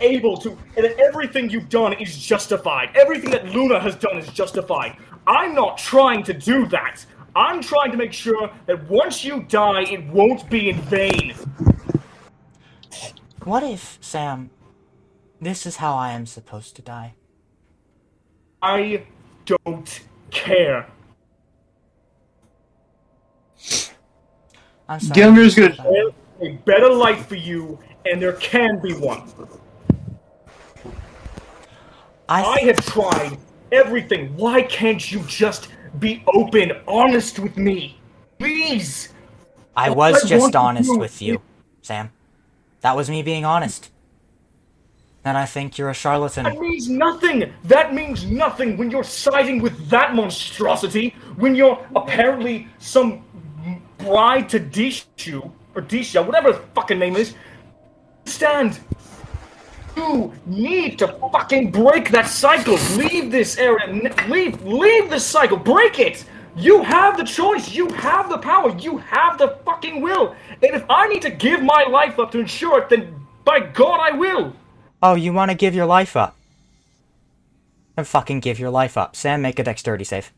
S6: able to, and that everything you've done is justified. Everything that Luna has done is justified. I'm not trying to do that. I'm trying to make sure that once you die, it won't be in vain.
S1: What if, Sam, this is how I am supposed to die?
S6: I don't care.
S1: I'm sorry.
S5: Gilmer's gonna.
S6: There's a better life for you, and there can be one.
S1: I,
S6: I
S1: th-
S6: have tried everything. Why can't you just be open, honest with me? Please!
S1: I was
S6: I want
S1: just
S6: to
S1: honest
S6: know-
S1: with you, Sam. That was me being honest. And I think you're a
S6: That
S1: charlatan.
S6: means nothing! That means nothing when you're siding with that monstrosity, when you're apparently some bride to Dishu, or Disha, whatever his fucking name is. Stand! You need to fucking break that cycle! Leave this area! N- Leave! Leave this cycle! Break it! You have the choice! You have the power! You have the fucking will! And if I need to give my life up to ensure it, then by God I will!
S1: Oh, you want to give your life up? Then fucking give your life up. Sam, make a dexterity save.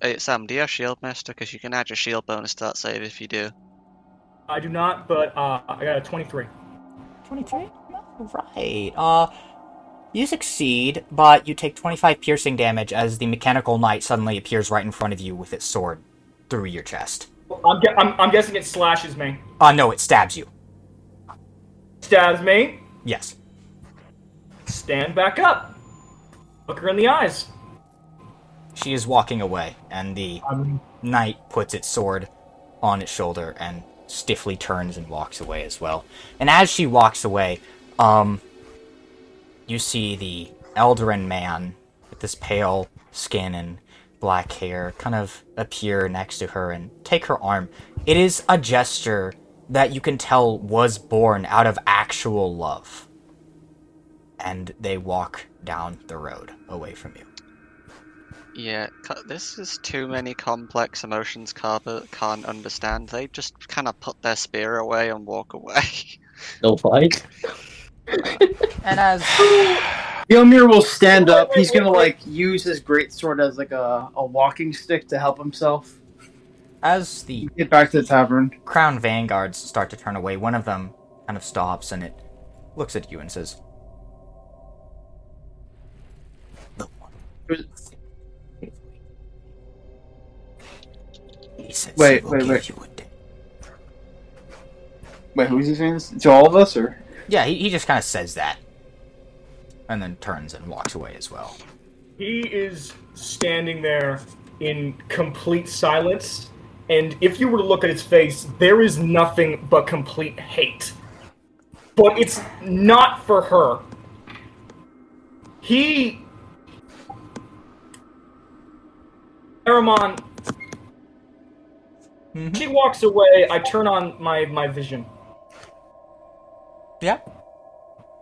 S4: Hey, Sam, do you have Shield Master? Because you can add your Shield bonus to that save if you do.
S6: I do not, but uh, I got a 23.
S1: 23? Right. Uh, you succeed, but you take 25 piercing damage as the mechanical knight suddenly appears right in front of you with its sword through your chest.
S6: I'm, gu- I'm, I'm guessing it slashes me.
S1: Uh, no, it stabs you.
S6: Stabs me.
S1: Yes.
S6: Stand back up. Look her in the eyes.
S1: She is walking away, and the knight puts its sword on its shoulder and stiffly turns and walks away as well. And as she walks away, um, you see the Eldarin man with this pale skin and black hair kind of appear next to her and take her arm. It is a gesture that you can tell was born out of actual love. And they walk down the road away from you.
S4: Yeah, ca- this is too many complex emotions Carver can't understand. They just kind of put their spear away and walk away.
S2: No fight.
S1: And as
S5: Gilmir will stand up. He's gonna like use his great sword as like a, a walking stick to help himself
S1: as the
S5: get back to the tavern.
S1: crown vanguards start to turn away, one of them kind of stops and it looks at you and says, "The one." He says he
S5: Wait,
S1: will
S5: wait,
S1: give
S5: wait.
S1: you a day.
S5: Wait, who's he saying this to? All of us, or
S1: Yeah, he, he just kind of says that, and then turns and walks away as well.
S6: He is standing there in complete silence, and if you were to look at his face, there is nothing but complete hate. But it's not for her. He. Aramon.
S1: Mhm.
S6: She walks away. I turn on my, my vision.
S1: Yeah,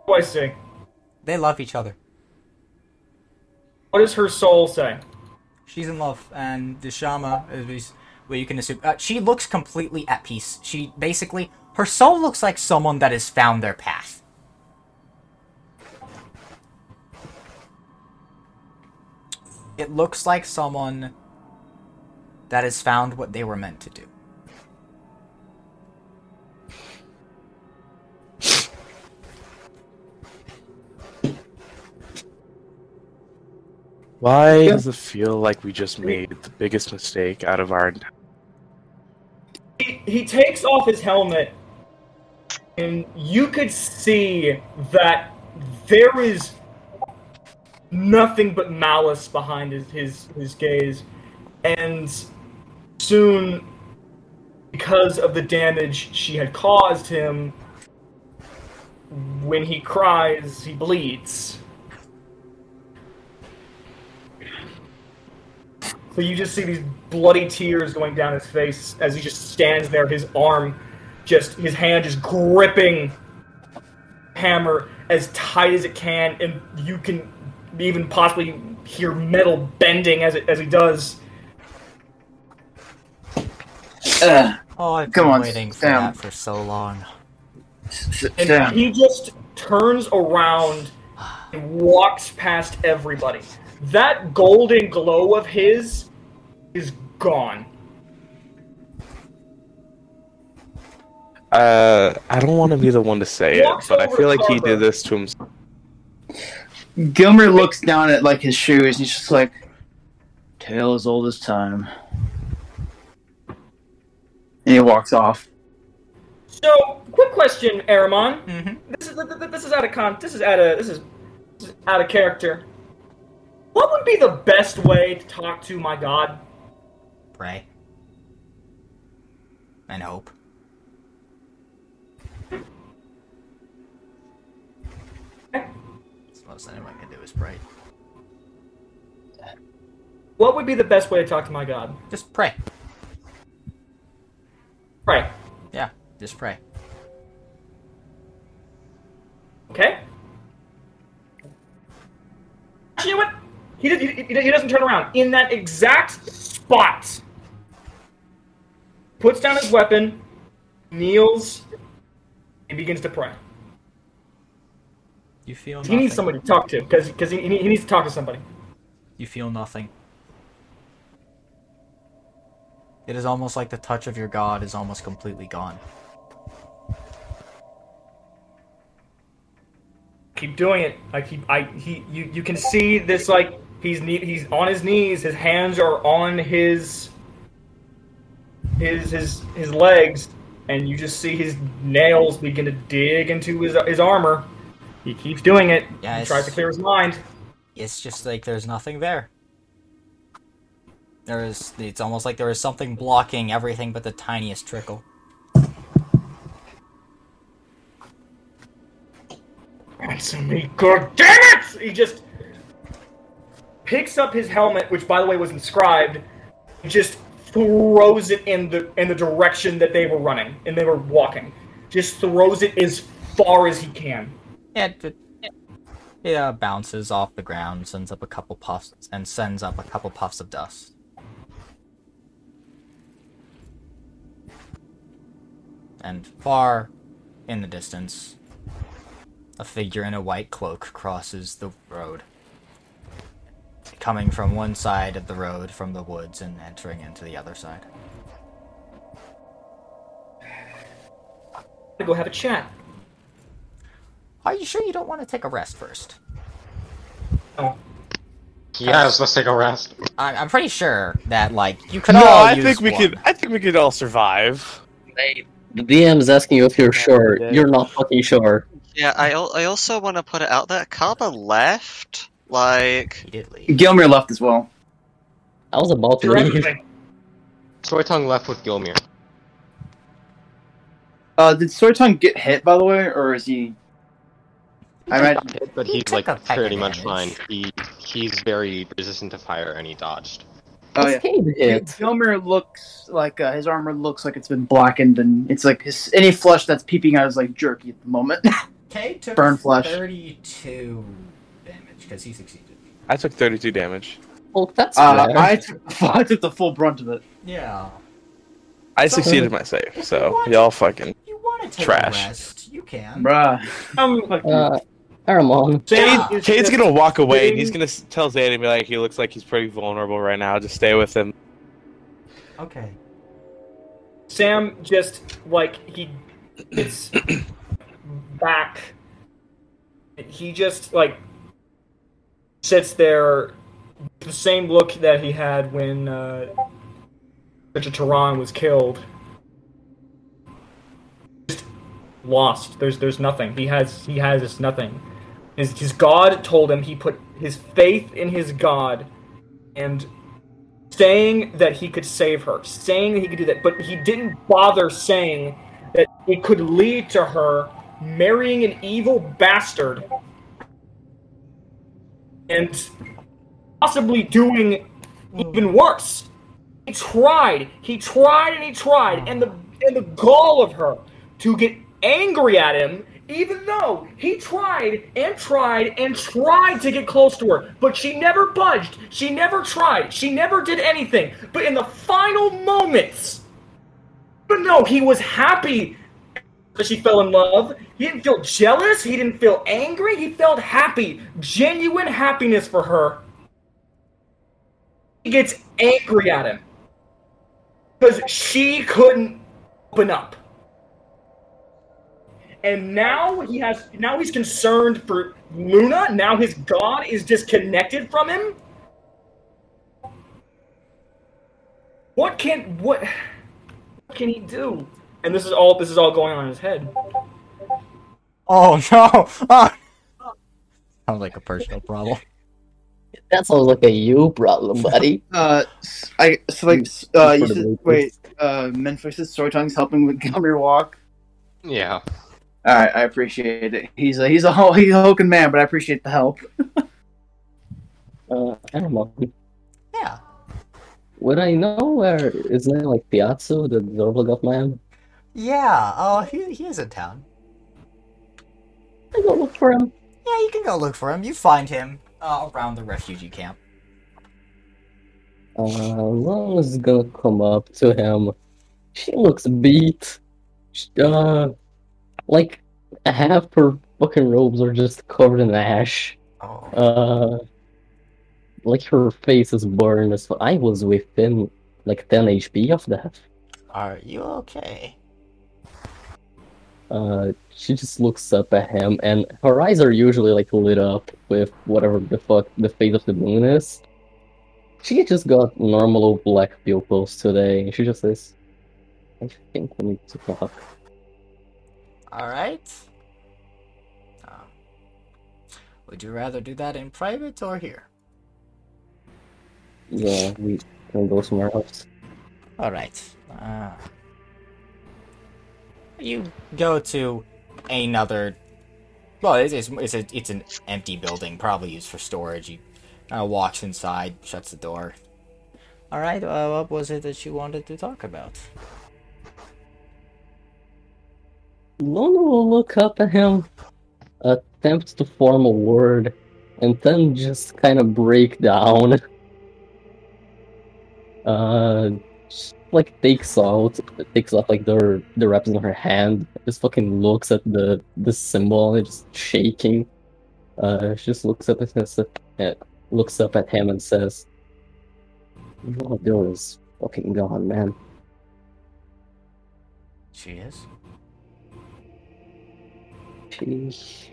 S6: What do I see?
S1: they love each other.
S6: What does her soul say?
S1: She's in love, and the Shama is where you can assume uh, she looks completely at peace. She basically her soul looks like someone that has found their path. It looks like someone that has found what they were meant to do.
S7: Why does it feel like we just made the biggest mistake out of our?
S6: He, he takes off his helmet, and you could see that there is nothing but malice behind his his, his gaze, and soon, because of the damage she had caused him, when he cries, he bleeds. So you just see these bloody tears going down his face as he just stands there, his arm just his hand just gripping hammer as tight as it can, and you can even possibly hear metal bending as it as he does.
S5: Ugh.
S1: Oh, I've
S5: Uh, Come
S1: been
S5: on,
S1: waiting for
S5: Sam.
S1: that for so long.
S5: S-
S6: And
S5: Sam,
S6: he just turns around and walks past everybody. That golden glow of his is gone.
S7: Uh, I don't want to be the one to say it,
S6: Walks
S7: but I
S6: over
S7: feel like he
S6: Carver.
S7: did this to himself.
S5: Gilmer looks down at like his shoes and he's just like, "Tale as old as time." And he walks off.
S6: So, quick question, Aramon.
S1: hmm
S6: This is th- th- this is out of con. This is out of this is, this is out of character. What would be the best way to talk to my god?
S1: Pray. And hope. That's the most anyone can do is pray.
S6: What would be the best way to talk to my god?
S1: Just pray.
S6: Right.
S1: Yeah, just pray.
S6: Okay. Actually, you know what? He, did, he, he he doesn't turn around. In that exact spot, puts down his weapon, kneels, and begins to pray.
S1: You feel
S6: He needs somebody to talk to because he, he needs to talk to somebody.
S1: You feel nothing. It is almost like the touch of your god is almost completely gone.
S6: keep doing it. I keep. I he. You. You can see this. Like he's knee, he's on his knees. His hands are on his. His his his legs, and you just see his nails begin to dig into his his armor. He keeps doing it. He
S1: Yes.
S6: tries to clear his mind.
S1: It's just like there's nothing there. There is. It's almost like there is something blocking everything but the tiniest trickle.
S6: Answer me, God damn it! He just picks up his helmet, which by the way was inscribed, and just throws it in the in the direction that they were running and they were walking. Just throws it as far as he can.
S1: Yeah, it, it, it, uh, bounces off the ground, sends up a couple puffs, and sends up a couple puffs of dust. And far in the distance, a figure in a white cloak crosses the road, coming from one side of the road from the woods and entering into the other side.
S6: I'm gonna go have a chat.
S1: Are you sure you don't want to take a rest first?
S6: Oh.
S3: Yes, let's take a rest.
S1: I, I'm pretty sure that like you could
S7: No,
S1: all.
S7: I
S1: use
S7: think we
S1: one.
S7: could. I think we could all survive.
S2: They, the DM's asking you if you're sure. You're not fucking sure.
S4: Yeah, I, al- I also want to put it out there. Carver left. Like,
S1: He did leave.
S5: Gilmer left as well.
S2: I was about to leave.
S6: Directly.
S3: Toy Tongue left with Gilmere.
S5: Uh, did Sorton get hit by the way, or is he? I
S3: He
S5: imagine
S3: got hit, but
S1: he
S3: he's
S1: took
S3: like
S1: a peck
S3: pretty
S1: of
S3: much fine.
S1: damage.
S3: He he's very resistant to fire, and he dodged.
S5: Oh yeah.
S2: Escape it.
S5: Gilmer looks like uh, his armor looks like it's been blackened, and it's like his any flesh that's peeping out is like jerky at the moment.
S1: K took
S5: Burn flush.
S1: 32 damage because he succeeded.
S7: I took 32 damage.
S2: Well, that's
S5: Uh,
S2: fair.
S5: I, took, I took the full brunt of it.
S1: Yeah.
S7: I succeeded my save, so y'all fucking.
S1: You want to take
S7: Trash.
S1: a rest? You can.
S5: Bruh.
S6: Um,
S2: Uh, Aramon.
S1: Yeah.
S6: Zane is
S7: Cade's
S6: just-
S7: gonna walk away and he's gonna s- tell Zane and be like, he looks like he's pretty vulnerable right now. Just stay with him.
S1: Okay.
S6: Sam just like he gets back. He just like sits there, the same look that he had when uh, Richard Tehran was killed. Just lost. There's there's nothing. He has he has just nothing. His his God told him he put his faith in his God, and saying that he could save her, saying that he could do that, but he didn't bother saying that it could lead to her marrying an evil bastard and possibly doing even worse. He tried, he tried and he tried, and the and the gall of her to get angry at him, even though he tried and tried and tried to get close to her, but she never budged, she never tried, she never did anything. But in the final moments, but no, he was happy that she fell in love. He didn't feel jealous, he didn't feel angry, he felt happy, genuine happiness for her. He gets angry at him because she couldn't open up. And now he has now he's concerned for Luna. Now his god is disconnected from him. What can what, what can he do? And this is all this is all going on in his head.
S1: Oh no! Oh. Sounds like a personal problem.
S2: That sounds like a you problem, buddy.
S5: Uh, s- I so like s- uh, you
S2: For the
S5: said,
S2: locals.
S5: wait, uh, Memphis' story tongue's helping with Montgomery walk.
S3: Yeah.
S5: All right, I appreciate it. He's a he's a ho- he's a hulking man, but I appreciate the help.
S2: Uh, Aramon.
S1: Yeah.
S2: Would I know where is name like Piazza, the Doblogov man?
S1: Yeah. Oh, he he is in town.
S2: I go look for him.
S1: Yeah, you can go look for him. You find him uh, around the refugee camp.
S2: Uh, Lon is gonna come up to him. She looks beat. She, uh, like half her fucking robes are just covered in ash.
S1: Oh.
S2: Uh, like her face is burned as fu- I was within like 10 HP of that.
S1: Are you okay?
S2: Uh, she just looks up at him, and her eyes are usually like lit up with whatever the fuck the face of the moon is. She just got normal old black pupils today, and she just says, "I think we need to talk."
S1: All right. Um, would you rather do that in private or here?
S2: Yeah, we can go somewhere else.
S1: All right. Uh, you go to another. Well, it's it's it's, a, it's an empty building, probably used for storage. You uh, walks inside, shuts the door. All right. Uh, what was it that you wanted to talk about?
S2: Lona will look up at him, attempt to form a word, and then just kind of break down. Uh, she, like takes out, takes off like the the wraps in her hand. Just fucking looks at the the symbol and just shaking. Uh, she just looks up at him, uh, looks up at him and says, "Lona is fucking gone, man."
S1: She is.
S2: She...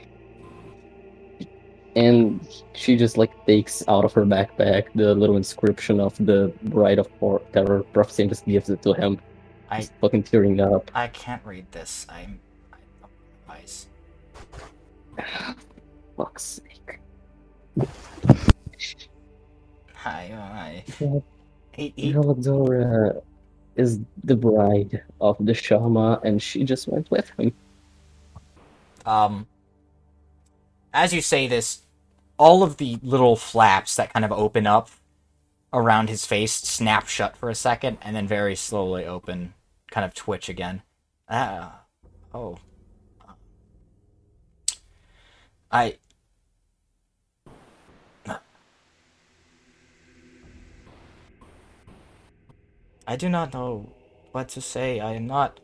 S2: And she just like takes out of her backpack the little inscription of the Bride of Hor- Terror prophecy and just gives it to him.
S1: I-
S2: He's fucking tearing up.
S1: I can't read this. I'm. I don't have eyes.
S2: Fuck's sake.
S1: Hi, oh, hi.
S2: Yeah.
S1: He, he,
S2: Eldora is the bride of the Shama and she just went with him.
S1: um, as you say this, all of the little flaps that kind of open up around his face snap shut for a second, and then very slowly open, kind of twitch again. Ah, oh. I. I do not know what to say. I am not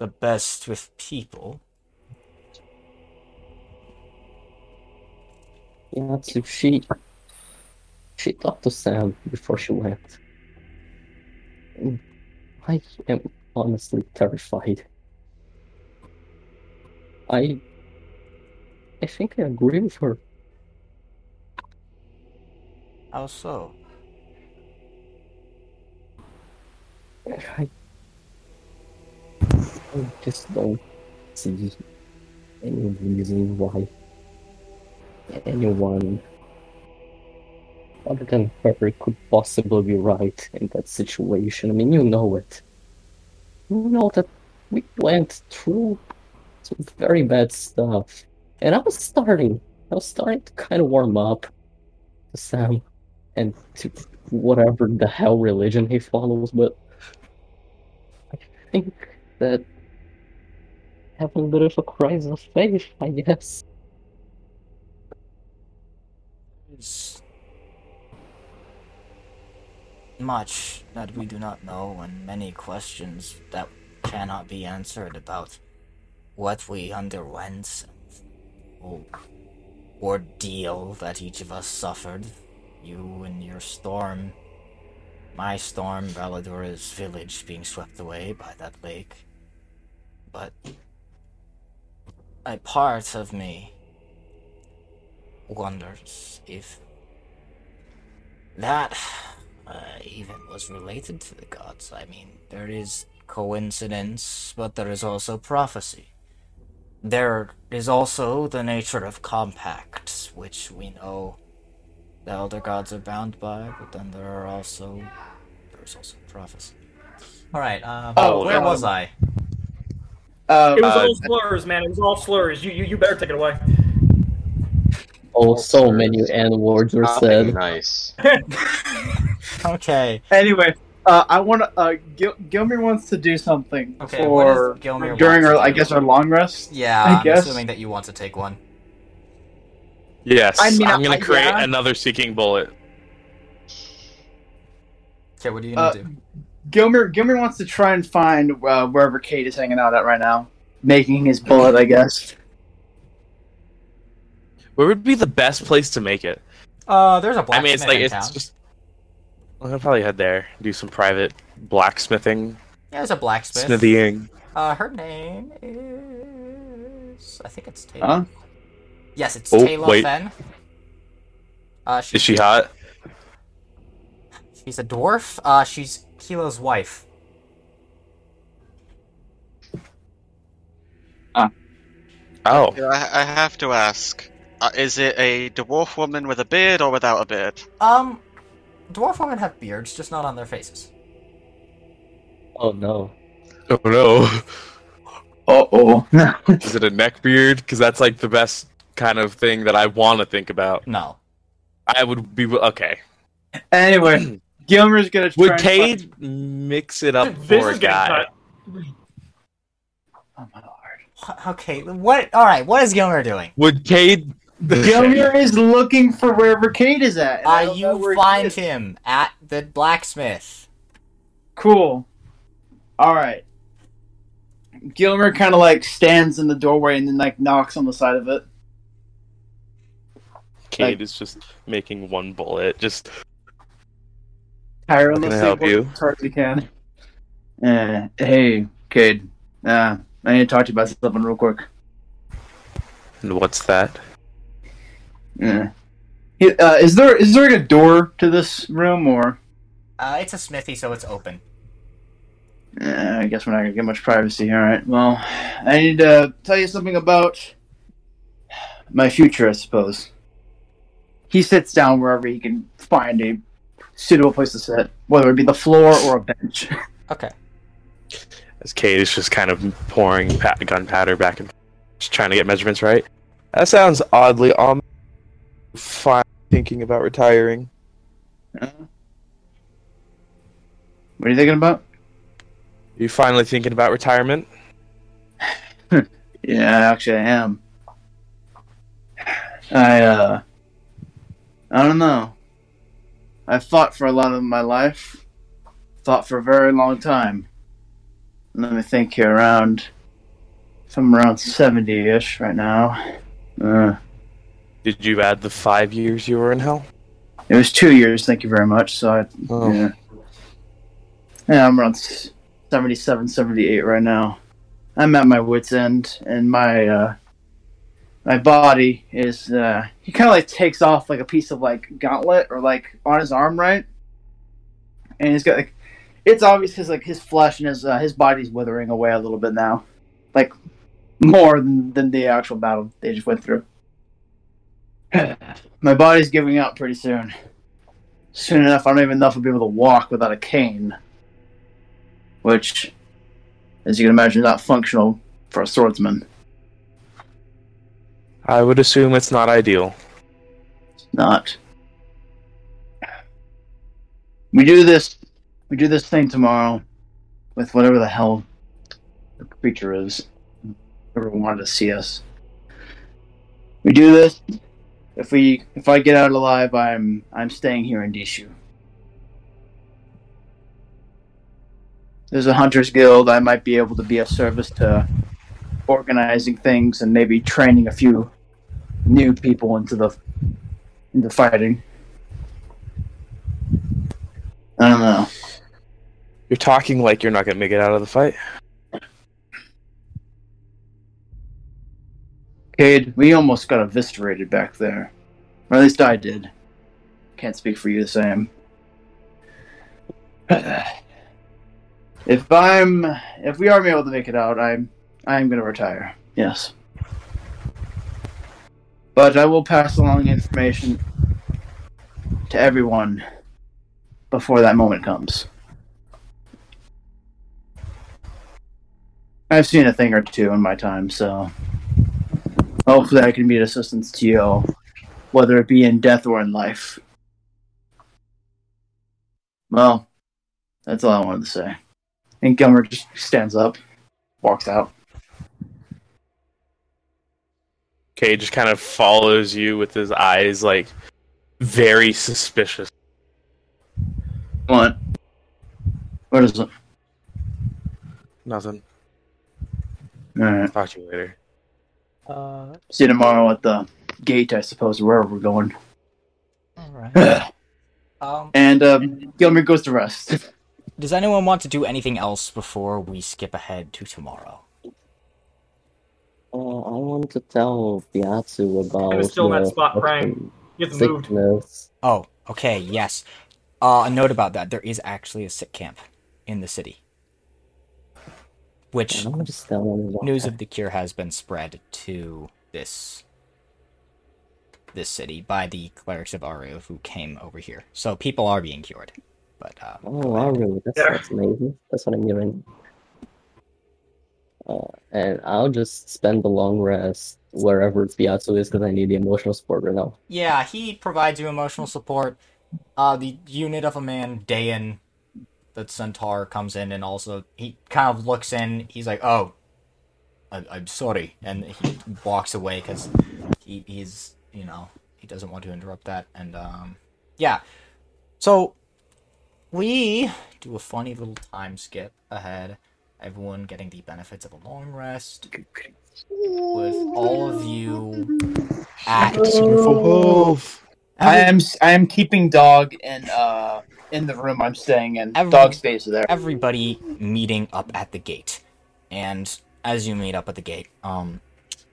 S1: the best with people.
S2: Yatsu, she she talked to Sam before she left. And I am honestly terrified. I I think I agree with her.
S1: How so?
S2: I, I just don't see any reason why anyone other than her could possibly be right in that situation. I mean, you know it. You know that we went through some very bad stuff. And I was starting, I was starting to kind of warm up to Sam and to whatever the hell religion he follows, but I think that having a bit of a crisis of faith, I guess.
S1: There's much that we do not know, and many questions that cannot be answered about what we underwent, and the ordeal that each of us suffered. You and your storm, my storm, Valadora's village being swept away by that lake. But a part of me wonders if that uh, even was related to the gods. I mean, there is coincidence, but there is also prophecy. There is also the nature of compacts, which we know the elder gods are bound by, but then there are also there's also prophecy. All right. Uh,
S5: Oh,
S1: where
S5: um,
S1: was I?
S5: Um,
S6: It was
S5: uh,
S6: all slurs, man. It was all slurs. You, you, you better take it away.
S2: Oh, so many N words were
S3: Nothing
S2: said.
S3: nice.
S1: Okay.
S5: anyway, uh, I want to. Uh, Gil- Gilmer wants to do something
S1: Okay. what does
S5: for
S1: Gilmere want
S5: during
S1: to
S5: our,
S1: do?
S5: I guess, our long rest.
S1: Yeah,
S5: I
S1: I'm
S5: guess.
S1: assuming that you want to take one.
S7: Yes,
S5: I mean,
S7: I'm gonna
S5: I-
S7: create
S5: yeah.
S7: another seeking bullet.
S1: Okay, what are you
S5: Uh,
S1: gonna do?
S5: Gilmer Gilmer wants to try and find uh, wherever Kate is hanging out at right now, making his bullet. I guess.
S7: Where would be the best place to make it?
S1: Uh, there's a
S7: I
S1: blacksmith
S7: mean, it's like
S1: in
S7: it's
S1: town.
S7: just. I'm gonna probably head there, do some private blacksmithing,
S1: Yeah, there's a blacksmith.
S7: smithying.
S1: Uh, her name is. I think it's Taylor.
S5: Huh?
S1: Yes, it's
S7: Oh,
S1: Taylor
S7: wait.
S1: Fenn. Uh, she,
S7: Is she hot?
S1: She's a dwarf. Uh, she's Kilo's wife.
S7: Oh,
S4: Yeah, I, I have to ask: uh, Is it a dwarf woman with a beard or without a beard?
S1: Um, dwarf women have beards, just not on their faces.
S2: Oh no.
S7: oh no!
S5: Uh oh.
S7: Is it a neck beard? Because that's like the best kind of thing that I want to think about.
S1: No.
S7: I would be okay.
S5: anyway, Gilmer's gonna try.
S7: Would
S5: and
S7: Cade mix it up
S6: this
S7: for a
S6: is getting
S7: guy?
S6: cut.
S5: Find... Oh my lord.
S1: Wh- Okay. What? All right. What is Gilmer doing?
S7: Would Cade?
S5: Gilmer is looking for wherever Kate is at. and I
S1: Uh,
S5: don't know where
S1: you
S5: he
S1: find
S5: is.
S1: him at the blacksmith.
S5: Cool. All right. Gilmer kind of like stands in the doorway and then like knocks on the side of it.
S7: Cade is just making one bullet. Just How
S5: tirelessly
S7: can I help
S5: work
S7: you?
S5: as hard as you can. Uh, hey, kid. Uh, I need to talk to you about something real quick.
S7: what's that?
S5: Yeah. Yeah, Uh, is there is there like a door to this room or?
S1: Uh, it's a smithy, so it's open.
S5: Uh, I guess we're not gonna get much privacy. All right. Well, I need to tell you something about my future, I suppose. He sits down wherever he can find a suitable place to sit, whether it be the floor or a bench.
S1: Okay.
S7: As Cade is just kind of pouring pat- gunpowder back and just trying to get measurements right. That sounds oddly um fine thinking about retiring.
S5: What are you thinking about?
S7: Are you finally thinking about retirement?
S5: Yeah, actually, I am. I, uh. I don't know. I fought for a lot of my life. thought for a very long time. Let me think here. Around, I'm around seventy-ish right now. Uh,
S7: Did you add the five years you were in hell?
S5: it was two years. Thank you very much. So I,
S7: Oh.
S5: yeah, yeah, I'm around s- 77, 78 right now. I'm at my wits' end, and my uh, my body is. Uh, he kind of like takes off like a piece of like gauntlet or like on his arm, right? And he's got like, it's obvious his like his flesh and his uh, his body's withering away a little bit now, like more than than the actual battle they just went through. my body's giving out pretty soon. Soon enough, I don't even know if I'll be able to walk without a cane which, as you can imagine, is not functional for a swordsman.
S7: I would assume it's not ideal.
S5: It's not. We do this. We do this thing tomorrow, with whatever the hell the creature is, whoever wanted to see us. We do this. If we, if I get out alive, I'm, I'm staying here in Dishu. There's a hunters guild. I might be able to be of service to organizing things and maybe training a few new people into the into fighting. I don't know.
S7: You're talking like you're not gonna make it out of the fight.
S5: Cade, we almost got eviscerated back there. Or at least I did. Can't speak for you the same. if I'm if we are able to make it out, I'm I'm gonna retire. Yes. But I will pass along information to everyone before that moment comes. I've seen a thing or two in my time, so Hopefully, I can be an assistance to you, whether it be in death or in life. Well, that's all I wanted to say. And Gilmer just stands up, walks out.
S7: Okay, just kind of follows you with his eyes, like very suspicious.
S5: What? What is it?
S7: Nothing.
S5: All right.
S7: Talk to you later.
S1: Uh,
S5: See you tomorrow at the gate, I suppose, or wherever we're going.
S1: all right. um,
S5: And uh, Gilmer goes to rest.
S1: does anyone want to do anything else before we skip ahead to tomorrow?
S2: Oh, I want to tell Piatsu about.
S6: was still in that
S2: the
S6: spot crying. You get moved.
S2: Sickness.
S1: Oh, okay, yes. Uh, a note about that: there is actually a sick camp in the city, which
S2: And I'm just telling about
S1: news
S2: that.
S1: of the cure has been spread to this this city by the clerics of Aru who came over here. So people are being cured, but uh,
S2: Oh wow, really? That's,
S6: Yeah.
S2: that's amazing. That's what I'm hearing. Uh, and I'll just spend the long rest wherever Piazza is because I need the emotional support right now.
S1: yeah, he provides you emotional support. Uh, the unit of a man, Dayan, the centaur, comes in and also he kind of looks in. He's like, "Oh, I, I'm sorry," and he walks away because he, he's you know he doesn't want to interrupt that. And um, yeah, so we do a funny little time skip ahead. Everyone getting the benefits of a long rest with all of you at
S7: Oh.
S5: I am I am keeping dog in uh in the room I'm staying in.
S1: Every-
S5: dog stays there.
S1: everybody meeting up at the gate. And as you meet up at the gate, um,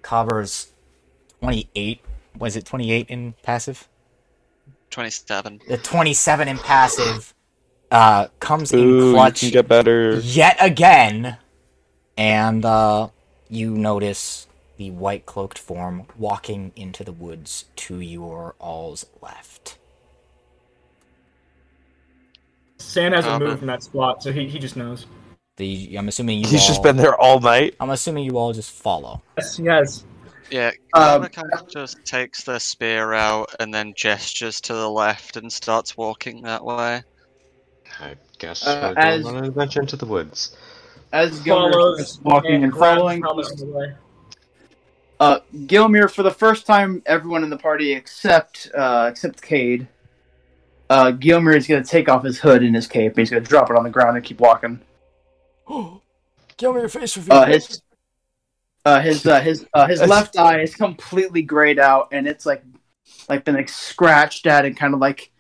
S1: Cobber's 28. Was it 28 in passive?
S4: 27.
S1: The 27 in passive uh, comes
S7: Ooh,
S1: in
S7: you
S1: clutch
S7: can get better.
S1: yet again. And uh, you notice the white cloaked form walking into the woods to your all's left.
S6: San hasn't
S4: Comma.
S5: Uh-huh.
S6: moved from that spot, so he, he just knows.
S1: The, I'm assuming you
S7: He's
S1: all,
S7: just been there all night.
S1: I'm assuming you all just follow.
S6: Yes, yes.
S4: Yeah,
S5: Um,
S4: Karma kind of just takes the spear out and then gestures to the left and starts walking that way.
S3: I guess
S5: Uh,
S3: we're going
S5: as-
S3: on an adventure into the woods.
S5: As Gilmer is
S6: Follows
S5: walking and
S6: grabs
S5: following,
S6: Thomas on the way.
S5: Uh, Gilmere, for the first time, everyone in the party except uh, except Cade, uh, Gilmer is going to take off his hood and his cape. And he's going to drop it on the ground and keep walking.
S1: Give me your face reveal.
S5: Uh, his uh, his uh, his uh, his left eye is completely grayed out, and it's like like been like scratched at and kind of like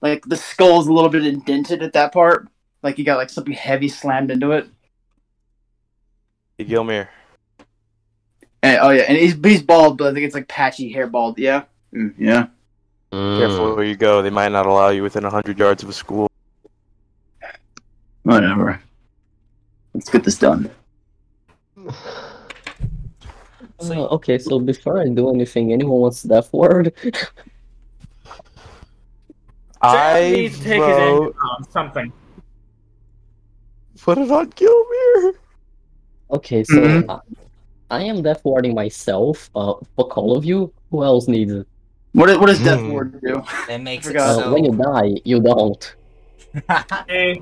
S5: like the skull's a little bit indented at that part. Like you got like something heavy slammed into it.
S7: Hey, Gilmere.
S5: And, oh yeah, and he's he's bald, but I think it's like patchy hair bald. Yeah, Mm, yeah.
S7: Careful where you go. They might not allow you within 100 yards of a school.
S5: Whatever. Let's get this done.
S2: Uh, okay, so before I do anything, anyone wants that word?
S6: Jack
S7: I
S6: needs to take his anger
S7: vote.
S6: on something.
S7: Put it on Gilmere.
S2: Okay, so
S5: Mm-hmm.
S2: I, I am death warding myself. Uh, fuck all of you. Who else needs it?
S5: What is, what does Death
S7: Hmm.
S5: Ward do?
S1: That makes it
S5: forgot.
S2: Uh,
S1: so.
S2: when you die, you don't.
S6: Hey,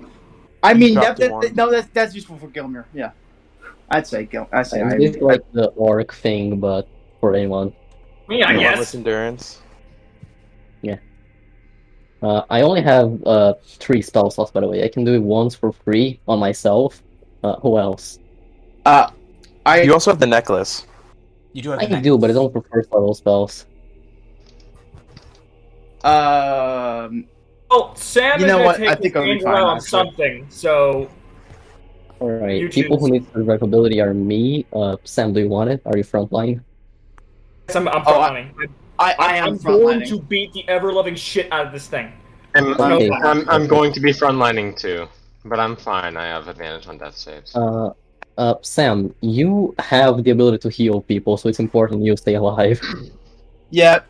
S5: I mean, that,
S7: dropped
S5: that,
S7: one.
S5: that- no, that's that's useful for Gilmer. Yeah, I'd say Gil. I say
S2: And
S5: I,
S2: it's like the orc thing, but for anyone.
S6: me, I
S7: With
S6: guess.
S7: endurance.
S2: Uh, I only have uh three spell slots, by the way. I can do it once for free on myself. Uh, who else?
S5: uh, I
S7: You also have the necklace.
S1: You do have
S2: I
S1: the
S2: can do, but it's only for first level spells.
S5: um
S6: Well, Sam
S5: You
S6: is
S5: know
S6: gonna
S5: what?
S6: take
S5: I think
S6: his
S5: I'll be
S6: anger
S5: fine,
S6: out on
S5: actually.
S6: something. So
S2: All right.
S6: You
S2: People who
S6: choose.
S2: need survivability are me. Uh, Sam, do you want it? Are you frontline?
S6: I'm, I'm
S5: Oh, I-
S6: frontlining.
S5: I I
S6: I'm
S5: am
S6: going
S5: frontlining.
S6: to beat the ever loving shit out of this thing. uh,
S3: I'm,
S2: Okay.
S3: I'm, I'm, I'm going to be frontlining too, but I'm fine. I have advantage on death saves.
S2: Uh, uh, Sam, you have the ability to heal people, so it's important you stay alive.
S5: Yeah,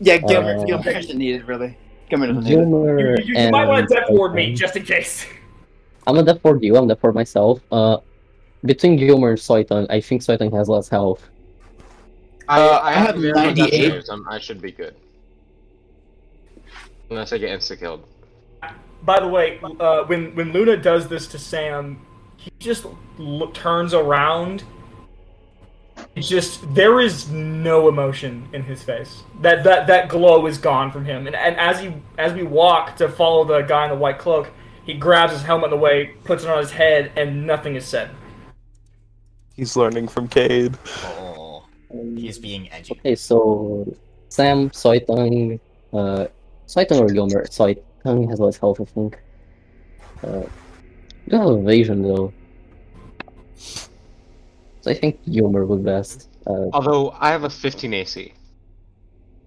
S5: yeah. Gilmer,
S2: Uh,
S5: Gilmer isn't needed really. Gilmer doesn't need it.
S2: Gilmer
S6: You, you, you might
S2: and-
S6: want to death ward me just in case.
S2: I'm not that for you. I'm that for myself. Uh, between Gilmer and Soitan, I think Soitan has less health.
S3: I,
S5: Uh,
S3: I have
S5: I have
S3: advantage on death
S5: 98.
S3: saves. I'm, I should be good. Unless I get insta killed.
S6: By the way, uh, when when Luna does this to Sam, he just lo- turns around. It Just there is no emotion in his face. That that that glow is gone from him. And and as he as we walk to follow the guy in the white cloak, he grabs his helmet in the way, puts it on his head, and nothing is said.
S7: He's learning from Cade.
S1: Oh, he's being edgy.
S2: Okay, so Sam, Soitan, uh, Soitan or Gilmer? Soitan has less health, I think. Uh, you have evasion though, so I think Gilmer would best. Uh,
S3: Although I have a 15 AC.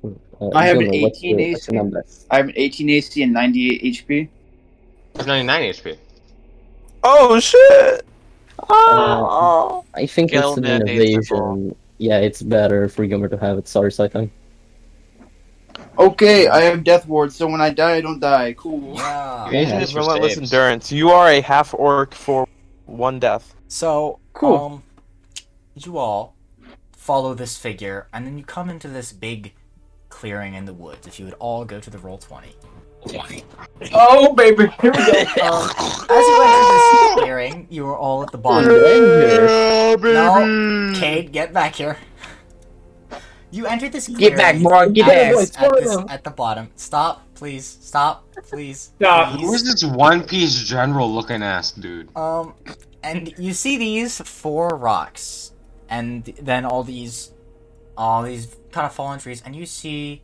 S2: uh,
S5: I have an
S2: Gilmer, what's your-
S5: 18
S2: what's your
S5: AC.
S2: number?
S5: I have an 18 AC and 98 HP.
S3: I have 99 HP.
S7: Oh shit!
S2: Uh, I think it's an
S4: Gilmer needs the ball.
S2: invasion. Yeah, it's better for Gilmer to have it. Sorry, Soitan.
S5: Okay, I have Death Ward, so when I die, I don't die. Cool.
S1: Yeah.
S3: Evasion
S2: Yeah.
S3: is for
S7: Relentless
S3: saves.
S7: endurance. You are a half orc for one death.
S1: So,
S2: Cool.
S1: um, you all follow this figure, and then you come into this big clearing in the woods. If you would all go to the roll 20.
S5: Oh baby, here we go.
S1: Um, as you enter this clearing, you are all at the bottom.
S2: Ranger.
S1: No, Cade, get back here. You enter this clearing.
S5: Get back, bro. Get
S1: at,
S5: back.
S1: this- at, this- at the bottom. Stop, please. Stop, please.
S6: Stop.
S1: please.
S3: Who's this One Piece general looking ass dude?
S1: Um, and you see these four rocks, and then all these, all these kind of fallen trees, and you see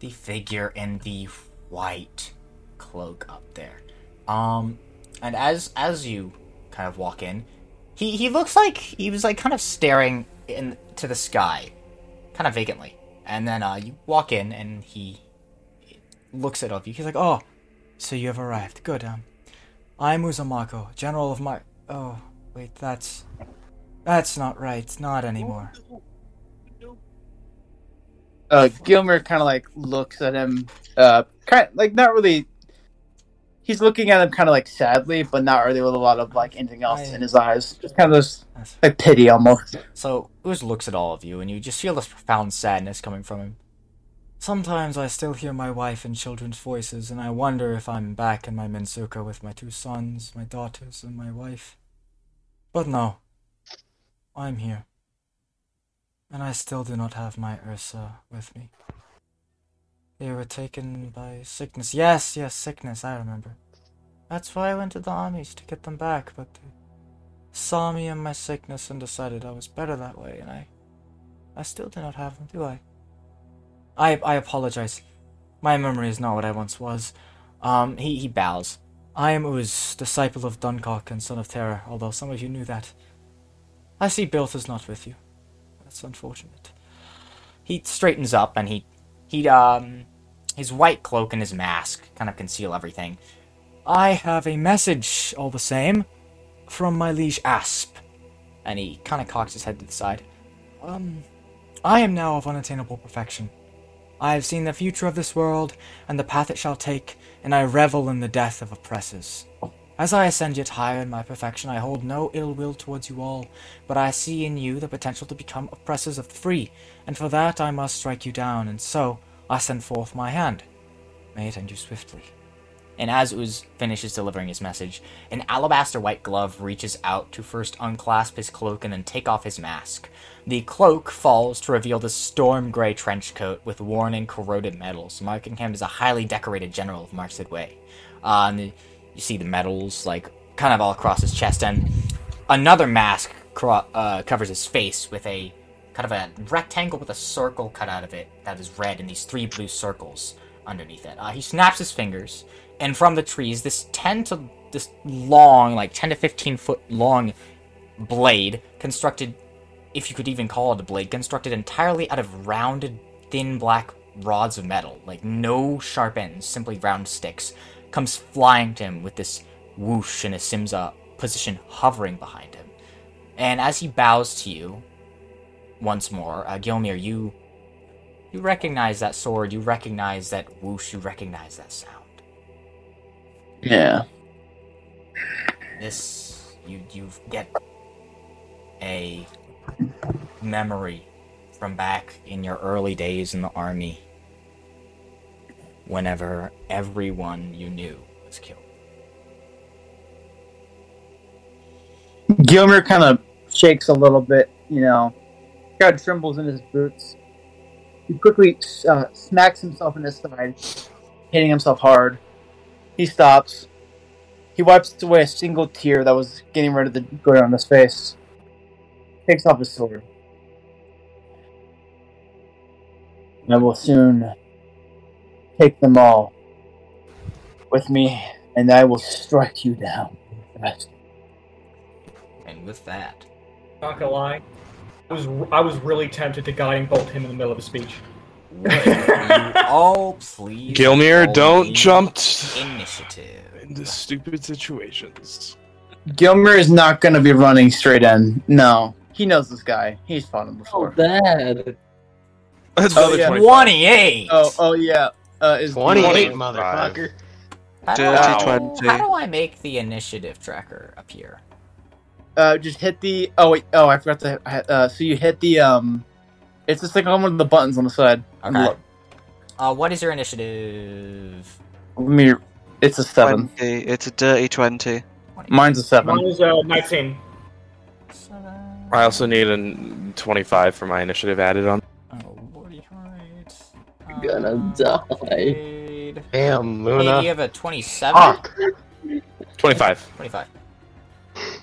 S1: the figure in the white cloak up there. Um, and as as you kind of walk in, he he looks like he was like kind of staring in to the sky, kind of vacantly. And then uh, you walk in, and he looks at all of you. He's like, "Oh, so you have arrived. Good. Um, I'm Uzumako, general of my. Oh, wait, that's. That's not right. Not anymore.
S5: uh, Gilmer kind of like looks at him, uh, kind like not really. He's looking at him kind of like sadly, but not really with a lot of like anything else
S1: I-
S5: in his eyes. Just kind of this
S1: That's-
S5: like pity almost.
S1: So, Uz looks at all of you, and you just feel this profound sadness coming from him. Sometimes I still hear my wife and children's voices, and I wonder if I'm back in my Mensuka with my two sons, my daughters, and my wife. But no. I'm here. And I still do not have my Ursa with me. They were taken by sickness. Yes, yes, sickness, I remember. That's why I went to the armies to get them back, but they saw me in my sickness and decided I was better that way, and I I still do not have them, do I? I I apologize. My memory is not what I once was. Um he, he bows. I am Uz, disciple of Duncock and son of Terror, although some of you knew that. I see Bilth is not with you. That's unfortunate. He straightens up and he he um his white cloak and his mask kind of conceal everything. I have a message, all the same, from my liege Asp. And he kind of cocks his head to the side. Um, I am now of unattainable perfection. I have seen the future of this world and the path it shall take, and I revel in the death of oppressors. As I ascend yet higher in my perfection, I hold no ill will towards you all, but I see in you the potential to become oppressors of the free, and for that I must strike you down, and so I send forth my hand. May it end you swiftly. And as Uz finishes delivering his message, an alabaster white glove reaches out to first unclasp his cloak and then take off his mask. The cloak falls to reveal the storm gray trench coat with worn and corroded medals, marking him as a highly decorated general of Marksid Way. Uh, and the- you see the medals like kind of all across his chest and another mask cro- uh, covers his face with a kind of a rectangle with a circle cut out of it that is red and these three blue circles underneath it uh, he snaps his fingers and from the trees this 10 to this long like 10 to 15 foot long blade constructed if you could even call it a blade constructed entirely out of rounded thin black rods of metal like no sharp ends simply round sticks comes flying to him with this whoosh in a Simza position hovering behind him. And as he bows to you once more, uh, Gilmir, you you recognize that sword, you recognize that whoosh, you recognize that sound.
S5: Yeah.
S1: This you you get a memory from back in your early days in the army whenever everyone you knew was killed.
S5: Gilmer kind of shakes a little bit, you know, kind of trembles in his boots. He quickly uh, smacks himself in his side, hitting himself hard. He stops. He wipes away a single tear that was getting rid of the going on his face. Takes off his sword. And I will soon take them all with me, and I will strike you down.
S1: And with that,
S6: Not gonna lie, I was I was really tempted to guiding bolt him in the middle of a speech.
S1: all please.
S7: Gilmir,
S1: roll
S7: don't
S1: me
S7: jump t-
S1: Initiative.
S7: into stupid situations.
S5: Gilmer is not going to be running straight in. No, he knows this guy. He's fought him
S1: Oh,
S5: before.
S2: Dad.
S7: That's
S5: Oh,
S7: another
S5: yeah.
S7: 25.
S1: Twenty-eight.
S5: Oh, oh yeah. Uh, is
S3: 28,
S7: 25.
S3: motherfucker.
S1: How do,
S4: Dirty
S1: I,
S4: 20.
S1: how do I make the initiative tracker appear?
S5: Uh, just hit the. Oh wait. Oh, I forgot to. Uh, so you hit the. Um, it's just like one of the buttons on the side.
S1: Okay. Uh, what is your initiative?
S5: Let me. It's a seven.
S4: 20. It's a dirty 20.
S5: Mine's a seven.
S6: Mine was uh, 19.
S1: Seven.
S7: I also need a 25 for my initiative added on.
S1: Oh, lordy, alright.
S2: I'm gonna
S1: Uh,
S2: die.
S1: Blade.
S3: Damn,
S1: Blade, you
S3: Luna.
S1: have a twenty-seven.
S3: Fuck.
S7: 25.
S1: 25.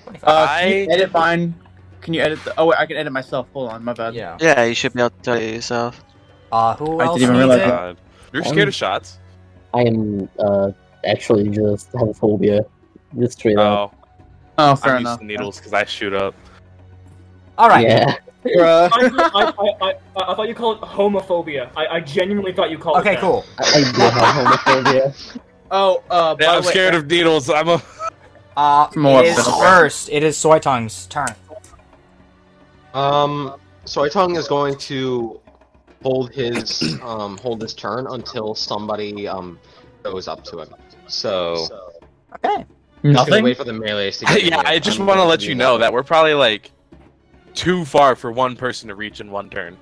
S1: 25.
S5: Uh, can you
S7: I-
S5: edit mine? Can you edit the? Oh wait, I can edit myself. Hold on, my bad.
S1: yeah.
S4: Yeah, you should be able to do it yourself.
S1: Uh, who
S5: I
S1: else
S5: didn't even
S1: needs
S5: realize that.
S1: it?
S5: Um,
S7: God. You're scared of shots?
S2: I am uh actually just have a phobia. Just straight up.
S7: Oh,
S5: Oh, fair
S7: I'm used
S5: enough.
S7: to needles because I shoot up.
S1: All right.
S2: Yeah.
S5: Bruh.
S6: I, I, I, I, I thought you called it homophobia. I, I genuinely thought you called it
S1: Okay,
S6: that.
S1: cool.
S2: I, I do have homophobia.
S5: Oh, uh, by
S7: Yeah, I'm
S5: the way,
S7: scared of needles. I'm a.
S1: Uh,
S5: From what
S1: it is
S5: episode?
S1: first. It is Soy Tongue's turn.
S3: Um, Soy Tongue is going to hold his um hold his turn until somebody um goes up to him. So
S1: Okay.
S3: just gonna
S5: nothing.
S3: wait for the melees to get
S7: yeah,
S3: here.
S7: I just
S3: I'm
S7: want to
S3: going
S7: let you know that we're probably like too far for one person to reach in one turn.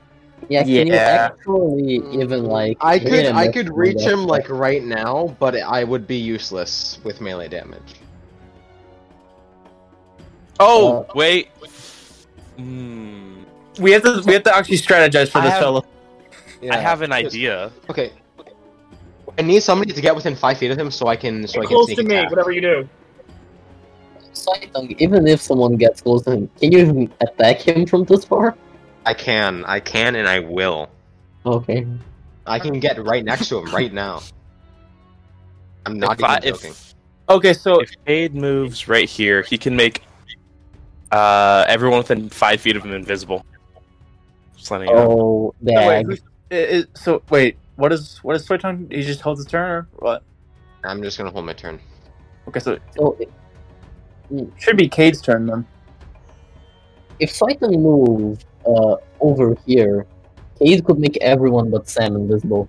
S2: Yeah, can you
S5: Yeah.
S2: actually even like
S3: I
S2: hit
S3: could
S2: him
S3: I
S2: with
S3: could
S2: one
S3: reach
S2: death
S3: him like
S2: touch?
S3: right now, but I would be useless with melee damage.
S7: Oh,
S2: uh,
S7: wait. Hmm.
S5: We have to. We have to actually strategize for
S1: I
S5: this
S1: have-
S5: fellow.
S7: I have an
S3: Just-
S7: idea.
S3: Okay. I need somebody to get within five feet of him so I can so
S6: Get
S3: I can
S6: close
S3: sneak
S6: to me,
S3: attack.
S6: whatever you do.
S2: Saitung, even if someone gets close to him, can you even attack him from this far?
S3: I can, I can, and I will.
S2: Okay.
S3: I can get right next to him right now. I'm not
S7: If I-
S3: even
S7: if-
S3: joking.
S5: Okay, so
S7: if Cade moves right here, he can make uh, everyone within five feet of him invisible. Just letting you know.
S2: Oh,
S5: so wait,
S2: dag.
S5: who's- i- i- so wait, what is what is Soy Tongue? He just holds his turn, or what?
S3: I'm just gonna hold my turn. Oh,
S5: Okay, so it
S2: So
S5: should be Cade's turn then.
S2: if Saitung moved uh, over here, Cade could make everyone but Sam invisible.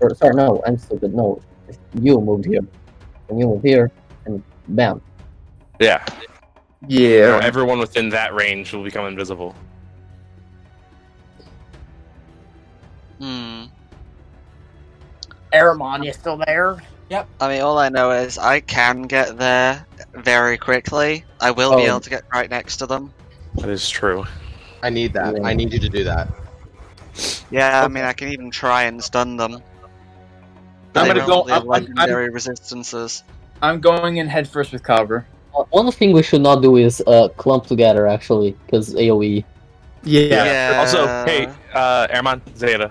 S2: Or, sorry, no, I'm stupid. No, if you moved here, and you moved here, and bam.
S7: Yeah. So
S5: Yeah.
S7: everyone within that range will become invisible.
S4: Hmm.
S5: Aramon, you still there?
S4: I mean, all I know is I can get there very quickly. I will be
S2: Oh.
S4: able to get right next to them.
S7: That is true.
S3: I need that.
S2: Yeah.
S3: I need you to do that.
S4: Yeah, I mean, I can even try and stun them.
S5: I'm
S4: They
S5: gonna
S4: roll
S5: go-
S4: their
S5: I'm- I'm-
S4: legendary resistances.
S5: I'm going in head first with Cover.
S2: Uh, one thing we should not do is uh, clump together, actually, because AoE.
S5: Yeah.
S4: Yeah.
S7: Also, hey, uh, Airman, Zeta.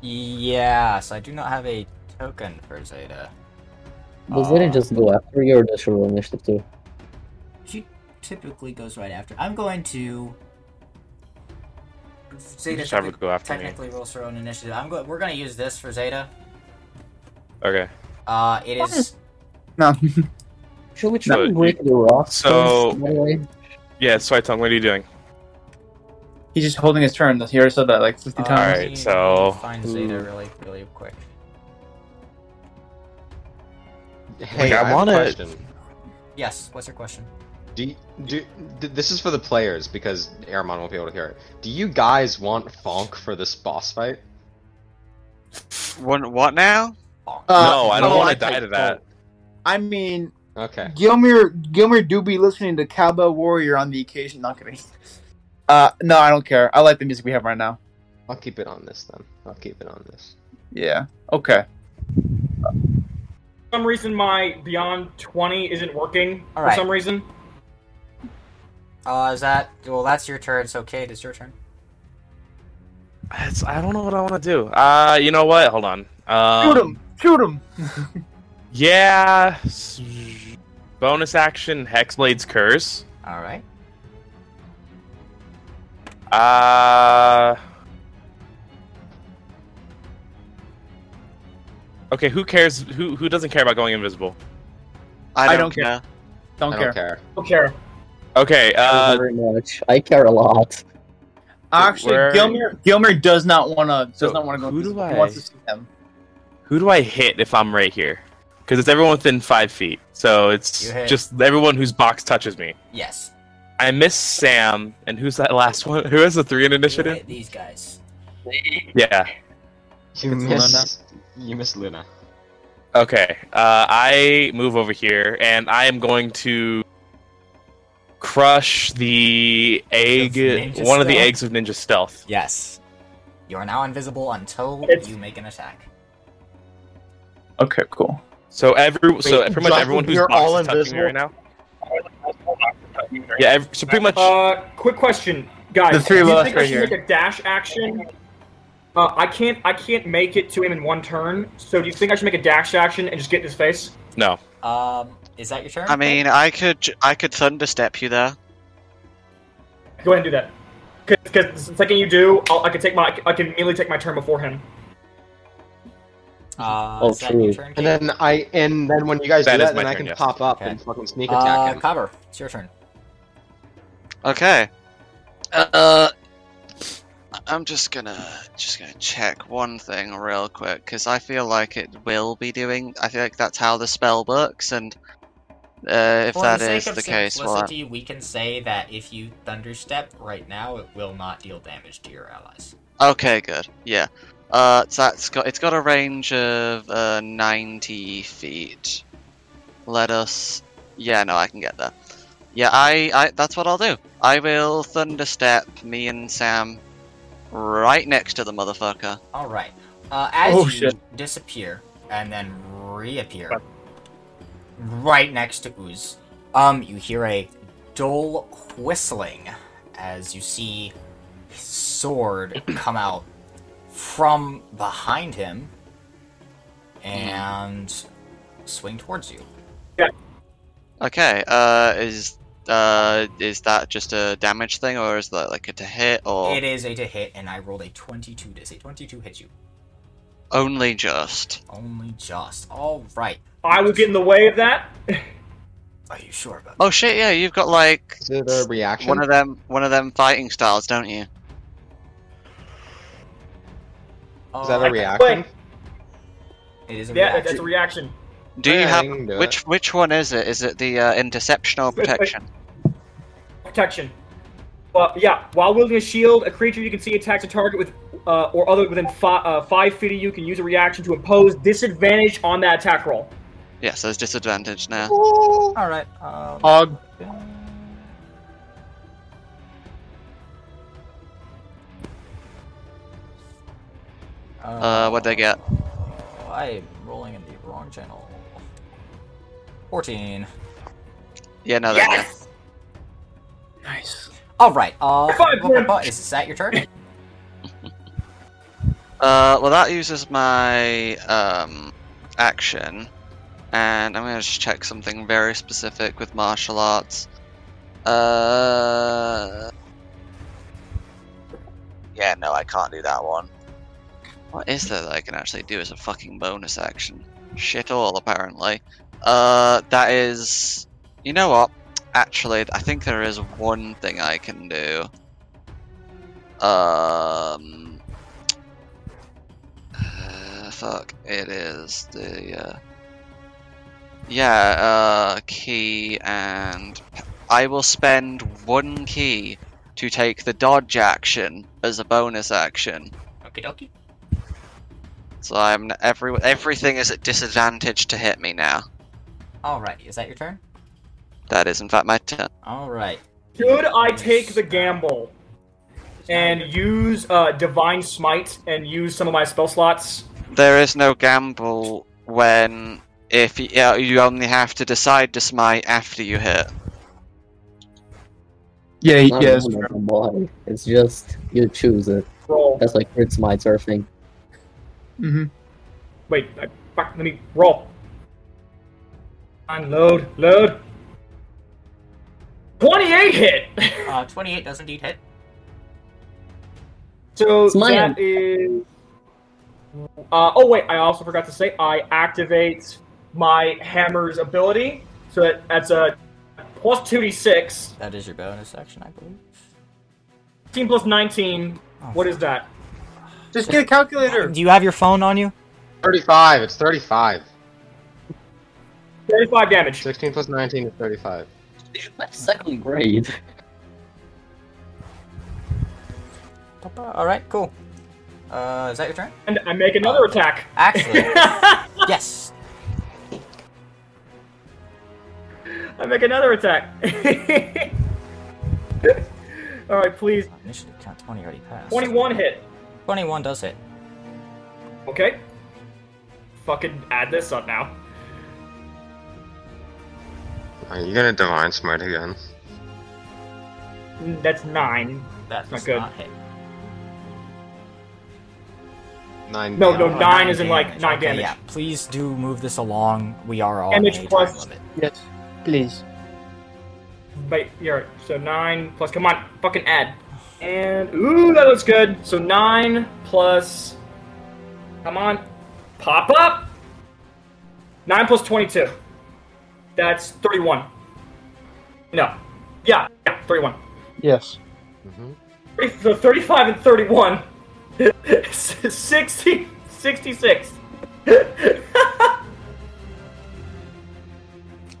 S1: Yes, I do not have a token for Zeta.
S2: Does it
S1: Uh,
S2: just go after you, or does she roll initiative too?
S1: She typically goes right after. I'm going to. Zeta
S7: Just have her go after me.
S1: technically rolls her own initiative. I'm go- We're going to use this for Zeta.
S7: Okay.
S1: Uh, it is.
S5: No.
S2: Should we try
S7: No,
S2: and
S7: you-
S2: break the rocks?
S7: so-
S2: first, by the way?
S7: Yeah, Switung, what are you doing?
S5: He's just holding his turn. He already said that like 50
S1: Uh,
S5: times.
S1: let
S7: Alright,
S1: me
S7: so-
S1: Find Zeta really, really quick.
S3: Hey,
S7: I
S3: I, want
S7: wanna-
S3: have a question.
S1: Yes, what's your question?
S3: Do you, do th- this is for the players because Aramon won't be able to hear it. Do you guys want Fonk for this boss fight?
S4: What, what now?
S3: Uh,
S7: no, I don't
S5: no,
S7: want
S5: I
S7: to die
S5: take
S7: to that.
S5: I mean,
S3: Oh, Okay.
S5: Gilmer Gilmer do be listening to Cowboy Warrior on the occasion. Not kidding. Uh, no, I don't care. I like the music we have right now.
S3: I'll keep it on this then. I'll keep it on this.
S5: Yeah. Okay.
S6: For some reason, my Beyond 20 isn't working
S1: All
S6: for
S1: right.
S6: some reason.
S1: Uh, is that. Well, that's your turn, so Kate, it's your turn.
S7: It's, I don't know what I want to do. Uh, you know what? Hold on. Um,
S5: Shoot him! Shoot him!
S7: Yeah. s- Bonus action Hexblade's Curse.
S1: Alright.
S7: Uh. Okay, who cares? Who who doesn't care about going invisible?
S4: I don't,
S5: don't
S4: care.
S5: care. Don't,
S3: I
S5: care.
S3: don't care.
S6: Don't care.
S7: Okay,
S2: Thank
S7: uh,
S2: you very much. I care a lot.
S5: Actually,
S7: Where-
S5: Gilmer Gilmer does not want to does
S7: So,
S5: not want to go.
S7: who do
S5: he
S7: I-
S5: wants to see him.
S7: who do I hit if I'm right here? Because it's everyone within five feet, so it's
S1: You hit.
S7: just everyone whose box touches me.
S1: Yes.
S7: I miss Sam, and who's that last one? Who has the three in
S1: You
S7: initiative?
S1: hit these guys.
S7: Yeah.
S3: You
S5: It's
S3: miss. You miss
S1: Uh,
S3: Luna.
S7: Okay. Uh, I move over here, and I am going to crush the egg,
S1: Ninja
S7: one of the
S1: stealth?
S7: eggs of ninja stealth.
S1: Yes. You are now invisible until
S6: It's-
S1: you make an attack.
S5: Okay, cool.
S7: So every so
S3: Wait,
S7: pretty much
S3: Justin,
S7: everyone who's
S3: you're
S7: box
S3: all
S7: is touching me right now. Yeah, ev- so pretty much
S6: Uh, quick question, guys.
S5: The three of
S6: do you
S5: us
S6: think I
S5: right
S6: should
S5: here.
S6: make a dash action? Uh, I can't. I can't make it to him in one turn. So do you think I should make a dash action and just get in his face?
S7: no.
S1: Um, is that your turn?
S4: I mean, I could j- I could thunderstep you there.
S6: Go ahead and do that. Because the second you do, I'll, I can take my. I can immediately take my turn before him.
S1: Uh,
S2: Oh,
S1: is that your
S2: true.
S1: turn?
S3: And then I and then when you guys
S7: That
S3: do
S7: is
S3: that,
S7: my
S3: then I
S7: turn,
S3: can
S7: yes.
S3: pop up
S1: Okay.
S3: and fucking sneak attack
S1: uh,
S3: him.
S1: Cobber, it's your turn.
S4: Okay. Uh, I'm just gonna just gonna check one thing real quick because I feel like it will be doing. I feel like that's how the spell works, and uh, if
S1: For
S4: that
S1: the
S4: is
S1: sake of
S4: the case, well,
S1: simplicity, we can say that if you thunderstep right now, it will not deal damage to your allies.
S4: okay, good, yeah. Uh, so that's got it's got a range of uh 90 feet. Let us. Yeah, no, I can get there. Yeah, I, I that's what I'll do. I will thunderstep me and Sam right next to the motherfucker.
S1: All right. Uh, as
S5: Oh,
S1: you
S5: shit.
S1: disappear and then reappear, right next to Ooze, um, you hear a dull whistling as you see his sword come out from behind him
S5: Mm-hmm.
S1: and swing towards you.
S4: Okay, uh, is uh, is that just a damage thing, or is that like a to hit, or
S1: It is a to hit, and I rolled a 22. Does a 22 hit you?
S4: only just?
S1: Only just. All right.
S6: I will get in the way of that.
S1: Are you sure about
S4: Oh shit! Yeah, you've got like
S3: Is it a reaction?
S4: one of them, one of them fighting styles, don't you?
S7: Oh,
S1: that?
S3: Is that
S1: Uh,
S3: a reaction?
S6: Wait,
S1: It is a
S6: yeah,
S1: reaction.
S6: that's a reaction.
S4: Do you
S3: Yeah,
S4: have
S3: you can do it.
S4: which which one is it? Is it the uh, interception or
S6: Wait, wait.
S4: protection?
S6: Protection. Uh, yeah, while wielding a shield, a creature you can see attacks a target with, uh, or other within fi- uh, five feet of you can use a reaction to impose disadvantage on that attack roll.
S4: Yeah, so it's disadvantage now.
S1: All right. Um,
S5: Hog.
S4: Uh, what'd they get?
S1: I'm rolling in the wrong channel. 14.
S4: Yeah, no, they get.
S5: Nice.
S1: All right. Uh,
S6: Five,
S1: blah, blah,
S6: man.
S1: blah. is that your turn?
S4: Uh, well, that uses my um, action, and I'm gonna just check something very specific with martial arts. Uh, yeah, no, I can't do that one. What is there that I can actually do as a fucking bonus action? Shit all, apparently. Uh, that is, you know what? Actually, I think there is one thing I can do. Um. Uh, fuck. It is the. Uh... Yeah, uh, key and. I will spend one key to take the dodge action as a bonus action.
S1: Okie dokie.
S4: So I'm every everything is at disadvantage to hit me now.
S1: All right. Is that your turn?
S4: That is in fact my turn.
S1: All right.
S6: Should I take the gamble and use uh, Divine Smite and use some of my spell slots?
S4: There is no gamble when if y- yeah, you only have to decide to smite after you hit.
S5: Yeah,
S2: Not
S5: yeah.
S2: even like a body. It's just you choose it.
S6: Roll.
S2: That's like it's my sort of thing.
S5: Mm-hmm.
S6: Wait, I, fuck, let me roll. Unload, load. 28 hit!
S1: Uh, 28 does indeed hit.
S6: so
S2: It's mine.
S6: that is. Uh, oh, wait, I also forgot to say I activate my hammer's ability. So that, that's a plus 2d6.
S1: That is your bonus action, I believe. Oh,
S6: 18 plus 19. What is that?
S5: Just get a calculator.
S1: Do you have your phone on you?
S3: 35. It's 35.
S6: 35 damage.
S3: 16 plus 19 is 35.
S2: That's second grade.
S1: All right. Cool. Uh, is that your turn?
S6: And I make another attack.
S1: Oh. Actually,
S6: I
S1: yes.
S6: make another attack. All right, please.
S1: Initially count 20 already passed.
S6: 21 hit.
S1: 21 does hit.
S6: Okay. Fucking add this up now.
S3: Are you gonna divine smite again?
S6: Mm, That's nine.
S1: That
S6: Not
S1: does
S6: good.
S1: not hit.
S3: Nine.
S6: No,
S3: damage.
S6: no, nine is in like nine
S1: Okay,
S6: damage.
S1: yeah. Please do move this along. We are all
S6: Damage
S1: on a
S6: plus-
S1: time limit.
S5: Yes, please.
S6: But you're right. So nine plus. Come on, fucking add. And ooh, that looks good. So nine plus. Come on, pop up. Nine plus twenty-two. That's thirty-one. No. Yeah, yeah, thirty-one.
S5: Yes.
S6: Thirty- So thirty-five and thirty-one. 60, 66.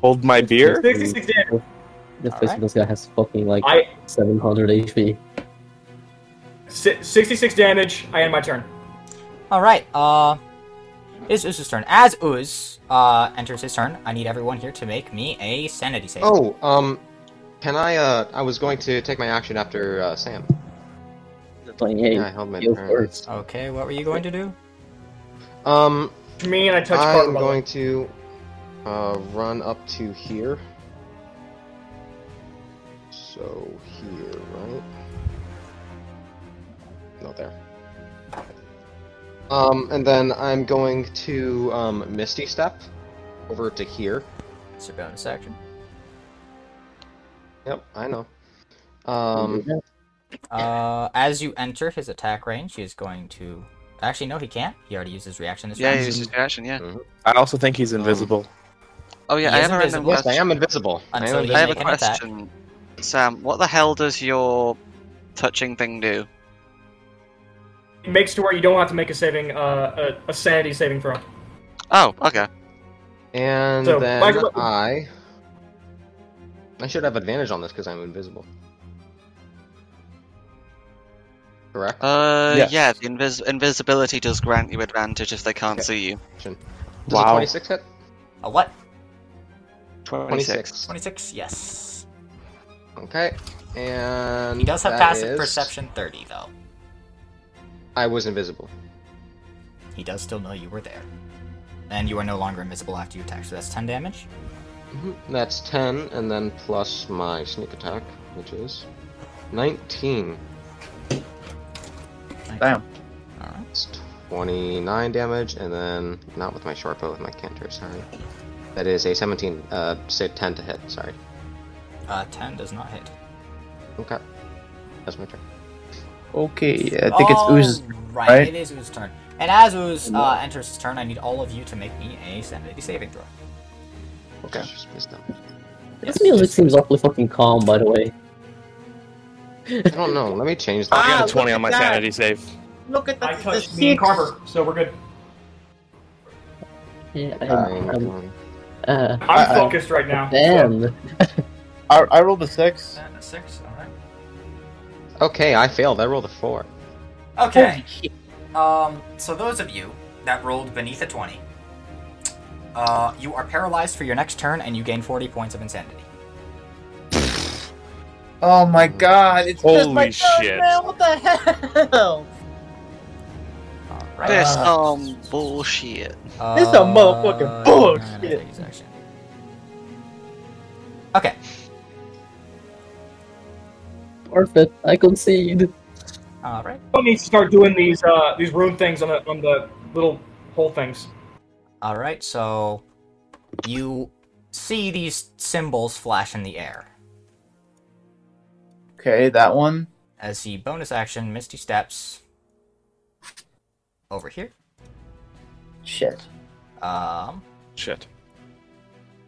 S7: Hold my beer.
S6: Sixty-six damage.
S2: This
S1: All
S2: physical guy has fucking like
S6: I
S2: 700 HP.
S6: si- sixty-six damage. I end my turn.
S1: All right. Uh, it's Uz's turn. As Uz uh enters his turn, I need everyone here to make me a sanity save.
S3: Oh, um, can I? Uh, I was going to take my action after uh, Sam.
S2: 28.
S3: Yeah, I held my
S2: you
S3: turn.
S2: first.
S1: Okay, what were you going to do?
S3: Um,
S6: To me, and I touch
S3: I'm
S6: Carter. by the way.
S3: going to uh, run up to here. So here, right? Not there. Um, and then I'm going to um, Misty Step over to here.
S1: It's your bonus action.
S3: Yep, I know. Um,
S1: Uh, as you enter his attack range, he is going to. Actually, no, he can't. He already used his reaction this
S4: Yeah,
S1: round.
S4: he was just reaction, yeah.
S3: Mm-hmm.
S7: I also think he's invisible.
S4: Um, Oh yeah,
S1: He
S4: I
S1: is
S4: have a random
S1: invisible.
S3: yes, I
S4: question.
S3: am invisible. I am
S1: Until he
S4: I have a
S1: Make
S3: invisible.
S1: an attack.
S4: question. Sam, what the hell does your touching thing do?
S6: It makes to where you don't have to make a saving, uh, a, a sanity saving throw.
S4: Oh, okay.
S3: And
S6: So,
S3: then
S6: Michael-
S3: I. I should have advantage on this because I'm invisible. Correct?
S4: Uh,
S7: Yes.
S4: yeah, the invis- invisibility does grant you advantage if they can't see you.
S3: Does a
S7: wow.
S3: 26 hit?
S1: A what?
S4: 26.
S1: 26? Yes.
S3: Okay. And.
S1: Um, He does have
S3: that
S1: passive
S3: is-
S1: perception 30, though.
S3: I was invisible.
S1: He does still know you were there. And you are no longer invisible after you attack, so that's 10 damage.
S3: That's 10, and then plus my sneak attack, which is 19.
S5: Damn.
S1: Alright.
S3: It's 29 damage, and then not with my short bow, with my canter, sorry. That is a 17, uh, say 10 to hit, sorry.
S1: Uh, 10 does not hit.
S3: Okay. That's my turn.
S5: Okay, I think it's Ooze's.
S1: Right,
S5: right?
S1: it is Ooze's turn. And as Ooze uh, enters his turn, I need all of you to make me a sanity saving throw.
S3: Okay. Just missed them.
S2: This music seems awfully fucking calm, by the way.
S3: I don't know. Let me change
S7: I
S3: that.
S7: got
S5: Ah,
S7: a 20 on my
S5: look at that.
S7: sanity save.
S5: Look at
S6: I touched me and Carver, so we're good.
S2: Yeah,
S3: I'm
S2: I'm, I'm,
S3: going-
S2: uh,
S6: I'm
S5: Uh,
S6: focused right now.
S5: Oh
S2: damn.
S5: I, I rolled a six.
S1: Seven, six, alright.
S3: Okay, I failed. I rolled a 4.
S1: Okay. Um, so those of you that rolled beneath a 20, uh, you are paralyzed for your next turn and you gain 40 points of insanity.
S5: Oh my god! It's just my
S7: Holy shit.
S5: turn, man. What the hell?
S1: Alright.
S4: This
S5: Uh,
S4: um bullshit.
S5: This a motherfucking
S1: Uh,
S5: bullshit.
S1: no, no, no, use action. Okay.
S2: Perfect. I concede.
S1: All right.
S6: Someone needs to start doing these uh, these room things on the on the little hole things.
S1: All right. So you see these symbols flash in the air.
S5: Okay, that one.
S1: As the bonus action, Misty steps over here.
S5: Shit.
S1: Um,
S7: Shit.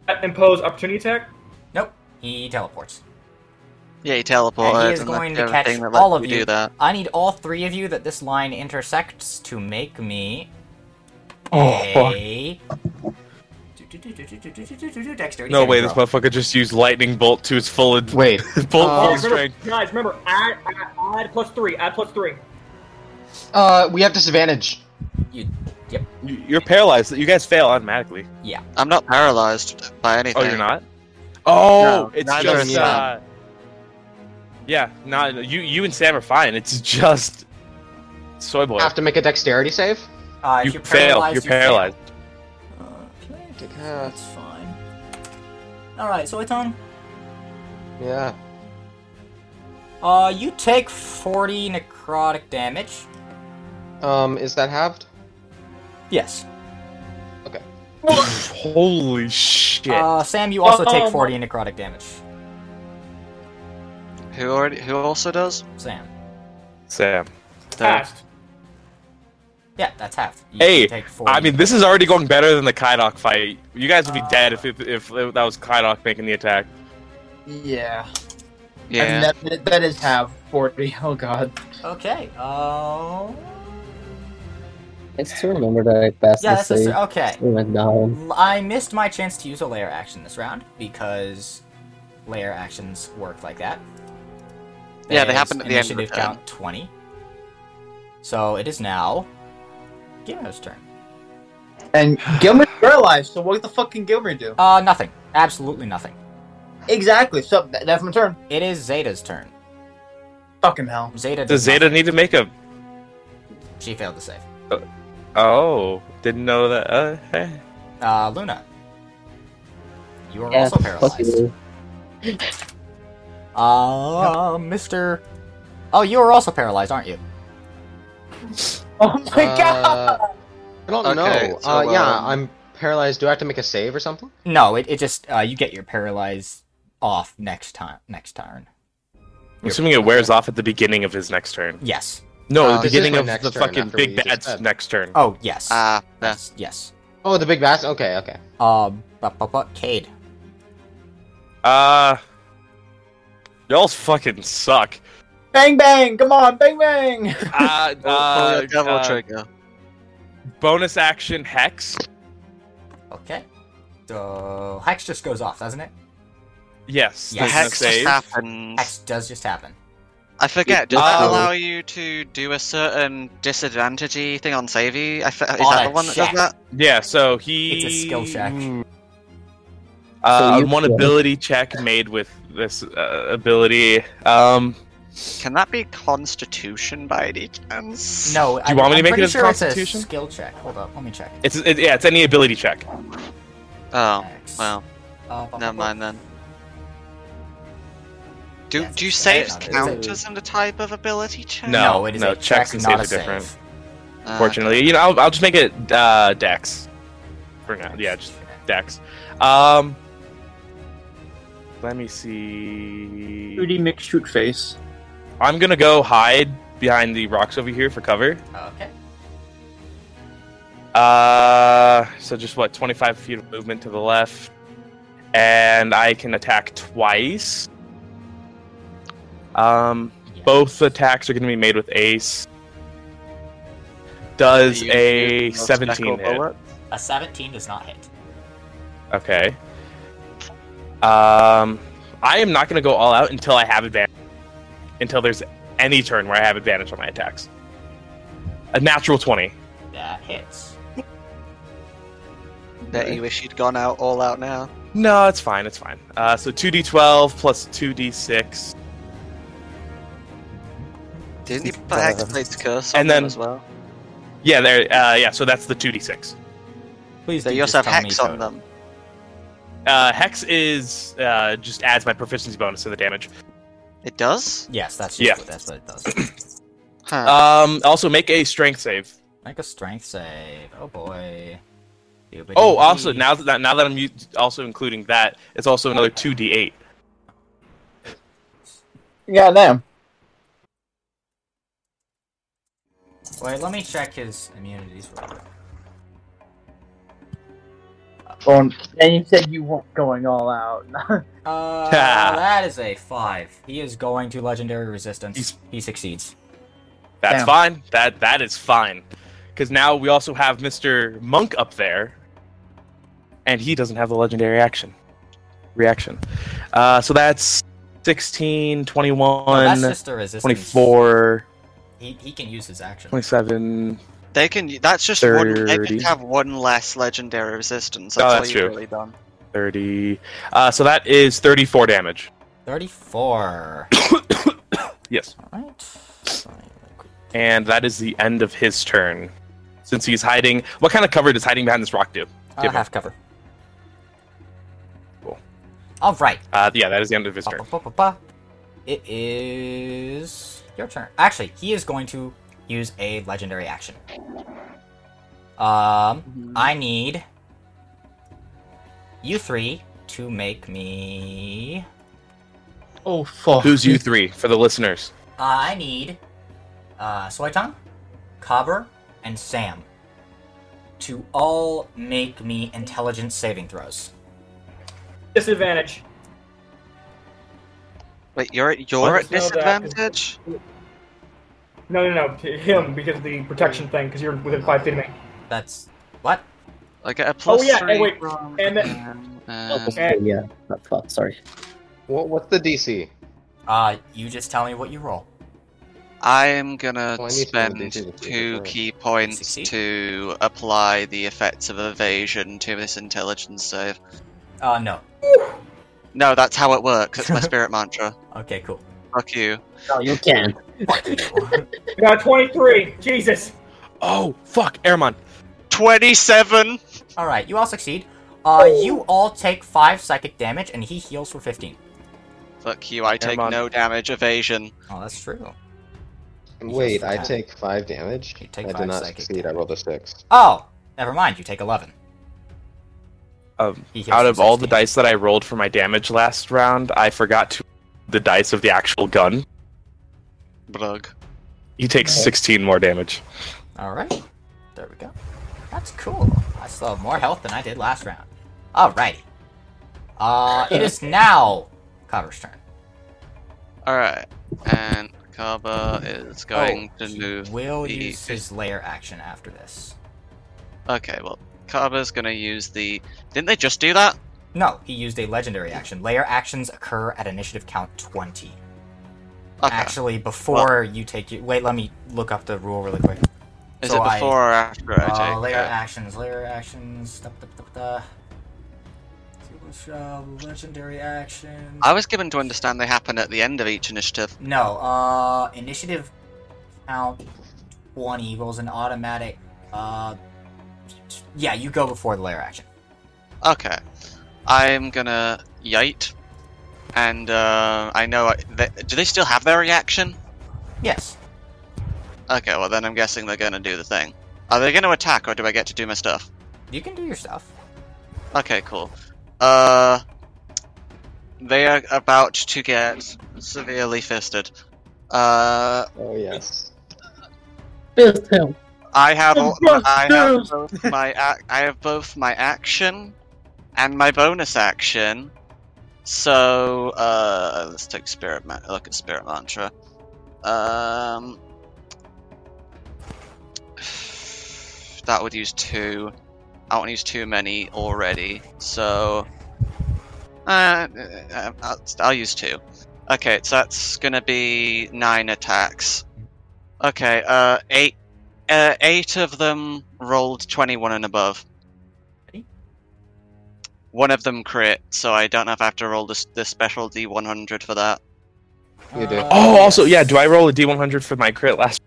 S6: That impose opportunity attack.
S1: nope. He teleports.
S4: Yeah, you teleport.
S1: And he is
S4: and that's
S1: going
S4: the
S1: to
S4: other
S1: catch
S4: thing that
S1: all
S4: lets
S1: of
S4: you
S1: you.
S4: do that.
S1: I need all three of you that this line intersects to make me
S7: Oh, fuck.
S1: a dexterity.
S7: No
S1: saving
S7: way, this
S1: throw.
S7: motherfucker just used lightning bolt to its full, ad-
S3: Wait.
S7: full,
S3: Uh,
S7: full
S6: Guys, remember-
S7: strength.
S6: guys, remember add, add add plus three. Add plus three.
S3: Uh, we have disadvantage.
S1: You- yep.
S7: You- You're paralyzed. You guys fail automatically.
S4: I'm not paralyzed by anything.
S7: Oh, you're not. Oh,
S4: No,
S7: it's
S4: neither
S7: just.
S3: is Sam.
S7: Uh, yeah, not you. You and Sam are fine. It's just soy boy.
S3: Have to make a dexterity save.
S1: Uh,
S7: you
S1: if you're
S7: fail.
S1: paralyzed,
S7: You're
S1: you fail.
S7: paralyzed.
S1: Okay,
S3: Yeah.
S1: that's fine. Alright, Soiton,
S3: Yeah.
S1: uh, you take 40 necrotic damage.
S3: Um, is that halved?
S1: Yes.
S7: Holy shit!
S1: Uh, Sam, you also take
S6: Um,
S1: 40 necrotic damage.
S4: Who already? Who also does?
S1: Sam.
S7: Sam.
S6: Passed.
S1: Yeah, that's half. You
S7: Hey,
S1: take 40.
S7: I mean, this is already going better than the Kydok fight. You guys would be dead if, if if that was Kydok making the attack.
S5: Yeah.
S4: Yeah.
S5: And that, that is half forty. Oh god.
S1: Okay, uh...
S2: I still remember that I passed
S1: Yeah,
S2: the
S1: that's a...
S2: save.
S1: sur- Okay.
S2: It went down.
S1: L- I missed my chance to use a layer action this round, because layer actions work like that.
S4: Yeah, they
S1: There's
S4: happen at the end of the
S1: initiative
S4: turn.
S1: count 20. So it is now... Gimmo's turn.
S5: And Gilmer's paralyzed. So what the fuck can Gilmer do?
S1: Uh, nothing. Absolutely nothing.
S5: Exactly. So that, that's my turn.
S1: It is Zeta's turn.
S5: Fucking hell.
S1: Zeta
S7: Does
S1: does not-
S7: Zeta need to make a?
S1: She failed the save.
S7: Oh, didn't know that. Uh, eh.
S1: Uh, Luna. You are
S2: Yeah,
S1: also
S2: fuck
S1: paralyzed.
S2: you.
S1: Uh, Mr. Oh, you are also paralyzed, aren't you?
S5: Oh my god!
S3: Uh, I don't
S4: Okay,
S3: know.
S4: so,
S3: uh, yeah,
S4: um,
S3: I'm paralyzed. Do I have to make a save or something?
S1: No, it, it just uh, you get your paralyzed off next time next turn.
S7: I'm assuming it wears off at the beginning of his next turn.
S1: Yes.
S7: No,
S4: Uh,
S7: the
S4: this
S7: beginning
S3: is my
S7: of
S3: next
S7: the
S3: turn
S7: fucking
S3: after
S7: big
S3: we just
S7: bad's
S3: had.
S7: next turn.
S1: Oh yes.
S7: Uh,
S4: Ah, no.
S1: yes. Yes.
S3: Oh, the big bass. Okay, okay.
S1: Um, but but but Cade.
S7: Uh, y'all fucking suck.
S5: Bang bang! Come on, bang bang!
S7: Uh, uh,
S4: Devil
S7: uh,
S4: trigger.
S7: bonus action hex.
S1: Okay. So hex just goes off, doesn't it?
S7: Yes.
S4: The
S1: Yeah,
S7: doesn't
S4: hex
S7: save.
S4: just happens.
S1: Hex does just happen.
S4: I forget. Does
S7: Oh.
S4: that allow you to do a certain disadvantagey thing on savey? I fe- is
S1: On
S4: that
S1: a
S4: the one that
S1: check.
S4: does that?
S7: Yeah. So he.
S1: It's a skill check.
S4: Hmm.
S7: Uh,
S2: So you-
S7: one ability check made with this uh, ability. Um,
S4: Can that be Constitution by any chance?
S1: No,
S7: you
S1: I,
S7: want me to
S1: I'm
S7: make it
S1: pretty
S7: as
S1: sure it's a
S7: Constitution?
S1: skill check. Hold up, let me check.
S7: it's it, yeah, it's any ability check.
S4: Oh
S1: Hex.
S4: well,
S1: Uh, bu- bu-
S4: never
S1: bu-
S4: mind then. Do
S1: Yeah,
S4: do
S1: it's a-
S4: saves
S1: it's a-
S4: count as a type of ability check?
S7: No,
S1: no, it is
S7: no,
S1: a
S7: checks
S1: check,
S7: and
S1: not
S7: saves
S1: a
S7: are
S1: save.
S7: different.
S4: Uh,
S7: Fortunately, you know, I'll, I'll just make it uh, Dex for now. Yeah, just Dex. Um, let me see.
S5: 2D mixed shoot face.
S7: I'm gonna go hide behind the rocks over here for cover.
S1: Okay.
S7: Uh, so just what, 25 feet of movement to the left, and I can attack twice. Um,
S1: Yeah.
S7: both attacks are gonna be made with ace. Does
S4: you use
S7: a
S4: your
S7: 17
S4: speckle
S7: hit?
S4: bullet?
S1: A 17 does not hit.
S7: Okay. Um, I am not gonna go all out until I have advantage. Until there's any turn where I have advantage on my attacks. A natural 20.
S1: That hits.
S4: Bet you wish you'd gone out all out now.
S7: No, it's fine. It's fine. Uh, so two d twelve plus two d six,
S4: Didn't you put Hexblade's curse on
S7: and
S4: them
S7: then-
S4: as well?
S7: yeah, there. Uh, yeah, so that's the two d six.
S1: Please
S4: They
S1: do just
S4: also have
S1: tell me
S4: hex on
S1: total.
S4: them.
S7: Uh, hex is uh, just adds my proficiency bonus to the damage.
S4: It does.
S1: Yes, that's
S7: Yeah.
S1: usually- that's what it does.
S4: Huh.
S7: Um, also make a strength save.
S1: Make a strength save. Oh boy. Doobity
S7: Oh, also
S1: dee.
S7: now that now that I'm u- also including that, it's also another two d eight.
S5: Yeah, damn.
S1: Wait, let me check his immunities real quick.
S5: Um, and you said you weren't going all out.
S1: Uh,
S7: Ha.
S1: that is a five. He is going to legendary resistance.
S7: He's-
S1: He succeeds.
S7: That's
S5: Damn.
S7: fine. That that is fine. Because now we also have Mr. Monk up there, and he doesn't have the legendary action reaction. Uh, so that's 16,
S1: No, that's
S7: 21,
S1: just the resistance.
S7: 24,
S1: He, he can use his action.
S7: 27.
S4: They can. That's just one. They can
S7: 30.
S4: have one less legendary resistance.
S7: Oh,
S4: That's, all
S7: that's
S4: you've
S7: true.
S4: really done.
S7: 30. Uh, so that is 34 damage.
S1: Thirty-four.
S7: Yes.
S1: All right. Sorry,
S7: And that is the end of his turn. Since he's hiding. What kind of cover does hiding behind this rock do?
S1: Uh,
S7: Give me.
S1: half cover.
S7: Cool.
S1: All right.
S7: Uh, yeah, that is the end of his
S1: Ba,
S7: turn.
S1: ba, ba, ba, ba. It is your turn. Actually, he is going to use a legendary action. Um, I need you three to make me.
S5: oh fuck.
S7: Who's you three for the listeners?
S1: I need uh, Soitan, Cobber, and Sam to all make me intelligence saving throws.
S6: Disadvantage.
S4: Wait, you're at- you're
S7: What?
S4: at
S6: No, that-
S4: disadvantage.
S6: No, no, no. To him because of the protection thing. Because you're within five feet of me.
S1: That's what?
S4: I get a plus
S6: Oh, yeah, and
S4: three
S6: wait,
S4: from-
S6: and the-
S4: um, um,
S6: Eh.
S2: yeah, not fuck, sorry.
S3: What, what's the DC?
S1: Uh, you just tell me what you roll.
S4: I'm gonna
S1: Oh,
S3: Well, I need to know the
S4: spend
S3: digits of the
S4: two
S3: roll.
S4: key points
S1: Succeed.
S4: to apply the effects of evasion to this intelligence save.
S1: Uh, no.
S4: No, that's how it works. It's my spirit mantra.
S1: Okay, cool.
S4: Fuck you.
S2: No, you can't.
S6: I got 23. Jesus.
S7: Oh, fuck, Airmon.
S4: 27!
S1: All right, you all succeed. Uh,
S3: Oh.
S1: you all take five psychic damage, and he heals for fifteen.
S4: Fuck you, I take
S7: Airmon.
S4: no damage evasion.
S1: Oh, that's true.
S3: Wait, I
S1: Yeah.
S3: take five damage.
S1: You take
S3: I
S1: five
S3: did not
S1: psychic
S3: succeed. I rolled a six.
S1: Oh, never mind. You take eleven.
S7: Um,
S1: He heals
S7: out
S1: for
S7: of all the
S1: 16.
S7: dice that I rolled for my damage last round, I forgot to the dice of the actual gun.
S4: Brug.
S7: He takes 16 more damage.
S1: All right, there we go. That's cool. I still have more health than I did last round. All righty. Uh, it is now Copper's turn.
S4: Alright. And Kaba is going
S1: Oh,
S4: to
S1: he
S4: move.
S1: will
S4: the-
S1: use his layer action after this.
S4: Okay, well, Kaba's gonna use the. Didn't they just do that?
S1: No, he used a legendary action. Layer actions occur at initiative count twenty.
S4: Okay.
S1: Actually, before you take your wait, let me look up the rule really quick.
S4: is
S1: so
S4: it
S1: I-
S4: before or after I take?
S1: Uh, layer
S4: it?
S1: actions, layer actions. Da, da, da, da. So, uh, legendary actions.
S4: I was given to understand they happen at the end of each initiative.
S1: No, uh, initiative count 20 rolls an automatic. Uh, yeah, you go before the layer action.
S4: Okay. I'm gonna yite. And uh, I know. I, they, do they still have their reaction?
S1: Yes.
S4: Okay, well, then I'm guessing they're gonna do the thing. Are they gonna attack or do I get to do my stuff?
S1: You can do your stuff.
S4: Okay, cool. Uh. They are about to get severely fisted. Uh.
S3: Oh yes.
S2: Fist him.
S4: I have all,
S5: Yes,
S4: I have both my ac- I have both my action and my bonus action. So uh, let's take spirit ma- look at spirit mantra. Um, that would use two. I don't use too many already, so uh, uh, I'll, I'll use two. Okay, so that's gonna be nine attacks. Okay, uh, eight uh, eight of them rolled 21 and above.
S1: Ready?
S4: One of them crit, so I don't know if I have to roll this, this special D100 for that.
S3: You do.
S7: Oh, also, yeah, do I roll a d100 for my crit last?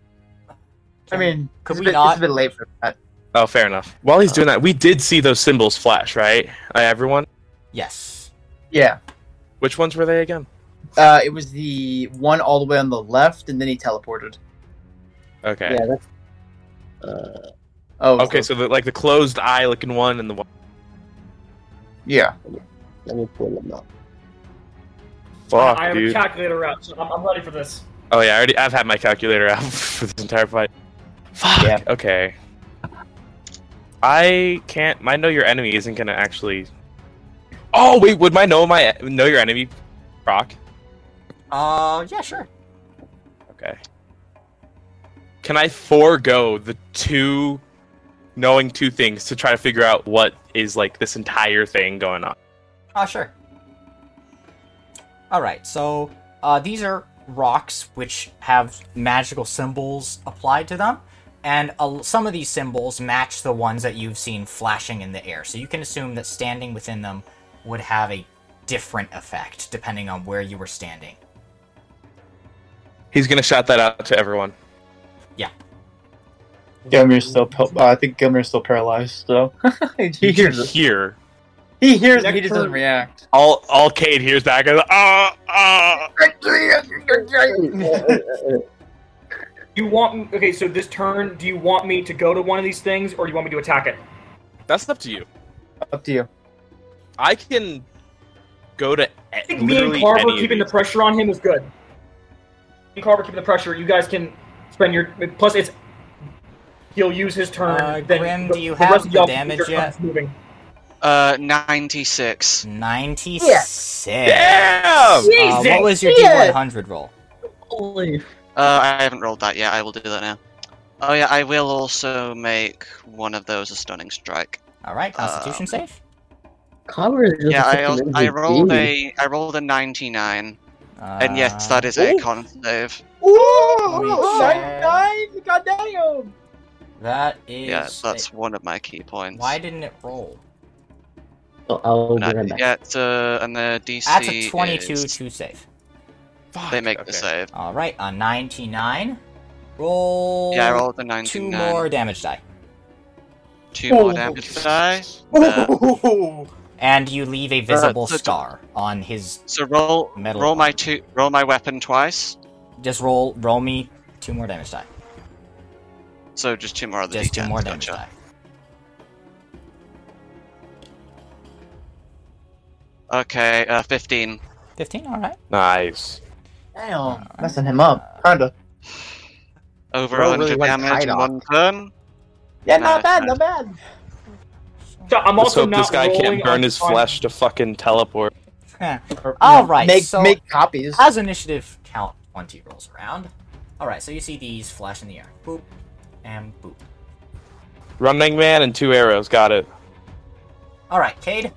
S5: I mean,
S1: Could
S5: it's,
S1: we
S5: a bit,
S1: not-
S5: it's a bit late for that.
S7: Oh, fair enough. While
S1: Uh,
S7: he's doing that, we did see those symbols flash, right? Uh, everyone?
S1: Yes.
S5: Yeah.
S7: Which ones were they again?
S5: Uh, it was the one all the way on the left, and then he teleported.
S7: Okay.
S2: Yeah, that's. Uh,
S5: Oh,
S7: Okay, so the, like the closed eye looking one and the one.
S5: yeah.
S2: let me pull him up.
S7: Fuck,
S6: I have a
S7: dude.
S6: calculator out, so I'm, I'm ready for this.
S7: oh, yeah, I already, I've had my calculator out for this entire fight. Fuck.
S5: Yeah.
S7: Okay. I can't. I know your enemy isn't gonna actually. Oh wait, would my know my know your enemy, proc?
S1: Uh, yeah, sure.
S7: Okay. Can I forego the two, knowing two things to try to figure out what is like this entire thing going on?
S1: Oh, sure. Alright, so uh, these are rocks which have magical symbols applied to them, and uh, some of these symbols match the ones that you've seen flashing in the air, so you can assume that standing within them would have a different effect depending on where you were standing.
S7: He's gonna shout that out to everyone.
S5: Gilmer's still. Pa- uh, I think Gilmer's still paralyzed. So he hears it.
S7: Here,
S5: He hears it.
S6: Next
S5: He just doesn't
S6: turn.
S5: react.
S7: all all Cade hears back and ah ah.
S6: You want me, okay? So this turn, do you want me to go to one of these things, or do you want me to attack it?
S7: That's up to you.
S5: Up to you.
S7: I can go to
S6: I think me and Carver keeping the pressure on him is good. Me and Carver keeping the pressure. You guys can spend your plus. It's he'll use his turn.
S1: Uh,
S6: then
S1: Grim,
S6: the-
S1: do you
S6: the
S1: have
S6: rest of
S1: the
S6: y'all
S1: damage
S6: your
S1: yet?
S6: turns Moving.
S4: Uh, 96.
S1: 96.
S7: Damn!
S1: Uh, what was your
S2: Yeah.
S1: D100 roll?
S2: Holy
S4: Uh, I haven't rolled that yet, I will do that now. Oh yeah, I will also make one of those a stunning strike.
S1: Alright, Constitution safe.
S2: Cover is just
S4: Uh, Yeah,
S2: such
S4: I,
S2: an
S4: al- I
S2: amazing
S4: rolled
S2: game.
S4: a I rolled a 99, and yes,
S1: Uh,
S4: that is a con save.
S5: oh,
S1: Ooh, nine- nine?
S5: Goddamn!
S1: That is.
S4: Yeah, that's one of my key points.
S1: Why didn't it roll?
S2: Oh, I'll
S4: And I-
S2: be right back.
S4: yeah, it's, uh, and the DC
S1: That's a 22
S4: is
S1: to save.
S7: Fuck.
S4: They make
S7: okay.
S4: the save.
S1: All right, a 99. Roll,
S4: Yeah, I rolled a 99.
S1: two more damage die.
S4: Two more damage die. Uh,
S1: Oh, And you leave a visible
S4: so-
S1: scar on his.
S4: so roll
S1: Metal
S4: roll my
S1: one.
S4: two roll my weapon twice.
S1: Just roll, roll me two more damage die.
S4: So just two more of the
S1: Just two
S4: D10s,
S1: more
S4: gotcha.
S1: damage die.
S4: Okay, uh, 15.
S1: 15, all right.
S7: Nice.
S5: Damn, messing him up. Kinda.
S4: Over
S3: Roll
S4: 100
S3: really went
S4: damage
S3: tight
S4: in
S3: off.
S4: one turn.
S5: Yeah,
S4: not
S5: not
S4: bad,
S5: bad,
S4: not
S5: not bad.
S6: So I'm
S7: Let's
S6: also
S7: hope
S6: not
S7: this guy
S6: rolling
S7: can't burn
S6: on-
S7: his
S6: on-
S7: flesh to fucking teleport.
S1: Huh.
S5: Or,
S1: All
S5: you know,
S1: right,
S5: Make
S1: so-
S5: make copies.
S1: As initiative count 20 rolls around. All right, so you see these flash in the air. Boop, and boop.
S7: Running man and two arrows. Got it.
S1: All right, Cade.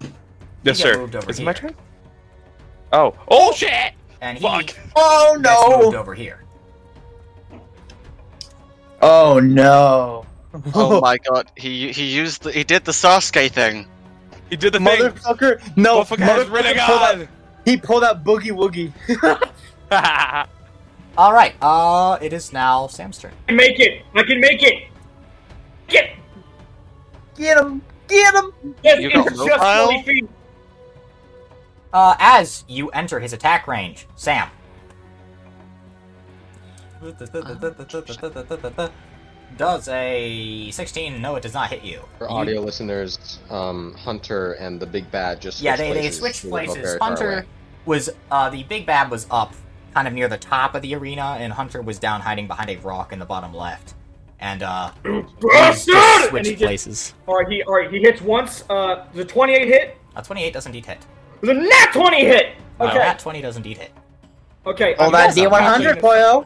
S7: Yes,
S1: You get
S7: sir.
S1: moved over
S7: Is it my
S1: here.
S7: turn? Oh. Oh shit!
S1: And he
S7: Fuck.
S5: Oh
S1: gets moved
S5: no!
S1: over here.
S5: Oh no!
S4: Oh my god, he he used the, he did the Sasuke thing.
S7: He did the thing.
S5: Motherfucker! No!
S7: Motherfucker has Rinnegan!
S5: he pulled out Boogie Woogie.
S1: All right, uh, it is now Sam's turn.
S6: I can make it. I can make it. Get.
S5: Get him! Get him!
S6: Yes,
S4: You got
S6: it's just
S4: mobile?
S6: 20 feet.
S1: Uh, as you enter his attack range, Sam.
S5: Uh,
S1: Does a 16? No, it does not hit you.
S3: For audio listeners, um, Hunter and the Big Bad just
S1: Yeah,
S3: switched
S1: they, they
S3: places.
S1: switched
S3: They were both
S1: places.
S3: very far
S1: Hunter
S3: away.
S1: was, uh, the big bad was up, kind of near the top of the arena, and Hunter was down hiding behind a rock in the bottom left. And, uh, he's
S6: Bastard!
S1: just
S6: And he
S1: switched
S6: just-
S1: places.
S6: All right, he all right. He hits once. Uh, the 28 hit.
S1: A 28 does indeed hit.
S6: The nat 20 hit.
S1: Okay.
S6: Okay.
S1: Nat 20 does indeed hit.
S4: Oh,
S6: Okay.
S5: All
S6: I'm
S5: that
S6: guessing-
S5: D100, boyo.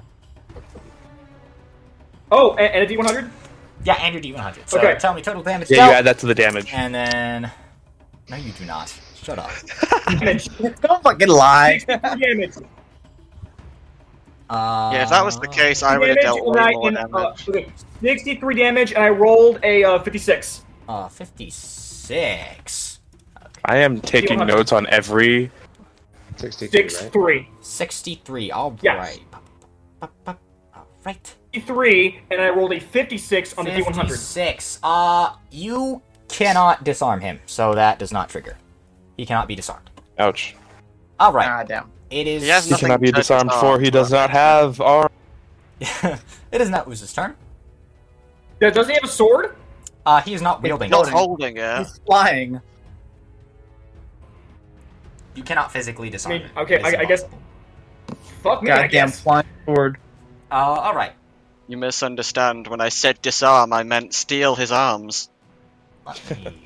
S6: Oh, and, and a D100.
S1: Yeah, and your D100. So
S6: Okay.
S1: tell me total damage
S7: yeah, you
S1: dealt,
S7: add that to the damage.
S1: and then... No, you do not. Shut up.
S6: Damage.
S5: Don't fucking lie.
S6: damage.
S1: Uh,
S4: Yeah, if that was the case, I would have
S6: Damage,
S4: dealt
S6: and I-
S4: way more
S6: and, uh,
S4: damage.
S6: okay, 63 damage, and I rolled a uh, 56.
S1: Uh, 56.
S7: I am taking
S6: D100.
S7: notes on every.
S3: 62,
S6: Six
S3: right?
S6: three.
S1: 63, alright.
S6: Yes.
S1: Alright.
S6: 63, and I rolled a 56 on the D100.
S1: 56. Uh, you cannot disarm him, so that does not trigger. He cannot be disarmed.
S7: Ouch.
S1: Alright,
S5: Ah, damn.
S1: it is...
S4: He has
S7: He
S4: nothing
S7: cannot be
S4: to
S7: disarmed
S4: disarm.
S7: for he does not have arm.
S1: it is not Uza's turn.
S6: Yeah, Does he have a sword?
S1: Uh, he is not wielding
S4: Not
S1: it.
S4: holding it.
S5: He's flying.
S1: You cannot physically disarm
S6: I mean,
S1: him.
S6: okay,
S1: It is
S6: I- I guess-
S1: impossible.
S6: Fuck me, I
S5: Goddamn
S6: guess.
S5: flying sword.
S1: Uh, alright.
S4: You misunderstand. When I said disarm, I meant steal his arms.
S1: Let me...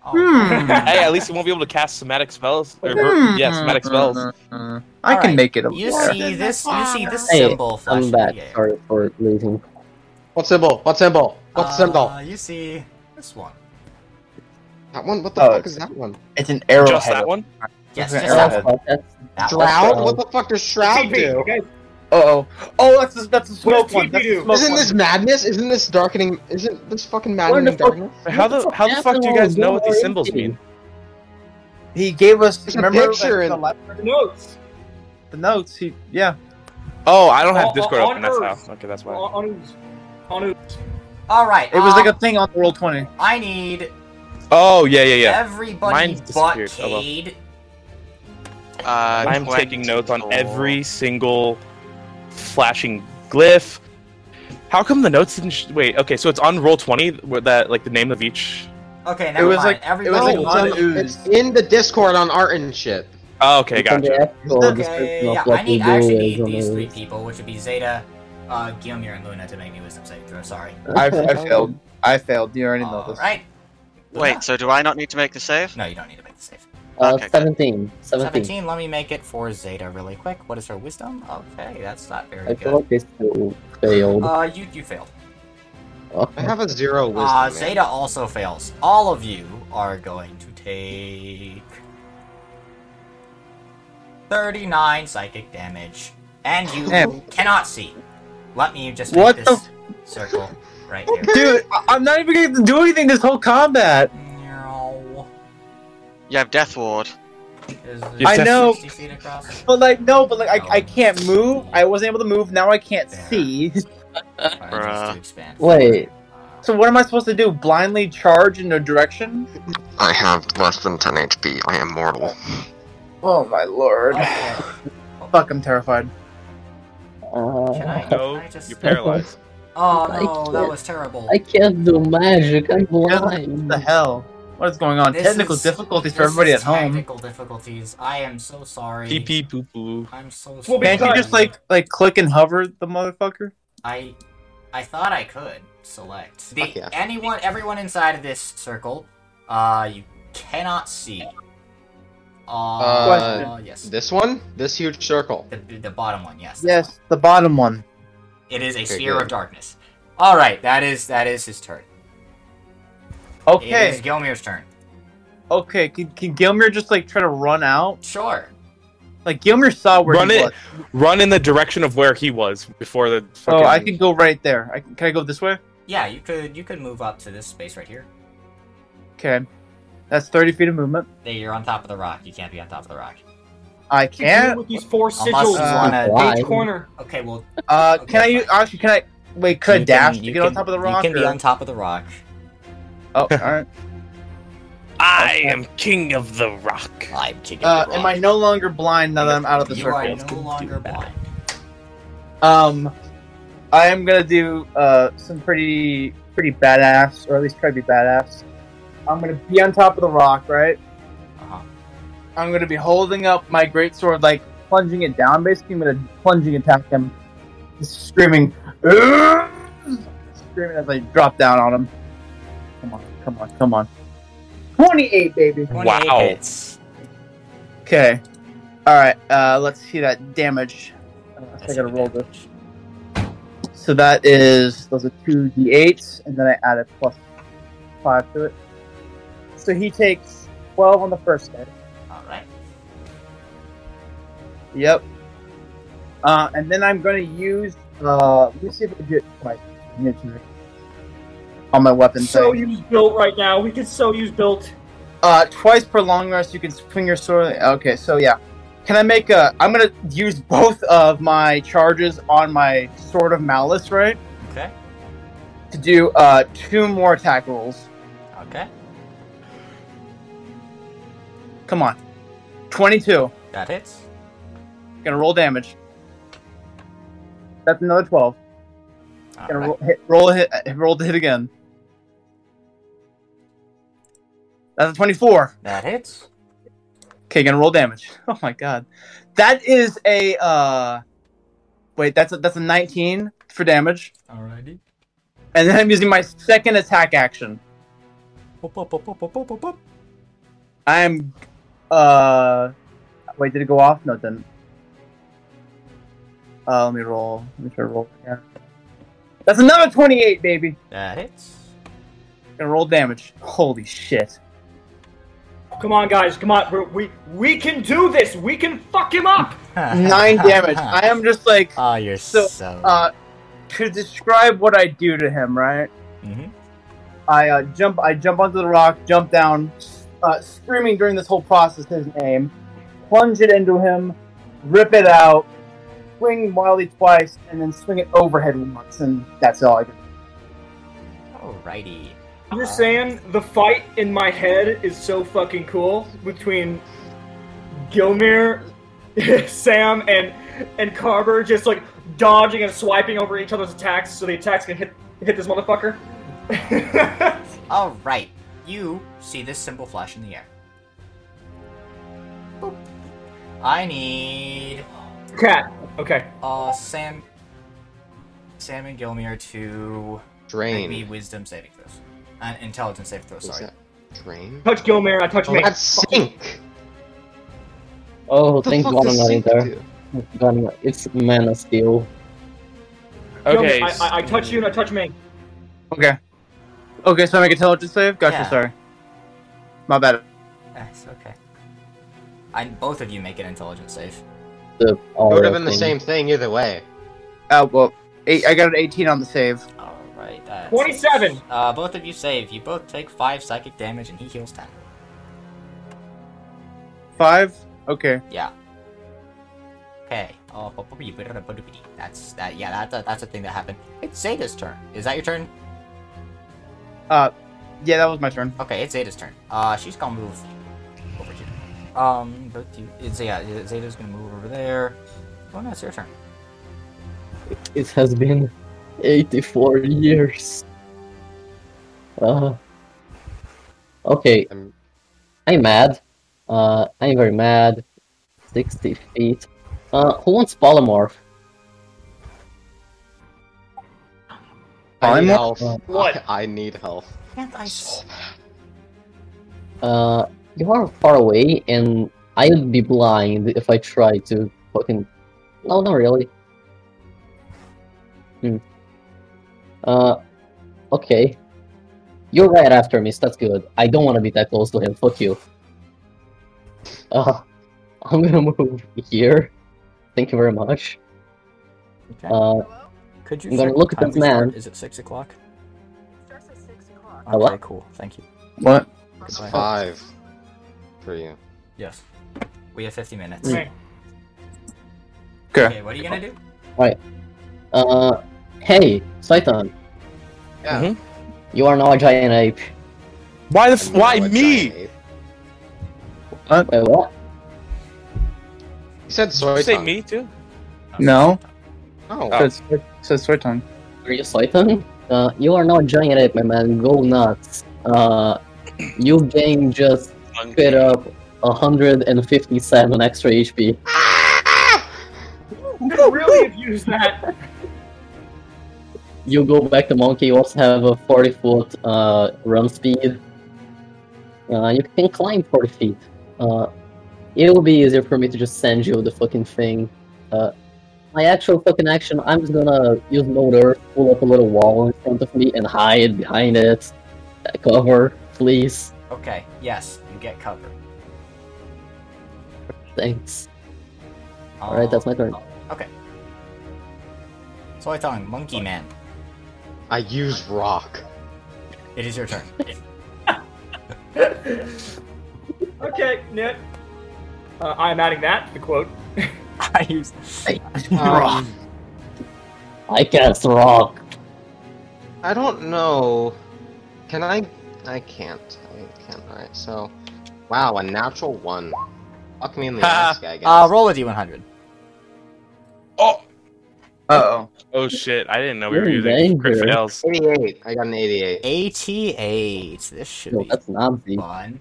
S5: Hmm.
S7: hey, at least he won't be able to cast somatic spells. Or,
S5: Hmm.
S7: Yeah, somatic spells.
S5: Mm-mm. I
S1: All
S5: can
S1: right.
S5: make it a um,
S1: You
S5: blur.
S1: see this? You see this
S2: Hey,
S1: symbol flash
S2: I'm
S1: in
S2: back.
S1: the air.
S2: Sorry for losing.
S3: What symbol? What symbol? What
S1: Uh,
S3: symbol?
S1: you see this one.
S3: That one? What the
S6: uh,
S5: oh,
S3: fuck is that one?
S5: It's an arrowhead.
S7: Just that one?
S1: Yes,
S5: It's an
S1: just that
S5: arrowhead.
S1: one. That one.
S3: Shroud?
S2: um,
S3: What the fuck does Shroud
S6: TP,
S3: do?
S6: okay?
S5: Oh, oh, that's the, that's the smoke
S6: Where's
S5: one. That's the
S6: TP2?
S5: smoke
S3: Isn't
S5: one.
S3: this madness? Isn't this darkening? Isn't this fucking
S5: Where the
S3: maddening
S5: fuck-
S3: darkness?
S7: How the, how the fuck do you guys know what these symbols mean?
S5: He gave us
S3: There's a
S5: remember like,
S3: picture in-
S5: the, letter-
S6: Notes.
S5: the notes. He yeah.
S7: Oh, I don't have
S6: On-
S7: Discord
S6: on
S7: open.
S1: oh,
S7: That's
S6: Earth.
S7: how. Okay, that's why.
S6: On on who's? On who's?
S1: All right.
S5: It was like
S1: um,
S5: a thing on the roll twenty.
S1: I need
S7: Oh, yeah, yeah, yeah.
S1: everybody
S7: Mine's
S1: but
S7: disappeared. Oh, well.
S1: Cade.
S4: Uh,
S7: I'm taking notes on
S4: 24.
S7: every single flashing glyph. How come the notes didn't? Sh- Wait, okay, so it's on roll twenty where that like the name of each.
S1: Okay, never
S5: was
S1: mind.
S5: like- it was like
S1: everybody. but-
S5: on
S3: It's, on-
S5: ooze.
S3: it's in the Discord on art and shit.
S7: Oh, okay, gotcha.
S1: okay, yeah, I need. I actually need these three people, which would be Zeta, uh, Gilmir, and Luna, to make me wisdom saving throw. Sorry.
S5: I, I failed. I failed. You already know
S1: All
S5: this.
S1: right.
S4: Wait, so do I not need to make the save?
S1: No, you don't need to make the save.
S2: Uh,
S4: Okay.
S2: 17. 17.
S1: Seventeen. Let me make it for Zeta really quick. What is her wisdom? Okay, that's not very
S2: I feel
S1: good.
S2: like they still failed.
S1: Uh, you you failed.
S3: I have a zero wisdom.
S1: Uh,
S3: man.
S1: Zeta also fails. All of you are going to take 39 psychic damage, and you
S5: Damn.
S1: cannot see. Let me just make
S5: What the
S1: this circle right here.
S5: Dude, I- I'm not even going to do anything this whole combat.
S1: No.
S4: You have Death Ward.
S1: Is it
S7: You
S5: I know.
S1: 60 feet across?
S5: But like no, but like I, I can't move. I wasn't able to move. Now I can't see. Uh,
S1: Fine, just
S4: Bruh.
S1: to expand.
S2: Wait,
S5: So what am I supposed to do? Blindly charge in a direction?
S3: I have less than 10 HP. I am mortal.
S5: Oh my lord!
S1: Okay.
S5: Fuck, I'm terrified.
S2: uh,
S1: Oh. Can I?
S8: No,
S1: can I just...
S8: you're paralyzed.
S1: Oh
S2: I
S1: no, that
S2: can't-
S1: was terrible.
S2: I can't do magic. I'm
S5: What the
S2: blind.
S5: hell? What is going on?
S1: This
S5: Technical
S1: is-
S5: difficulties for
S1: This
S5: everybody
S1: is
S5: at home.
S1: Technical difficulties. I am so sorry.
S8: Pee pee poo poo.
S1: I'm so sorry.
S6: Well,
S5: Can't you
S6: because-
S5: just like like click and hover the motherfucker?
S1: I I thought I could select the
S3: Fuck yeah.
S1: anyone everyone inside of this circle. Uh, you cannot see. Uh,
S3: Uh,
S1: yes,
S3: This one? This huge circle.
S1: the, the bottom one. Yes, that one.
S5: Yes, the bottom one.
S1: It is a
S3: Okay,
S1: sphere of
S3: good.
S1: darkness. All right, that is that is his turn. It is
S5: Okay,
S1: Gilmir's turn.
S5: okay. Can, can Gilmer just like try to run out?
S1: Sure.
S5: Like Gilmer saw where
S7: Run
S5: he
S7: it.
S5: was.
S7: Run in the direction of where he was before the.
S5: Oh,
S7: Fucking...
S5: I can go right there. I, can I go this way?
S1: Yeah, you could you could move up to this space right here.
S5: Okay, that's thirty feet of movement.
S1: There, you're on top of the rock. You can't be on top of the rock.
S5: I
S6: What you doing
S5: can't.
S6: with these four
S1: Unless you
S6: sigils
S5: Uh,
S1: wanna.
S2: why?
S6: in each corner.
S1: Okay, well,
S5: Uh,
S1: Okay,
S5: can I? Use,
S1: fine.
S5: actually, can I? Wait, could I
S1: you
S5: dash
S1: can-
S5: to
S1: you
S5: get on
S1: can-
S5: top of the rock?
S1: You can be
S5: or-
S1: on top of the rock.
S5: Oh, all right.
S7: I am king of the rock.
S1: I'm kicking
S5: Uh,
S1: the rock.
S5: am I no longer blind now that I'm out of the
S1: you
S5: circle?
S1: are no longer blind.
S5: Um, I am gonna do uh some pretty pretty badass, or at least try to be badass. I'm gonna be on top of the rock, right?
S1: Uh-huh.
S5: I'm gonna be holding up my great sword, like plunging it down. Basically, I'm gonna plunging attack him, just screaming, "Urgh!" screaming as I drop down on him. Come on, come on, come on. Twenty-eight, baby.
S1: 28
S7: Wow.
S1: hits.
S5: Okay. All right. Uh, let's see that damage. Uh, so I
S1: That's
S5: gotta
S1: good
S5: roll this.
S1: damage.
S5: So that is those are two d8s, and then I add a plus five to it. So he takes twelve on the first hit.
S1: All right.
S5: Yep. Uh, and then I'm gonna use. Uh, let me see if I can do it twice. On my weapon
S6: So
S5: thing.
S6: use built right now. We can so use built.
S5: Uh, twice per long rest, you can swing your sword. Okay, so yeah. Can I make a? I'm gonna use both of my charges on my sword of malice, right?
S1: Okay.
S5: To do uh two more attack rolls.
S1: Okay.
S5: Come on. 22.
S1: That hits.
S5: Gonna roll damage. That's another 12.
S1: All
S5: Gonna
S1: right.
S5: roll, hit, roll, a hit, uh, roll to hit again. That's a 24.
S1: That hits.
S5: Okay, gonna roll damage. Oh my god. That is a, uh... Wait, that's a, that's a 19 for damage.
S1: Alrighty.
S5: And then I'm using my second attack action.
S1: Pop, pop, pop, pop, pop, pop, pop, pop.
S5: I'm, uh... Wait, did it go off? No, it didn't. Uh, let me roll. Let me try to roll again. That's another 28, baby!
S1: That hits.
S5: and roll damage. Holy shit.
S6: Come on, guys. Come on. We're, we we can do this. We can fuck him up.
S5: Nine damage. I am just like,
S1: Oh, you're so.
S5: So, uh, to describe what I do to him, right?
S1: Mhm.
S5: I uh, jump, I jump onto the rock, jump down, uh, screaming during this whole process his name, plunge it into him, rip it out, swing wildly twice, and then swing it overhead once, and that's all I do.
S1: Alrighty.
S6: I'm just saying, the fight in my head is so fucking cool between Gilmere, Sam, and and Carver just like dodging and swiping over each other's attacks, so the attacks can hit hit this motherfucker.
S1: Alright. You see this symbol flash in the air. Boop. I need
S6: Cat. Okay.
S1: uh Sam Sam and Gilmere to make me
S3: Drain.
S1: wisdom saving throws. An intelligence saving throw,
S3: Is
S1: sorry.
S3: that drain?
S6: Touch Gilmere. I touch
S3: Oh,
S6: me.
S3: that's sink.
S2: Oh,
S3: What the
S2: thank
S3: fuck
S2: God I'm
S3: does
S2: not in
S3: sink
S2: there.
S3: do?
S2: God, I'm not- it's Man of Steel.
S7: Okay.
S6: Gilmere, I, I, I touch you and I touch me.
S5: Okay. Okay, so I make intelligence save? Gotcha,
S1: Yeah.
S5: sorry. My bad.
S1: That's okay. I both of you make an intelligence save.
S2: The
S3: It would
S2: aura
S3: have been the
S2: thing.
S3: same thing either way.
S5: Uh, well, eight, I got an 18 on the save.
S1: All right. That's
S6: 27.
S1: Uh, both of you save. You both take five psychic damage, and he heals ten.
S5: Five? Okay.
S1: Yeah. Okay. Oh, bu- bu- bu- bu- bu- bu- bu- bu- that's that. Yeah, that's a, that's a thing that happened. It's Zeta's turn. Is that your turn?
S5: Uh, Yeah, that was my turn.
S1: Okay, it's Zeta's turn. Uh, she's gonna move over here. Um, but you, it's, yeah, Zeta's gonna move over there. Oh no, it's your turn.
S2: It has been 84 years. Uh, okay,
S3: I'm-
S2: I'm mad. Uh, I'm very mad. 60 feet. Uh, who wants polymorph?
S3: I
S5: I'm
S3: need
S5: not-
S3: health.
S6: What?
S3: I, I need health.
S1: Can't I? s-
S2: Uh, you are far away, and I'd be blind if I try to fucking. No, not really. Hmm. Uh, okay. You're right after me, so that's good. I don't want to be that close to him. Fuck you. Uh, I'm gonna move here. Thank you very much.
S1: Okay.
S2: Uh,
S1: Could you?
S2: I'm gonna
S1: check
S2: look
S1: the
S2: at
S1: time
S2: this
S1: we start?
S2: man.
S1: Is it six o'clock?
S8: Starts at six o'clock.
S1: Okay,
S2: Hello?
S1: cool. Thank you.
S5: What?
S3: It's
S1: Goodbye.
S3: five for you.
S1: Yes. We have 50 minutes.
S6: Okay.
S7: Okay.
S1: Okay, what are you gonna do?
S2: uh, hey, Saitan,
S3: Yeah.
S7: Mhm.
S2: you are now a giant ape.
S7: Why the? F-
S3: I'm
S7: why
S3: now a
S7: me?
S3: giant ape.
S2: Wait, what?
S3: You said soy.
S7: You say
S3: tongue.
S7: me too?
S5: No.
S3: No.
S7: Oh.
S5: Says says swear tongue.
S2: Are you Saitan? Uh, you are not giant ape, my man. Go nuts. Uh, you gain just straight up 157 extra HP.
S6: Could really have used that.
S2: You go back to monkey. You also have a 40 foot uh, run speed. Uh, you can climb 40 feet. Uh, it will be easier for me to just send you the fucking thing. Uh, my actual fucking action, I'm just gonna use motor, pull up a little wall in front of me, and hide behind it. Cover, please.
S1: Okay, yes, you get cover.
S2: Thanks. Alright, that's my turn.
S1: Soy Tongue, Monkey Man,
S3: I use rock.
S1: it is your turn.
S6: okay, Nick. Uh, I am adding that to the quote.
S1: I use.
S3: Um,
S2: I cast rock.
S3: I don't know. Can I? I can't. I can't. All right. So, wow, a natural one. Fuck me in the
S7: Ha.
S3: ass, guy.
S1: Uh, roll a d100.
S7: Oh,
S5: Uh oh.
S7: oh shit! I didn't know we were
S2: You're
S7: using crit
S2: dangerous.
S7: fails.
S3: Eighty-eight. I got an eighty-eight.
S1: 88. This should
S2: No,
S1: be
S2: that's Nazi.
S1: fun.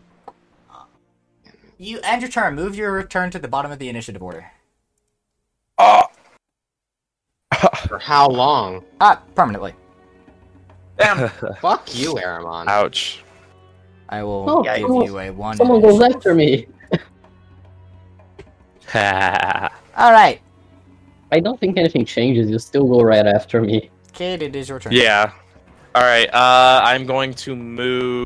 S1: You end your turn. Move your return to the bottom of the initiative order.
S7: Oh,
S3: For how long?
S1: Ah, permanently.
S3: Fuck you, Aramon.
S7: ouch!
S1: I will
S2: Oh,
S1: give
S2: someone-
S1: you a one.
S2: Someone goes after me.
S1: All right,
S2: I don't think anything changes. You still go right after me.
S1: Kid, it is your turn.
S7: yeah. All right. Uh, I'm going to move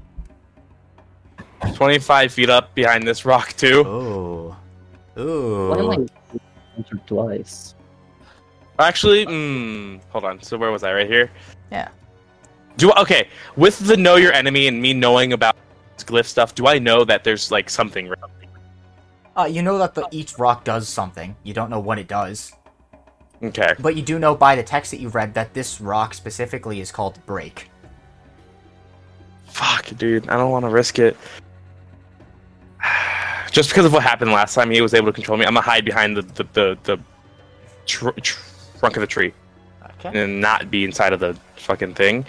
S7: 25 feet up behind this rock too.
S1: Ooh.
S2: Why am I
S1: Oh. Ooh.
S2: entered twice?
S7: Actually, mm, hold on. So where was I? Right here.
S1: Yeah.
S7: Do I, okay with the know your enemy and me knowing about glyph stuff. Do I know that there's like something? wrong?
S1: Uh, you know that the each rock does something. You don't know what it does,
S7: Okay.
S1: but you do know by the text that you read that this rock specifically is called Break.
S7: Fuck, dude. I don't want to risk it. Just because of what happened last time, he was able to control me. I'm gonna hide behind the the the, the tr- tr- trunk of the tree.
S1: Okay.
S7: and not be inside of the fucking thing.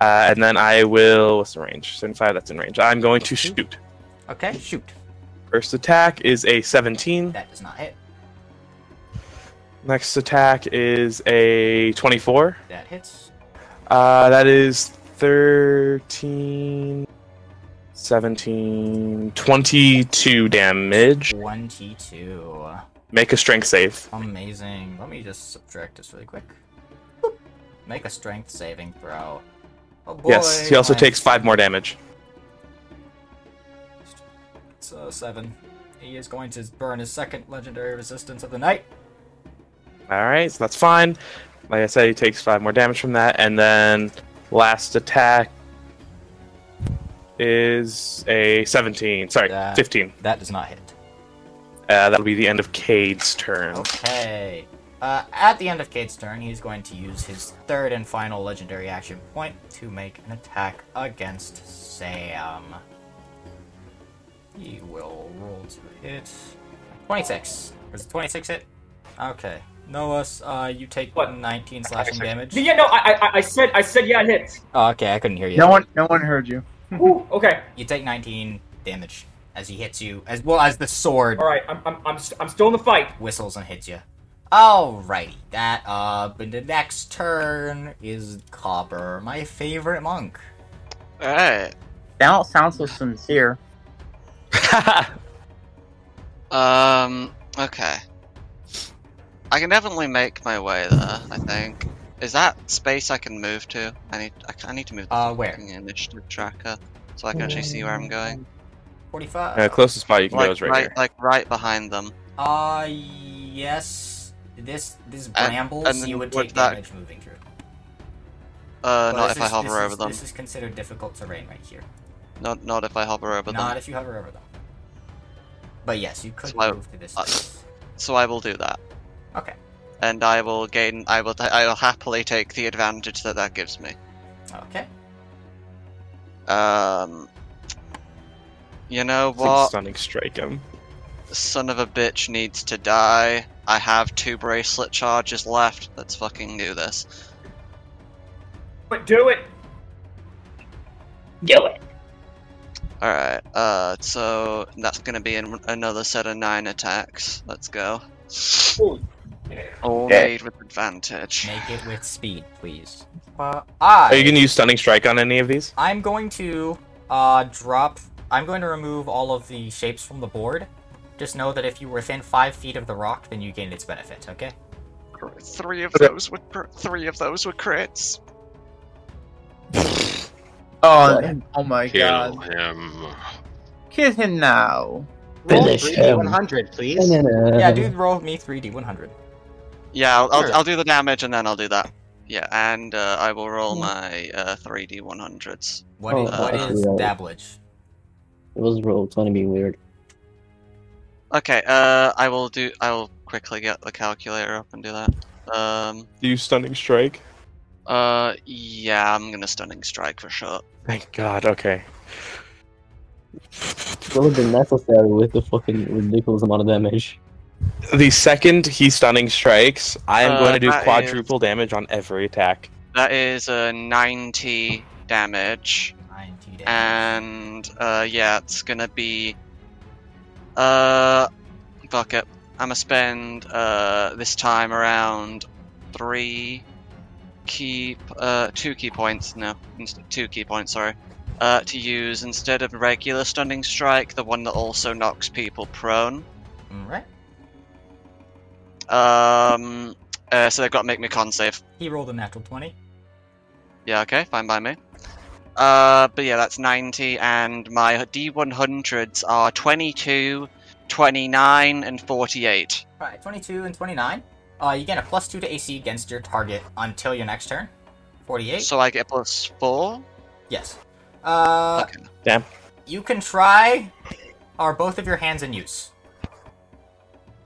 S7: Uh, and then I will. What's the range? 75, that's in range. I'm going to shoot.
S1: Okay. Shoot.
S7: First attack is a 17.
S1: That does not hit.
S7: Next attack is a 24.
S1: That hits.
S7: Uh, that is 13, 17, 22 damage.
S1: One T two.
S7: Make a strength save.
S1: Amazing. Let me just subtract this really quick. Boop. Make a strength saving throw. Oh boy.
S7: yes, he also
S1: my-
S7: takes 5 more damage.
S1: It's uh, seven. He is going to burn his second legendary resistance of the night.
S7: Alright, so that's fine. Like I said, he takes five more damage from that, and then last attack is a 17. Sorry,
S1: That-
S7: 15.
S1: That does not hit.
S7: Uh, that'll be the end of Cade's turn.
S1: Okay. Uh, at the end of Kate's turn, he's going to use his third and final legendary action point to make an attack against Sam. He will roll to hit. 26. Is it 26 hit? Okay. Noahs, uh, you take
S6: What?
S1: 19 slashing damage.
S6: Yeah, no, I, I, I said, I said, yeah, it hits.
S1: Oh, okay, I couldn't hear you.
S5: No one, no one heard you.
S6: Ooh, okay,
S1: You take 19 damage as he hits you, as well as the sword
S6: all right, I'm, I'm, I'm, st- I'm still in the fight.
S1: whistles and hits you. Alrighty, that uh, but the next turn is Copper, my favorite monk.
S4: Alright.
S5: That don't sound so sincere.
S4: Um. Okay. I can definitely make my way there. I think. Is that space I can move to? I need. I, can- I need to move. the
S1: Uh, where?
S4: fucking Initiative tracker, so I can actually see where I'm going.
S1: Forty-five.
S7: Uh, closest spot you can go
S4: Like
S7: is right, here.
S4: like right behind them.
S1: Uh, yes. This this
S4: And-
S1: brambles
S4: and then
S1: you would
S4: what's
S1: take
S4: that?
S1: damage moving through.
S4: Uh,
S1: Well,
S4: not
S1: this
S4: if I
S1: is-
S4: hover
S1: this
S4: over
S1: is-
S4: them.
S1: This is considered difficult terrain right here.
S4: Not not if I hover over
S1: Not
S4: them.
S1: if you hover over them. But yes, you could
S4: So I-
S1: move to this.
S4: I-
S1: space.
S4: So I will do that.
S1: Okay.
S4: And I will gain. I will. I will happily take the advantage that that gives me.
S1: Okay.
S4: Um. You know
S7: It's like
S4: what?
S7: stunning strike him.
S4: son of a bitch needs to die. I have two bracelet charges left. Let's fucking do this.
S6: But do it.
S4: Alright, uh, so that's gonna be an, another set of nine attacks. Let's go. All
S5: Okay.
S4: made with advantage.
S1: Make it with speed, please. Uh, I.
S7: Are you gonna use stunning strike on any of these?
S1: I'm going to uh, drop. I'm going to remove all of the shapes from the board. Just know that if you were within five feet of the rock, then you gain its benefit. Okay.
S4: Cr- Three of
S7: Okay.
S4: those were cr- three of those were crits.
S5: Oh, oh my
S3: Kill
S5: god.
S3: him.
S5: Kill him now.
S3: Roll
S2: Finish
S3: 3d100, please.
S1: Yeah, dude, roll me 3d100.
S4: Yeah, I'll, I'll,
S1: Sure.
S4: I'll do the damage and then I'll do that. Yeah, and uh, I will roll my uh, 3d 100s.
S1: Hmm. What is,
S4: Oh,
S1: what
S4: uh,
S1: is
S2: yeah.
S1: dabblage?
S2: It was roll twenty being weird.
S4: Okay, uh, I will do. I will quickly get the calculator up and do that. Um,
S7: Use stunning strike.
S4: Uh, yeah, I'm gonna stunning strike for sure.
S7: Thank God. Okay.
S2: It would been necessary with the fucking ridiculous amount of damage.
S7: The second he stunning strikes, I am
S4: Uh,
S7: going to do
S4: that
S7: quadruple damage on every attack.
S4: That is a 90 damage,
S1: 90 damage.
S4: and uh, yeah, it's gonna be. Uh, fuck it. I'm gonna spend uh this time around three keep uh two key points no inst- two key points sorry uh to use instead of regular stunning strike the one that also knocks people prone
S1: Alright.
S4: um uh, so they've got to make me con save
S1: He rolled a natural 20.
S4: Yeah, okay, fine by me. Uh, but yeah, that's 90, and my D100s are 22, 29, and 48.
S1: Alright, 22 and 29. Uh, you gain a plus 2 to AC against your target until your next turn. 48?
S4: So I get plus 4?
S1: yes. Uh,
S4: Okay.
S7: Damn.
S1: You can try. Are both of your hands in use?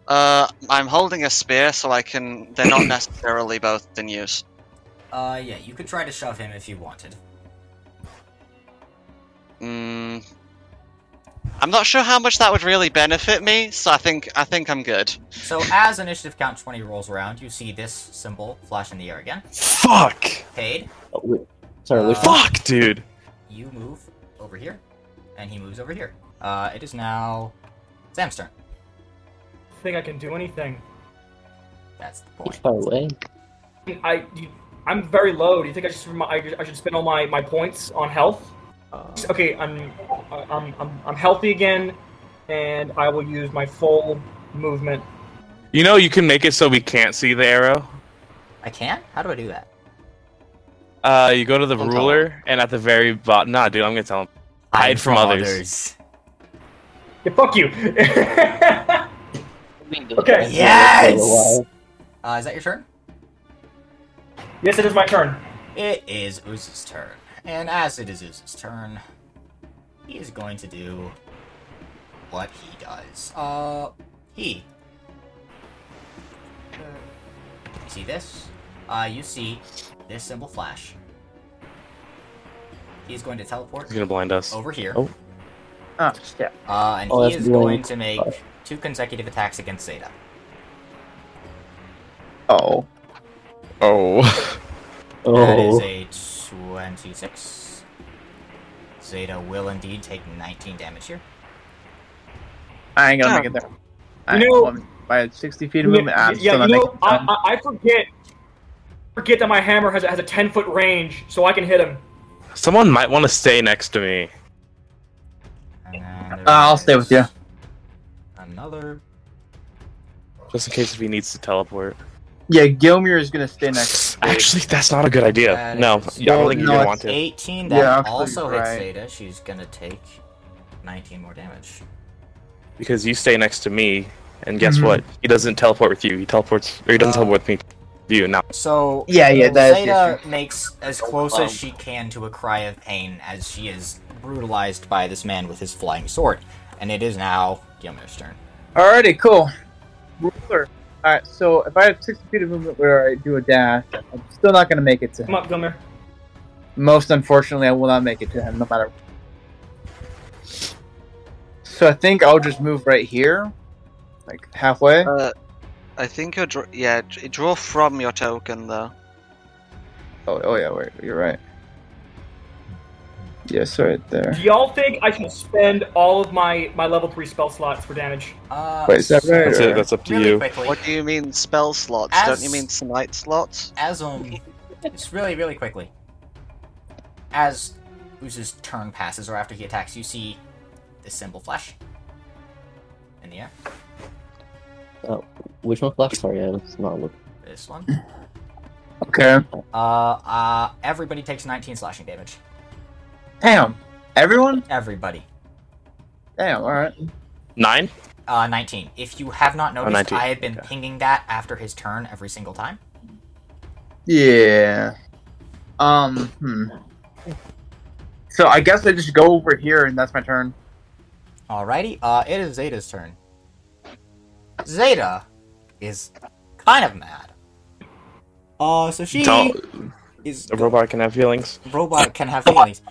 S4: Uh, I'm holding a spear, so I can. They're not necessarily both in use.
S1: Uh, yeah, you could try to shove him if you wanted.
S4: Mm. I'm not sure how much that would really benefit me, so I think I think I'm good.
S1: So as initiative count 20 rolls around, you see this symbol flash in the air again.
S7: Fuck.
S1: Cade,
S2: Oh, wait. Sorry, which
S1: Uh,
S2: one?
S7: Fuck, dude.
S1: you move over here, and he moves over here. Uh, it is now Sam's turn.
S6: Think I can do anything?
S1: That's the
S2: He's
S1: point.
S2: far away.
S6: I, you, I'm very low. Do you think I just, remi- I, I should spend all my, my points on health?
S1: Uh,
S6: Okay, I'm, I- I'm, I'm, I'm healthy again, and I will use my full movement.
S7: You know you can make it so we can't see the arrow.
S1: I can? How do I do that?
S7: Uh, you go to the
S4: Don't tell
S7: ruler, and at the very bottom. Nah, dude, I'm gonna tell him. Hide from others.
S6: Yeah, fuck you. okay.
S1: Yes! Uh, is that your turn?
S6: Yes, it is my turn.
S1: It is Uza's turn. And as it is Uza's turn, he is going to do what he does. Uh, He. You see this? Uh, you see this symbol flash. He's going to teleport
S7: He's gonna blind us.
S1: over here.
S7: Oh.
S5: Oh, yeah.
S1: Uh, and
S2: Oh,
S1: he
S2: that's
S1: is
S2: blue.
S1: going to make two consecutive attacks against Zeta.
S5: Oh.
S7: Oh.
S1: That
S2: Oh,
S1: is a 26. Zeta will indeed take 19 damage here.
S5: I ain't gonna
S4: Yeah.
S5: make it there. I
S6: You know-
S5: by 60 feet of movement, I'm
S6: yeah,
S5: still
S6: you
S5: not
S6: know,
S5: making
S6: I, I, I forget forget that my hammer has, a- has a 10 foot range, so I can hit him.
S7: Someone might want to stay next to me.
S1: And then there
S5: I'll stay with you.
S1: is Another.
S7: Just in case if he needs to teleport.
S5: Yeah, Gilmere is gonna stay next.
S7: Actually, that's not a good idea.
S1: That
S7: No,
S1: is-
S7: I don't think
S5: No,
S7: you're gonna
S5: it's
S7: want to.
S1: 18
S5: Yeah,
S1: that
S5: actually,
S1: also
S5: you're
S1: hits
S5: right.
S1: Zeta. She's gonna take 19 more damage.
S7: Because you stay next to me, and guess
S5: Mhm.
S7: what? He doesn't teleport with you. He teleports, or he doesn't
S5: Ah.
S1: Uh,
S7: teleport with me. You now.
S1: So
S5: Yeah, yeah, that is the
S1: Zeta makes as close as she can to a cry of pain as she is brutalized by this man with his flying sword, and it is now Gilmer's turn.
S5: Alrighty, cool. Ruler. Alright, so if I have 60 feet of movement where I do a dash, I'm still not gonna make it to
S6: Come
S5: him.
S6: up, Gilmer.
S5: Most unfortunately, I will not make it to him, no matter. So I think I'll just move right here, like halfway.
S4: Uh, I think you draw. Yeah, d- draw from your token though.
S5: Oh, oh yeah, wait, you're right. Yes, right there.
S6: Do y'all think I should spend all of my, my level 3 spell slots for damage?
S1: Uh,
S5: Wait, is that
S1: so-
S5: right?
S7: That's it. That's up to
S1: really
S7: you.
S1: quickly,
S4: What do you mean spell slots? Don't you
S1: As-
S4: mean smite slots?
S1: as um, just really, really quickly, as Uzu's turn passes or after he attacks, you see this symbol flash in the air.
S2: Oh, which one flash? Sorry, I was not looking.
S1: This one.
S5: Okay.
S1: Uh, uh, everybody takes 19 slashing damage.
S5: Damn. Everyone?
S1: Everybody.
S5: Damn, alright.
S7: Nine?
S1: Uh, 19. If you have not noticed,
S7: 19,
S1: I have been
S7: okay.
S1: pinging that after his turn every single time.
S5: Yeah. Um, hmm. So I guess I just go over here and that's my turn.
S1: Alrighty, uh, it is Zeta's turn. Zeta is kind of mad. Uh, so she
S7: Don't-
S1: is
S7: A robot can have feelings.
S1: robot can have feelings.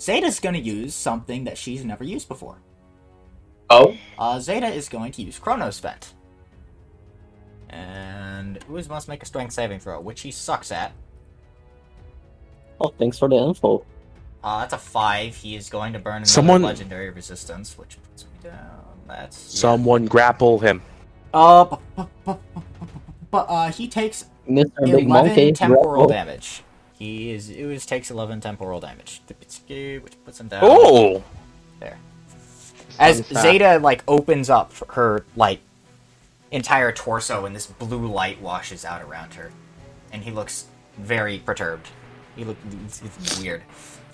S1: Zeta's gonna use something that she's never used before.
S5: Oh?
S1: Uh, Zeta is going to use Chronos Vent. And Uz must make a strength saving throw, which he sucks at.
S2: Oh, thanks for the info.
S1: Uh, that's a five. He is going to burn another
S7: Someone-
S1: legendary resistance, which puts me down. That's
S7: Someone grapple him.
S1: Uh, bu- bu- bu- bu- bu- bu- but uh, he takes
S2: Mr. Big Monkey.
S1: eleven temporal
S2: Grapple.
S1: damage. He is Uz takes eleven temporal damage, which puts him down.
S7: Oh!
S1: As
S3: Fun fact.
S1: Zeta like opens up her like entire torso, and this blue light washes out around her, and he looks very perturbed. He look it's, it's weird.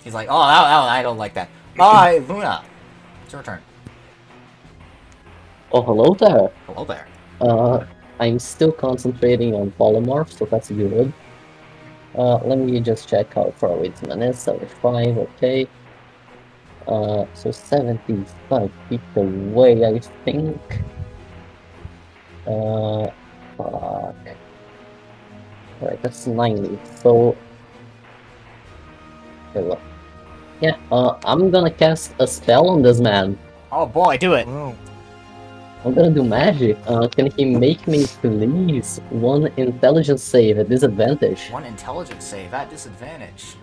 S1: He's like, oh, ow, ow, I don't like that. Hi, Luna. It's your turn.
S2: Oh, hello there.
S1: Hello there.
S2: Uh, I'm still concentrating on polymorph, so that's good. Uh, let me just check how far away it's Manessa. We're five, okay. Uh, so 75 feet away, I think. Uh, fuck. Alright, that's 90. So. Okay, look. Yeah, uh, I'm gonna cast a spell on this man.
S1: Oh boy, do it.
S2: I'm gonna do magic. Uh, can he make me please one intelligence save at disadvantage?
S1: One intelligence save at disadvantage.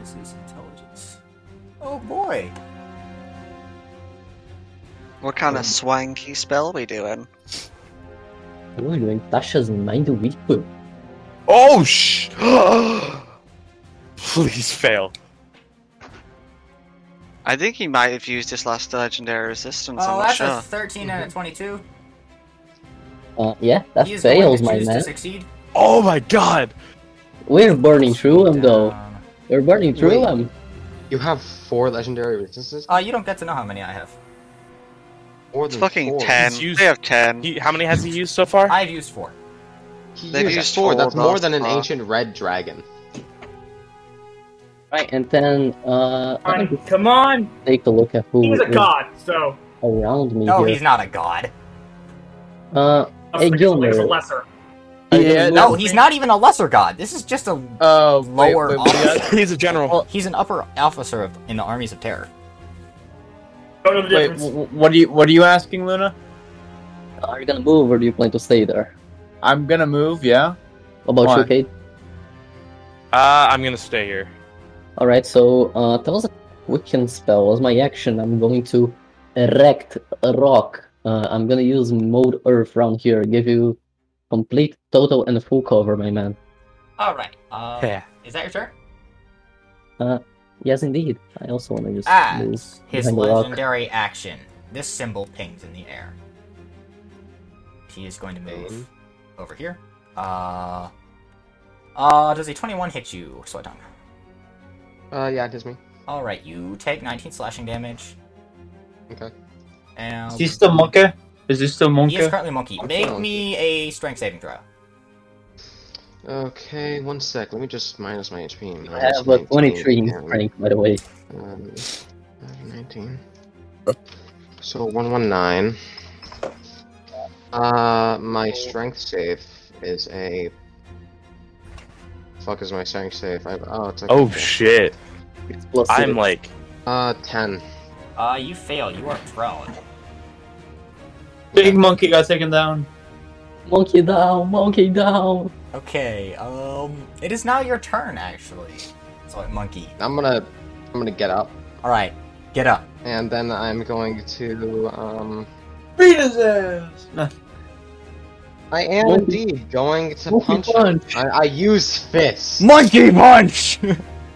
S1: This is intelligence. Oh boy.
S4: What kind
S5: Mm.
S4: of swanky spell we doing?
S2: We're doing Tasha's mind weeper.
S7: Oh, sh! Please fail.
S4: I think he might have used his last legendary resistance. I'm
S1: Oh,
S4: not
S1: that's
S4: sure.
S1: a 13 and a 22.
S2: Uh, yeah, that
S1: he is
S2: fails,
S1: going to
S2: my
S1: choose
S2: man.
S1: to succeed.
S7: Oh my god!
S2: We're burning through him though.
S1: Down.
S2: We're burning through
S3: Wait.
S2: him.
S3: You have four legendary resistances.
S1: Uh, you don't get to know how many I have.
S3: More
S4: It's
S3: than
S4: fucking
S3: four.
S4: ten.
S7: He's
S4: We
S7: used-
S4: have ten.
S7: He, how many has he used so far?
S1: I've used four.
S3: He
S4: They've
S3: used
S4: used
S3: four.
S4: four
S3: That's
S4: thus
S3: more than an
S4: far.
S3: ancient red dragon.
S2: Right, and then uh, let me
S6: Fine. Come on!
S2: take a look at who.
S6: He's a
S2: is-
S6: god, so.
S2: around me
S1: No,
S2: here.
S1: he's not a god.
S2: Uh,
S6: A
S2: Hey,
S6: freaking
S2: Gilmer.
S6: slave's a lesser.
S2: Yeah,
S1: No, he's not even a lesser god. This is just a.
S9: Oh, wait,
S1: Lower
S9: wait, we
S1: officer.
S9: got-
S7: He's a general.
S1: He's an upper officer of, in the armies of terror.
S6: Don't know the
S5: Wait,
S6: difference.
S5: wh- what are you what are you asking, Luna?
S2: Are you gonna move or do you plan to stay there?
S5: I'm gonna move. Yeah.
S2: What about
S5: Why?
S2: you, Kate?
S7: Uh, I'm gonna stay here.
S2: Alright, so uh, that was a Wiccan spell. As my action, I'm going to erect a rock. Uh, I'm gonna use Mode Earth round here, give you complete, total, and full cover, my man.
S1: All right. Uh,
S7: Yeah.
S1: Is that your turn?
S2: Uh, Yes, indeed. I also wanna just move
S1: As Ah, his
S2: behind the rock.
S1: legendary action, this symbol pings in the air. He is going to move
S2: Um.
S1: over here. Uh, uh, does a 21 hit you, Sweatong?
S3: Uh, yeah, it is me.
S1: All right, you take 19 slashing damage.
S3: Okay.
S1: And
S5: Is he still monkey? Is he still
S1: he
S5: monkey?
S1: is currently monkey. Make me a strength saving throw.
S3: Okay, one sec. Let me just minus my HP.
S2: I have a 23 in strength, by the way.
S3: Um, 19.
S7: Uh.
S3: So 119. Uh, my strength save is a. Fuck is my strength save? I, oh, it's a.
S7: Oh shit!
S2: It's plus
S7: I'm
S2: six.
S7: like
S3: Uh, 10.
S1: Uh, you fail. You are prone.
S5: Big monkey got taken down.
S2: Monkey down, monkey down!
S1: Okay. Um, it is now your turn, actually. So, monkey.
S3: I'm gonna. I'm gonna get up.
S1: All right, get up.
S3: And then I'm going to. Um,
S5: Beat his ass. Nah.
S3: I am
S2: Monkey-
S3: indeed going to
S2: Monkey
S3: punch. him.
S2: punch!
S3: I, I use fists.
S1: Monkey punch.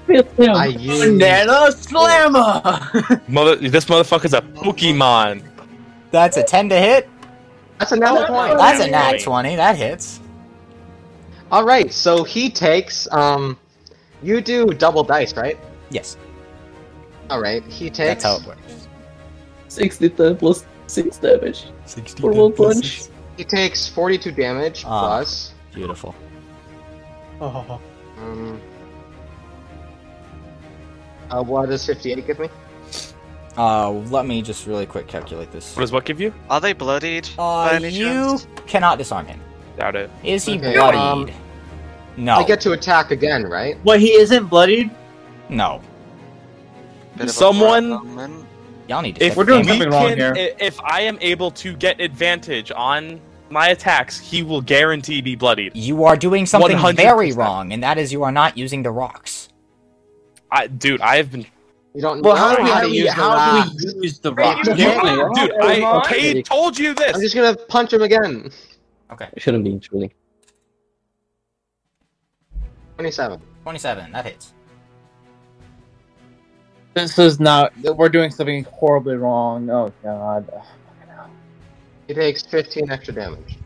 S2: Fist him!
S3: I use.
S5: Banana slammer.
S7: mother. This motherfucker's a Pokemon.
S1: That's a 10 to hit.
S3: That's another point.
S1: That's a nat 20. That hits.
S3: All right, so he takes um, you do double dice, right?
S1: Yes.
S3: All right, he takes
S1: That's how it works.
S2: 60 plus 6 damage. For one punch.
S3: he takes forty-two damage
S1: Ah.
S3: plus.
S1: Beautiful.
S5: oh.
S3: Um, uh, what does fifty-eight give me?
S1: Uh, let me just really quick calculate this.
S7: What does what give you?
S4: Are they bloodied? by
S1: Uh,
S4: any
S1: you
S4: chance?
S1: cannot disarm him.
S7: Doubt it.
S1: Is he
S3: Okay,
S5: um,
S1: bloodied? no.
S3: I get to attack again, right?
S5: What? He isn't bloodied.
S1: No.
S4: Bit of a
S7: Someone-
S4: proud moment.
S1: Y'all need to.
S7: If
S1: shut
S5: we're
S1: the
S5: doing
S1: game
S7: we
S1: up.
S5: something wrong
S7: can-
S5: here.
S7: i- If I am able to get advantage on my attacks, he will guarantee be bloodied.
S1: you are doing something
S7: 100%.
S1: very wrong, and that is you are not using the rocks.
S7: I, dude, I have been.
S3: You don't.
S5: Well,
S3: know
S5: how do we
S3: how
S5: how
S3: to
S5: do we,
S3: use the
S5: how
S3: rock.
S5: do we use the
S7: Dude,
S5: rock?
S3: Right.
S7: I Cade told you
S3: I'm
S7: this.
S3: just gonna punch him again.
S2: It shouldn't be, truly.
S3: Twenty-seven.
S1: 27. That hits.
S5: This is not. We're doing something horribly wrong. Oh god.
S3: He takes fifteen extra damage.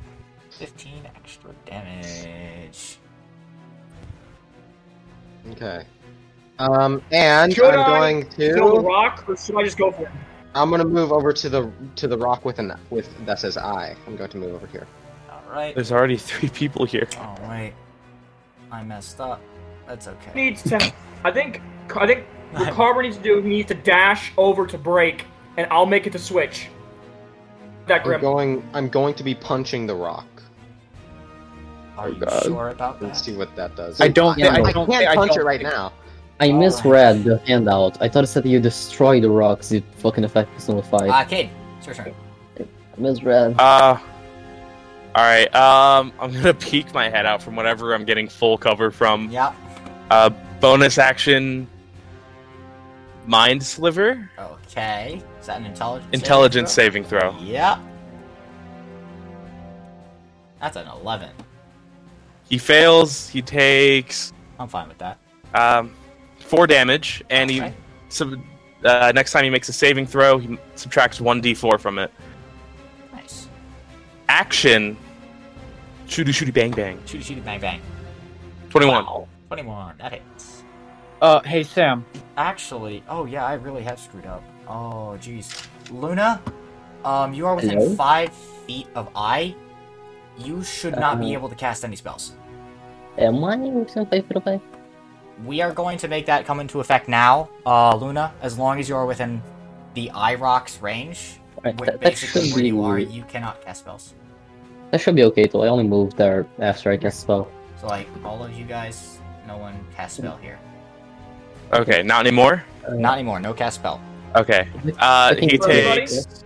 S1: 15 extra damage.
S3: Okay. Um, and
S6: Should
S3: I'm
S6: I
S3: going
S6: Kill the
S3: to.
S6: rock, or should I just go for it?
S3: I'm gonna move over to the to the rock with an with that says I. I'm going to move over here.
S1: Alright.
S7: There's already three people here.
S1: Oh, wait. I messed up. That's okay.
S6: Needs to. I think. I think what Carver needs to do. He needs to dash over to break, and I'll make it to switch. That
S3: I'm
S6: grim.
S3: going. I'm going to be punching the rock
S1: Are you
S7: Oh, God.
S1: sure about
S3: and
S1: that?
S3: see what that does.
S5: I don't.
S2: Yeah,
S5: thi-
S3: I
S5: I
S3: can't
S5: don't. thi- I
S3: punch
S5: don't
S3: it right
S5: think-
S3: now.
S2: I
S1: Alright.
S2: misread the handout. I thought it said you destroy the rocks, you fucking effect is nullified.
S3: Ah,
S1: Uh, Kid, it's your turn.
S2: I misread.
S7: Uh. All right. Um, I'm gonna peek my head out from whatever I'm getting full cover from.
S1: Yeah.
S7: Uh, bonus action. Mind sliver.
S1: Okay. Is that an intelligence? saving
S7: Intelligence
S1: throw?
S7: saving throw.
S1: Yep. That's an 11.
S7: He fails. He takes
S1: I'm fine with that.
S7: um, four damage, and he
S1: Okay.
S7: sub- uh, next time he makes a saving throw, he subtracts one d4 from it.
S1: Nice.
S7: Action. Shooty shooty bang bang.
S1: Shooty shooty bang bang.
S7: Twenty-one.
S1: 21. That hits.
S5: Uh, hey Sam.
S1: Actually, oh yeah, I really have screwed up. Oh jeez. Luna, um, you are within
S2: Hello?
S1: five feet of I. You should not
S2: Uh-huh.
S1: be able to cast any spells.
S2: Am I within five feet away?
S1: We are going to make that come into effect now, uh, Luna. As long as you are within the I rocks range,
S2: Right,
S1: wh-
S2: that- that
S1: basically
S2: should
S1: where
S2: be-
S1: you are, you cannot cast spells.
S2: That should be okay though. I only moved there um after I cast spell.
S1: So like all of you guys, no one cast spell here.
S7: Okay, not anymore.
S2: Uh,
S1: Not anymore. No cast spell.
S7: Okay. Uh,
S2: I think
S7: he
S2: it's okay.
S7: takes.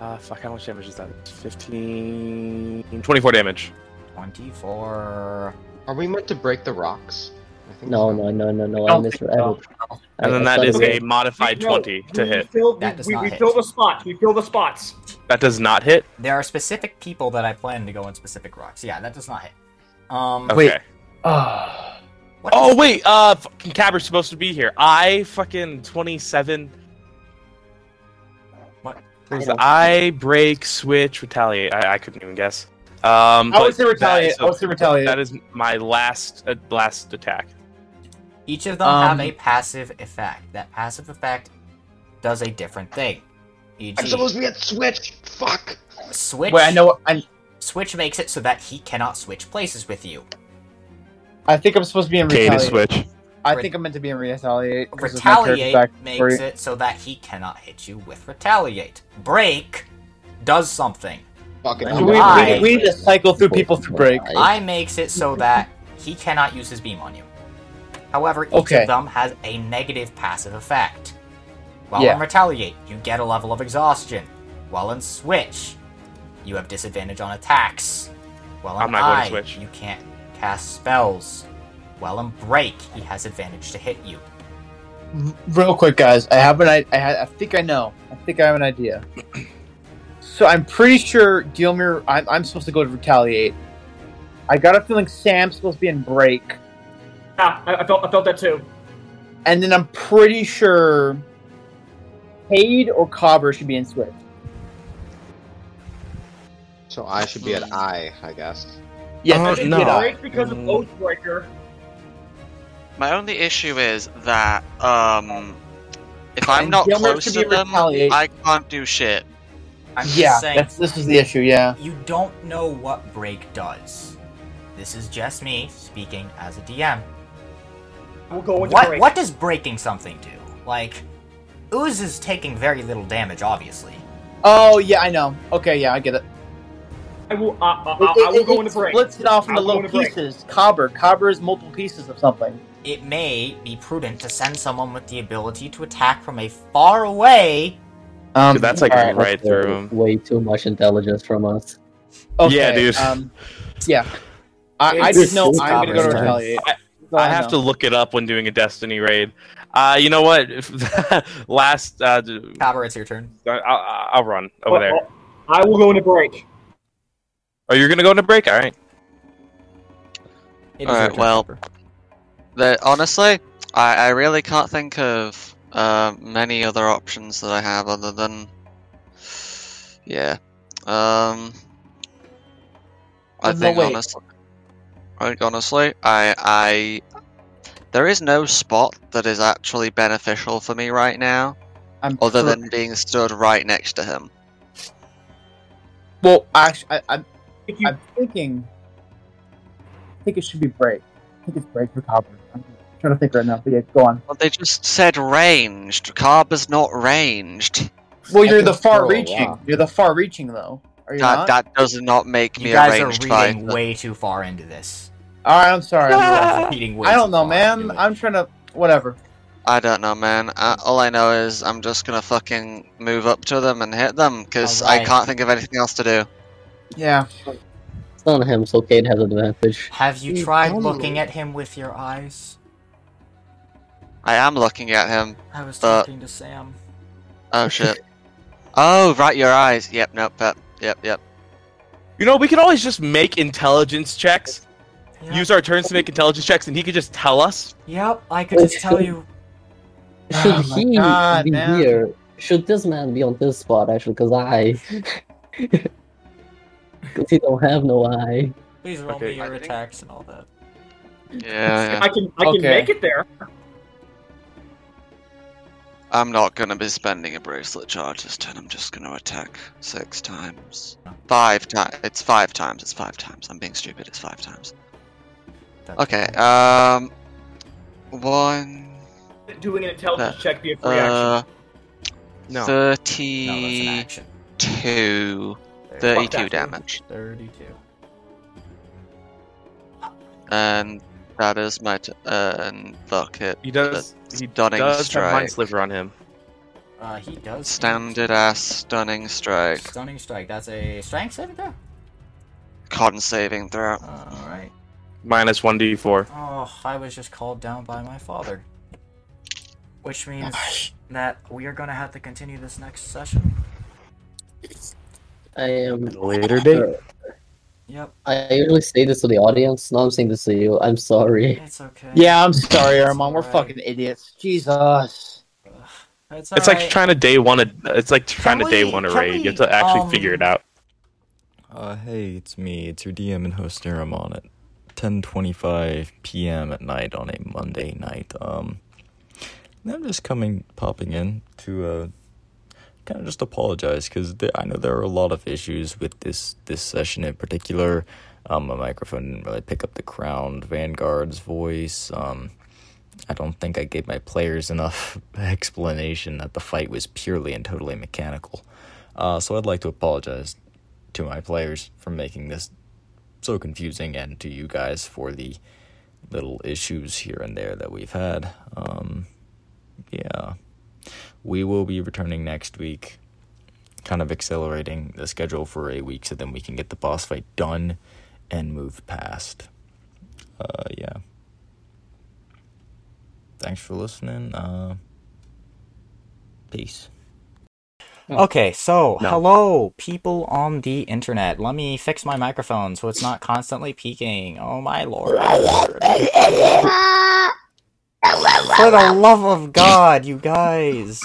S7: Uh, fuck, how much damage is that? 15. 24 damage.
S1: Twenty-four.
S3: Are we meant to break the rocks? I think
S2: No, no,
S3: so.
S2: no, no, no.
S5: I
S2: I
S5: don't
S2: missed.
S5: think
S2: I
S5: so.
S2: hope- I-
S7: And then
S2: I
S7: that
S2: thought
S7: is
S2: it
S7: a
S2: was-
S7: modified
S6: No,
S7: 20 to
S6: we
S7: hit.
S6: Fill,
S1: That does
S6: we,
S1: not
S6: we
S1: hit.
S6: fill the spots. We fill the spots.
S7: That does not hit?
S1: There are specific people that I plan to go in specific rocks. Yeah, that does not hit. Um.
S7: Okay.
S5: Wait. Ah.
S1: what is-
S7: Oh, wait. Uh, fucking Cabber's supposed to be here. I fucking 27.
S1: What?
S7: What was that? I break, switch, retaliate. I, I couldn't even guess. Um,
S5: I
S7: but
S5: was the retaliate.
S7: that-
S5: I was the retaliate.
S7: That is my last uh, last attack.
S1: Each of them
S5: Um,
S1: have a passive effect. That passive effect does a different thing. E.g.,
S3: I'm supposed to be at switch. Fuck.
S1: switch.
S5: Wait, I know. what- I
S1: Switch makes it so that he cannot switch places with you.
S5: I think I'm supposed to be in retaliate.
S7: switch.
S5: I think I'm meant to be in retaliate. 'cause it's my character
S1: Retaliate
S5: back for
S1: makes
S5: you.
S1: it so that he cannot hit you with retaliate. Break does something.
S3: Fuck it.
S2: Do
S5: So
S3: I'm
S5: we,
S3: out.
S1: Why?
S5: we, we need to cycle through people through break.
S1: I makes it so that he cannot use his beam on you. However, each
S5: Okay.
S1: of them has a negative passive effect. While
S5: Yeah.
S1: in retaliate, you get a level of exhaustion. While in switch, you have disadvantage on attacks. While in
S7: I'm not going to
S1: eye,
S7: switch.
S1: you can't cast spells. While in break, he has advantage to hit you.
S5: Real quick, guys. I have an. I, I, ha- I think I know. I think I have an idea. So I'm pretty sure Gilmer. I'm, I'm supposed to go to retaliate. I got a feeling Sam's supposed to be in break,
S6: Yeah, I, I felt I felt that too.
S5: and then I'm pretty sure Cade or Cobber should be in switch.
S3: So I should be at I, I guess.
S5: Yes,
S7: Uh,
S5: I
S6: I
S1: Oh,
S5: should
S6: think
S5: be at
S7: no.
S5: I.
S6: break because
S1: Mm.
S6: of Oathbreaker.
S4: My only issue is that um, if I'm
S5: And
S4: not
S5: Gilmer
S4: close
S5: should
S4: to
S5: be
S4: them,
S5: retaliate.
S4: I can't do shit.
S1: I'm
S5: Yeah,
S1: just saying,
S5: that's, this is the issue. Yeah.
S1: you don't know what break does. This is just me speaking as a DM.
S6: We'll go into
S1: What
S6: break.
S1: what does breaking something do? Like, Ooze is taking very little damage, obviously.
S5: Oh yeah, I know. Okay, yeah, I get it.
S6: I will. I, I, I, I will go into break.
S5: Splits it off into
S6: I'll go
S5: little
S6: into break.
S5: pieces. Cobber, Cobber is multiple pieces of something.
S1: It may be prudent to send someone with the ability to attack from a far away.
S5: Um,
S7: Dude, that's like
S5: alright,
S7: right
S2: there
S7: through
S2: was
S7: him.
S2: Ah, Way too much intelligence from us.
S5: Okay,
S7: Yeah, dude.
S5: Um, yeah. I, I just know I'm gonna go to retaliate.
S7: I-
S5: So
S7: I have
S5: know.
S7: to look it up when doing a Destiny raid. Uh, you know what? If last, uh, d-
S1: Cobber, it's your turn.
S7: I- I'll, I'll run over there.
S6: I will go into break.
S7: Oh, you're gonna go into break. All right.
S1: It is
S4: Alright,
S1: your turn,
S4: well-
S1: Cobber.
S4: That honestly, I, I really can't think of uh, many other options that I have other than yeah. Um, I
S5: There's no
S4: think
S5: way.
S4: honestly, like honestly, I I there is no spot that is actually beneficial for me right now,
S5: I'm
S4: other
S5: cor-
S4: than being stood right next to him.
S5: well, actually, I, I'm,
S6: If you,
S5: I'm thinking. I think it should be break. I think it's break for Cobber. I'm trying to think right now, but yeah, go on.
S4: Well, they just said ranged. Carber's not ranged.
S5: Well, you're
S3: can
S5: the
S3: scroll,
S5: far-reaching.
S3: yeah.
S5: You're the far-reaching, though. Are you
S4: That,
S5: not?
S4: that does not make me
S1: You
S4: a
S1: guys are
S4: ranged fighter.
S1: reading way too far into this.
S5: All right, I'm sorry.
S1: You
S5: I'm-
S1: are reading way
S5: I
S1: too
S5: don't know,
S1: far
S5: man.
S1: into it.
S5: I'm trying to. Whatever.
S4: I don't know, man. I, all I know is I'm just gonna fucking move up to them and hit them because I
S1: Alright.
S4: can't think of anything else to do.
S5: Yeah.
S2: It's not him, so Cade has advantage.
S1: Have you
S3: Ooh,
S1: tried
S3: tell me.
S1: looking at him with your eyes?
S4: I am looking at him.
S1: I was
S4: Uh,
S1: talking to Sam.
S4: Oh shit. oh, right, your eyes. Yep, nope, yep, yep, yep.
S7: You know we can always just make intelligence checks.
S1: Yep,
S7: Use our turns to make intelligence checks, and he could just tell us.
S1: yep I could just tell you.
S2: Should
S5: Oh my
S2: he
S5: God,
S2: be
S5: man.
S2: here? Should this man be on this spot actually? Because I, because he don't have no eye.
S1: Please roll
S7: Okay.
S1: me your
S4: I think-
S1: attacks and all that.
S4: Yeah, yeah.
S6: I can. I can
S5: Okay.
S6: make it there.
S4: I'm not gonna be spending a bracelet charge this turn. I'm just gonna attack six times. Five times. It's five times. It's five times. I'm being stupid. It's five times.
S1: That's
S4: Okay. Um. One.
S3: Uh,
S6: Doing an intelligence check be a free action.
S4: Uh.
S3: No.
S1: No, that's an
S4: 32,
S1: action.
S4: 32
S6: that.
S4: E
S6: E
S4: damage.
S6: 32.
S4: And that is my t- uh, and look it.
S7: He does. He
S4: Stunning
S7: does have
S4: strike.
S7: mind sliver on him.
S1: Uh, he does
S4: Standard ass stunning strike.
S1: Stunning strike. That's a strength saving throw.
S4: Con saving throw.
S1: All right.
S7: Minus one d four.
S1: Oh, I was just called down by my father. Which means that we are gonna have to continue this next session.
S2: I am.
S7: Later date.
S1: Yep,
S2: I usually say this to the audience. Now I'm saying this to you. I'm sorry.
S1: it's okay.
S5: Yeah, I'm sorry, Armand. We're
S1: Alright.
S5: fucking idiots. Jesus.
S1: it's,
S7: It's like
S1: alright.
S7: trying to day one. A, it's like trying to
S1: we-
S7: day one a
S1: can
S7: raid. You have
S1: we,
S7: to actually
S1: um,
S7: figure it out.
S9: Uh, hey, it's me. It's your DM and host Aramon at 10:25 p.m. at night on a Monday night. Um, and I'm just coming, popping in to uh, kind of just apologize because I know there are a lot of issues with this this session in particular. Um, my microphone didn't really pick up the crowned Vanguard's voice. Um, I don't think I gave my players enough explanation that the fight was purely and totally mechanical. Uh, so I'd like to apologize to my players for making this so confusing and to you guys for the little issues here and there that we've had. Um, yeah. We will be returning next week, kind of accelerating the schedule for a week so then we can get the boss fight done and move past. Uh, yeah. Thanks for listening. Uh, peace.
S1: Okay, so
S7: No.
S1: hello, people on the internet. Let me fix my microphone so it's not constantly peaking. Oh my lord.
S9: Uh,
S1: For the love of God, you guys.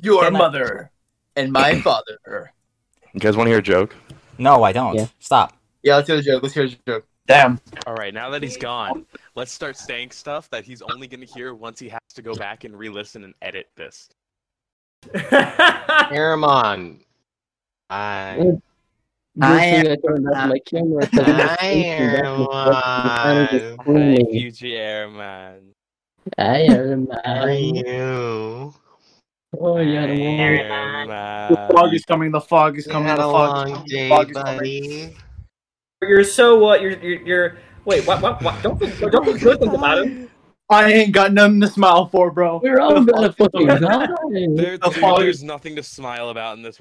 S5: Your
S1: Can I-
S5: mother and my father.
S7: You guys want to hear a joke?
S1: No, I don't.
S2: Yeah.
S1: Stop.
S5: Yeah, let's hear the joke. Let's hear the joke. Damn.
S7: All right, now that he's gone, let's start saying stuff that he's only going to hear once he has to go back and re-listen and edit this.
S3: Aramon. I.
S2: Good
S5: I
S2: thing I turned off my camera. 'cause it was thinking that was
S5: uh,
S2: what the
S3: Iron
S2: fan was screaming.
S7: Future Airman.
S2: I am.
S3: Are
S2: I-
S3: you?
S2: Oh, yeah. the one.
S5: The fog is coming. The fog is
S3: You
S5: coming. The
S3: had a
S5: fog is
S3: long
S5: coming. The
S3: day,
S5: fog is coming.
S3: buddy.
S6: You're so what? you're, you're you're. Wait, what? What? what? Don't think, don't think good things about him.
S5: I ain't got nothing to smile for, bro.
S2: We're all
S5: The
S2: gonna
S5: fog is
S2: fucking
S5: coming.
S2: die.
S7: There,
S5: The
S7: dude,
S5: fog
S7: there's
S5: is-
S7: nothing to smile about in this